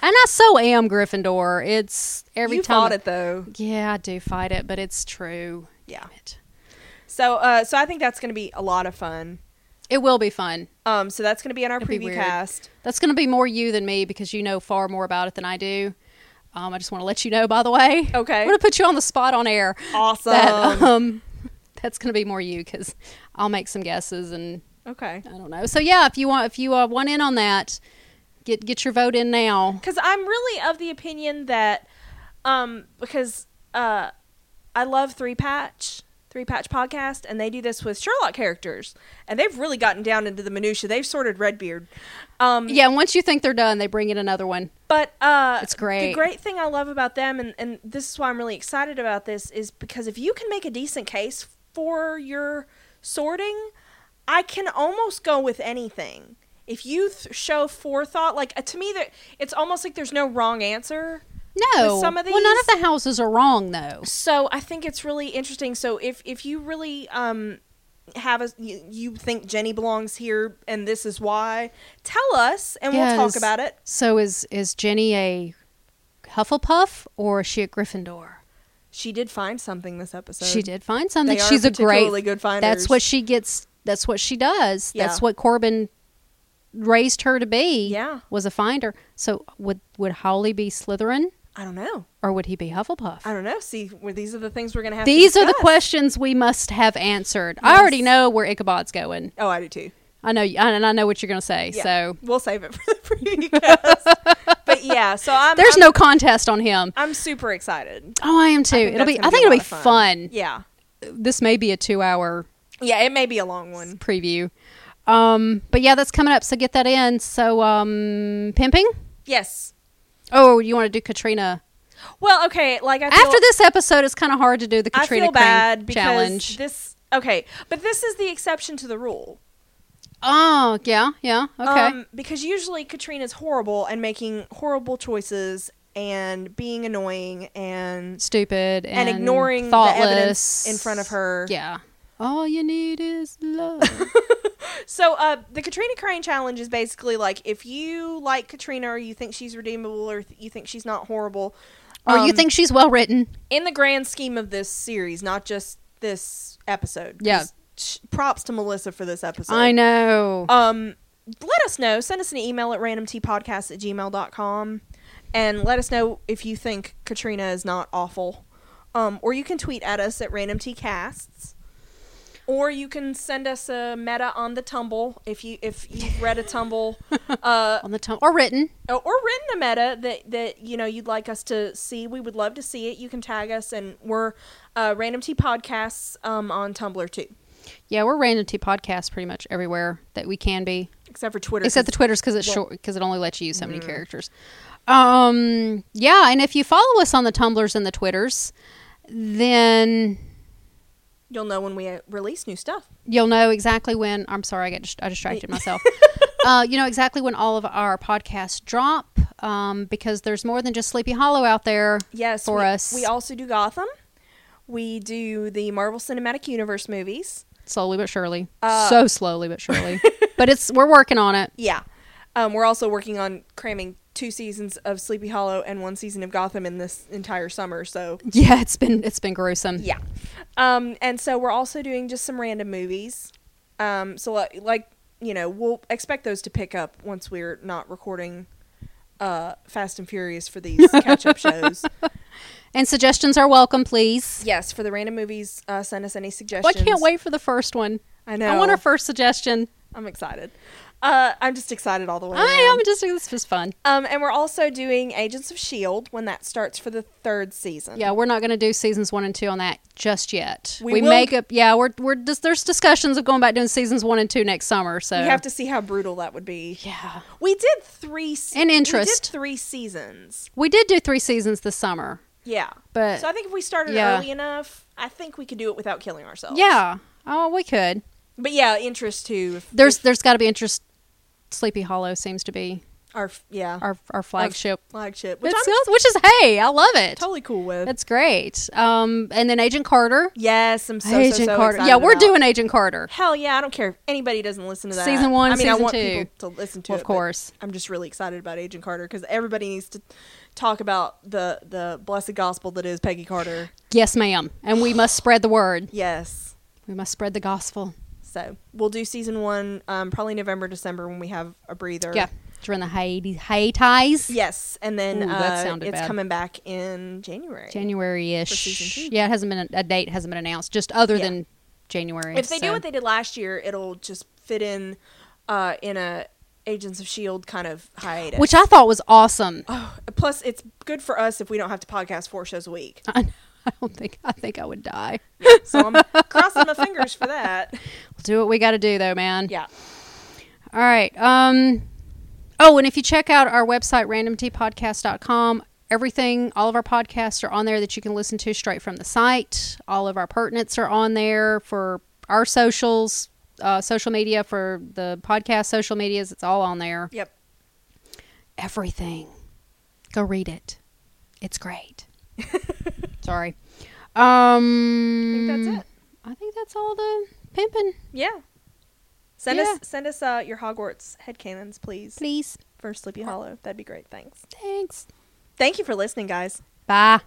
Speaker 2: And I so am Gryffindor. It's every
Speaker 1: you
Speaker 2: time.
Speaker 1: fought it though.
Speaker 2: Yeah, I do fight it, but it's true.
Speaker 1: Yeah.
Speaker 2: Damn it.
Speaker 1: So uh so I think that's going to be a lot of fun.
Speaker 2: It will be fun.
Speaker 1: Um, so that's going to be in our
Speaker 2: That'd be
Speaker 1: preview
Speaker 2: weird.
Speaker 1: cast.
Speaker 2: That's going to be more you than me because you know far more about it than I do. Um, I just want to let you know, by the way.
Speaker 1: Okay.
Speaker 2: I'm going to put you on the spot on air.
Speaker 1: Awesome.
Speaker 2: [laughs] [laughs] That, um, that's going to be more you because I'll make some guesses and
Speaker 1: okay.
Speaker 2: I don't know. So yeah, if you want, if you uh, want in on that, get get your vote in now.
Speaker 1: Because I'm really of the opinion that, um, because uh, I love Three Patch, Three Patch podcast, and they do this with Sherlock characters, and they've really gotten down into the minutia. They've sorted Redbeard. Um,
Speaker 2: Yeah, and once you think they're done, they bring in another one.
Speaker 1: But uh,
Speaker 2: It's great.
Speaker 1: The great thing I love about them, and, and this is why I'm really excited about this, is because if you can make a decent case for your sorting, I can almost go with anything. If you th- show forethought, like uh, to me, that it's almost like there's no wrong answer.
Speaker 2: No,
Speaker 1: With some of
Speaker 2: well, none
Speaker 1: these-
Speaker 2: of the houses are wrong though.
Speaker 1: So I think it's really interesting. So if if you really um have a you, you think Jenny belongs here and this is why, tell us and we'll
Speaker 2: Yes.
Speaker 1: talk about it.
Speaker 2: So is is Jenny a Hufflepuff or is she a Gryffindor?
Speaker 1: She did find something this episode.
Speaker 2: she did find something.
Speaker 1: They are
Speaker 2: She's a
Speaker 1: particularly
Speaker 2: great.
Speaker 1: good finders.
Speaker 2: That's what she gets. That's what she does. That's
Speaker 1: Yeah.
Speaker 2: what Corbin raised her to be.
Speaker 1: Yeah.
Speaker 2: was a finder. So would would Howley be Slytherin
Speaker 1: I don't know.
Speaker 2: or would he be Hufflepuff?
Speaker 1: I don't know. See, well, these are the things we're gonna have.
Speaker 2: These
Speaker 1: to
Speaker 2: are the
Speaker 1: discuss.
Speaker 2: questions we must have answered. I already
Speaker 1: Yes.
Speaker 2: know where Ichabod's going.
Speaker 1: Oh, I do too.
Speaker 2: I know, you- and I know what you're going to say.
Speaker 1: Yeah.
Speaker 2: So
Speaker 1: we'll save it [laughs] for the preview. but yeah, so I'm.
Speaker 2: there's
Speaker 1: I'm,
Speaker 2: no contest on him.
Speaker 1: I'm super excited.
Speaker 2: Oh, I am too.
Speaker 1: I think
Speaker 2: it'll
Speaker 1: that's
Speaker 2: be.
Speaker 1: gonna
Speaker 2: I think
Speaker 1: a
Speaker 2: it'll
Speaker 1: lot
Speaker 2: be
Speaker 1: of
Speaker 2: fun.
Speaker 1: Yeah,
Speaker 2: This may be a two-hour
Speaker 1: yeah. It may be a long one.
Speaker 2: preview. Um, but yeah, that's coming up. So get that in. So um, pimping.
Speaker 1: Yes.
Speaker 2: Oh, you want to do Katrina?
Speaker 1: Well, okay. Like I feel,
Speaker 2: After this episode, it's kind of hard to do the
Speaker 1: I
Speaker 2: Katrina
Speaker 1: feel
Speaker 2: Crane
Speaker 1: bad because
Speaker 2: challenge.
Speaker 1: this. Okay, but this is the exception to the rule.
Speaker 2: oh yeah, yeah. Okay.
Speaker 1: Um, because usually Katrina's horrible and making horrible choices and being annoying and
Speaker 2: Stupid and,
Speaker 1: and, ignoring
Speaker 2: thoughtless.
Speaker 1: the evidence in front of her.
Speaker 2: Yeah. All you need is
Speaker 1: [laughs]
Speaker 2: love.
Speaker 1: So, uh, the Katrina Crane challenge is basically like if you like Katrina or you think she's redeemable or th- you think she's not horrible,
Speaker 2: or you
Speaker 1: um,
Speaker 2: think she's well written?
Speaker 1: in the grand scheme of this series, not just this episode. 'cause
Speaker 2: Yeah.
Speaker 1: sh- Props to Melissa for this episode.
Speaker 2: I know.
Speaker 1: Um, let us know. Send us an email at randomtpodcast at gmail.com and let us know if you think Katrina is not awful. Um, or you can tweet at us at randomtcasts. Or you can send us a meta on the tumble if you if you've read a tumble,
Speaker 2: [laughs]
Speaker 1: uh,
Speaker 2: on the tongue or written.
Speaker 1: or or written a meta that that you know you'd like us to see. We would love to see it. You can tag us, and we're uh, Random Tea Podcasts um, on Tumblr too,
Speaker 2: Yeah, we're random T podcasts pretty much everywhere that we can be,
Speaker 1: except for Twitter.
Speaker 2: except the
Speaker 1: 'cause-
Speaker 2: Twitter's because it's short because it only lets you use so many
Speaker 1: Mm-hmm.
Speaker 2: characters. Um, yeah, and if you follow us on the Tumblrs and the Twitters, then
Speaker 1: you'll know when we uh, release new stuff.
Speaker 2: you'll know exactly when. I'm sorry, I got dist- I distracted
Speaker 1: [laughs]
Speaker 2: myself. uh, you know exactly when all of our podcasts drop um, because there's more than just Sleepy Hollow out there.
Speaker 1: Yes,
Speaker 2: for
Speaker 1: we,
Speaker 2: us.
Speaker 1: We also do Gotham. We do the Marvel Cinematic Universe movies.
Speaker 2: slowly but surely,
Speaker 1: Uh,
Speaker 2: so slowly
Speaker 1: [laughs]
Speaker 2: but surely. but it's we're working on it.
Speaker 1: Yeah. Um, we're also working on cramming two seasons of Sleepy Hollow and one season of Gotham in this entire summer. So,
Speaker 2: Yeah, it's been it's been gruesome.
Speaker 1: yeah. Um, and so we're also doing just some random movies. Um, so, li- like, you know, we'll expect those to pick up once we're not recording uh, Fast and Furious for
Speaker 2: [laughs]
Speaker 1: these catch up shows.
Speaker 2: And suggestions are welcome, please.
Speaker 1: Yes, for the random movies, uh, send us any
Speaker 2: Well, I
Speaker 1: suggestions.
Speaker 2: can't wait for the first one.
Speaker 1: I know.
Speaker 2: I want our first suggestion.
Speaker 1: I'm excited. Uh, I'm just excited all the way.
Speaker 2: I am
Speaker 1: around.
Speaker 2: just this is fun.
Speaker 1: Um, and we're also doing Agents of Shield E when that starts for the third season.
Speaker 2: Yeah, we're not going to do seasons one and two on that just yet.
Speaker 1: We
Speaker 2: We,
Speaker 1: will-
Speaker 2: make up. Yeah, we're we're just, there's discussions of going back doing seasons one and two next summer. So
Speaker 1: we have to see how brutal that would be.
Speaker 2: Yeah,
Speaker 1: We did three. Se-
Speaker 2: And
Speaker 1: We did
Speaker 2: interest.
Speaker 1: three seasons.
Speaker 2: we did do three seasons this summer,
Speaker 1: Yeah.
Speaker 2: but
Speaker 1: So I think if we started
Speaker 2: Yeah.
Speaker 1: early enough, I think we could do it without killing ourselves.
Speaker 2: yeah, oh, we could.
Speaker 1: But yeah, interest too. If,
Speaker 2: There's
Speaker 1: if
Speaker 2: there's got to be interest. Sleepy Hollow seems to be
Speaker 1: our f- yeah
Speaker 2: our our flagship.
Speaker 1: flagship, which
Speaker 2: Which,
Speaker 1: I'm
Speaker 2: which is hey, I love it.
Speaker 1: totally cool with.
Speaker 2: That's great. Um, and then Agent Carter.
Speaker 1: yes, I'm so
Speaker 2: Agent
Speaker 1: so, so
Speaker 2: Carter.
Speaker 1: excited
Speaker 2: Yeah, we're
Speaker 1: about-
Speaker 2: doing Agent Carter.
Speaker 1: Hell yeah! I don't care if anybody doesn't listen to that.
Speaker 2: Season one,
Speaker 1: I mean, I
Speaker 2: season
Speaker 1: want
Speaker 2: two.
Speaker 1: people to listen to
Speaker 2: Of
Speaker 1: it, but
Speaker 2: course.
Speaker 1: I'm just really excited about Agent Carter because everybody needs to talk about the the blessed gospel that is Peggy Carter.
Speaker 2: Yes, ma'am. And we must spread the word.
Speaker 1: Yes.
Speaker 2: We must spread the gospel.
Speaker 1: So we'll do season one, um, probably November, December when we have a breather.
Speaker 2: Yeah. During the Haiti Haiti's
Speaker 1: Yes, and then
Speaker 2: Ooh, that
Speaker 1: uh,
Speaker 2: sounded
Speaker 1: it's
Speaker 2: bad.
Speaker 1: coming back in January.
Speaker 2: January
Speaker 1: For season
Speaker 2: ish.
Speaker 1: two.
Speaker 2: Yeah, it hasn't been a, a date hasn't been announced. Just other
Speaker 1: Yeah.
Speaker 2: than January.
Speaker 1: If they do
Speaker 2: so-
Speaker 1: what they did last year, it'll just fit in uh, in a Agents of Shield E kind of hiatus.
Speaker 2: which I thought was awesome.
Speaker 1: Oh, plus, it's good for us if we don't have to podcast four shows a week.
Speaker 2: [laughs] I, I don't think I think I would die.
Speaker 1: So I'm crossing my fingers for that.
Speaker 2: We'll do what we got to do though, man.
Speaker 1: Yeah.
Speaker 2: All right. Um Oh, and if you check out our website randomtpodcast.com, everything all of our podcasts are on there that you can listen to straight from the site. All of our pertinents are on there for our socials, uh, social media for the podcast social medias, it's all on there.
Speaker 1: Yep.
Speaker 2: Everything. Go read it.
Speaker 1: [laughs]
Speaker 2: It's great. Sorry. Um
Speaker 1: I think that's it.
Speaker 2: I think that's all the pimping,
Speaker 1: Yeah. Send
Speaker 2: Yeah.
Speaker 1: us send us uh, your Hogwarts headcanons, please,
Speaker 2: please.
Speaker 1: for Sleepy Hollow. That'd be great. Thanks.
Speaker 2: Thanks.
Speaker 1: Thank you for listening, guys.
Speaker 2: Bye.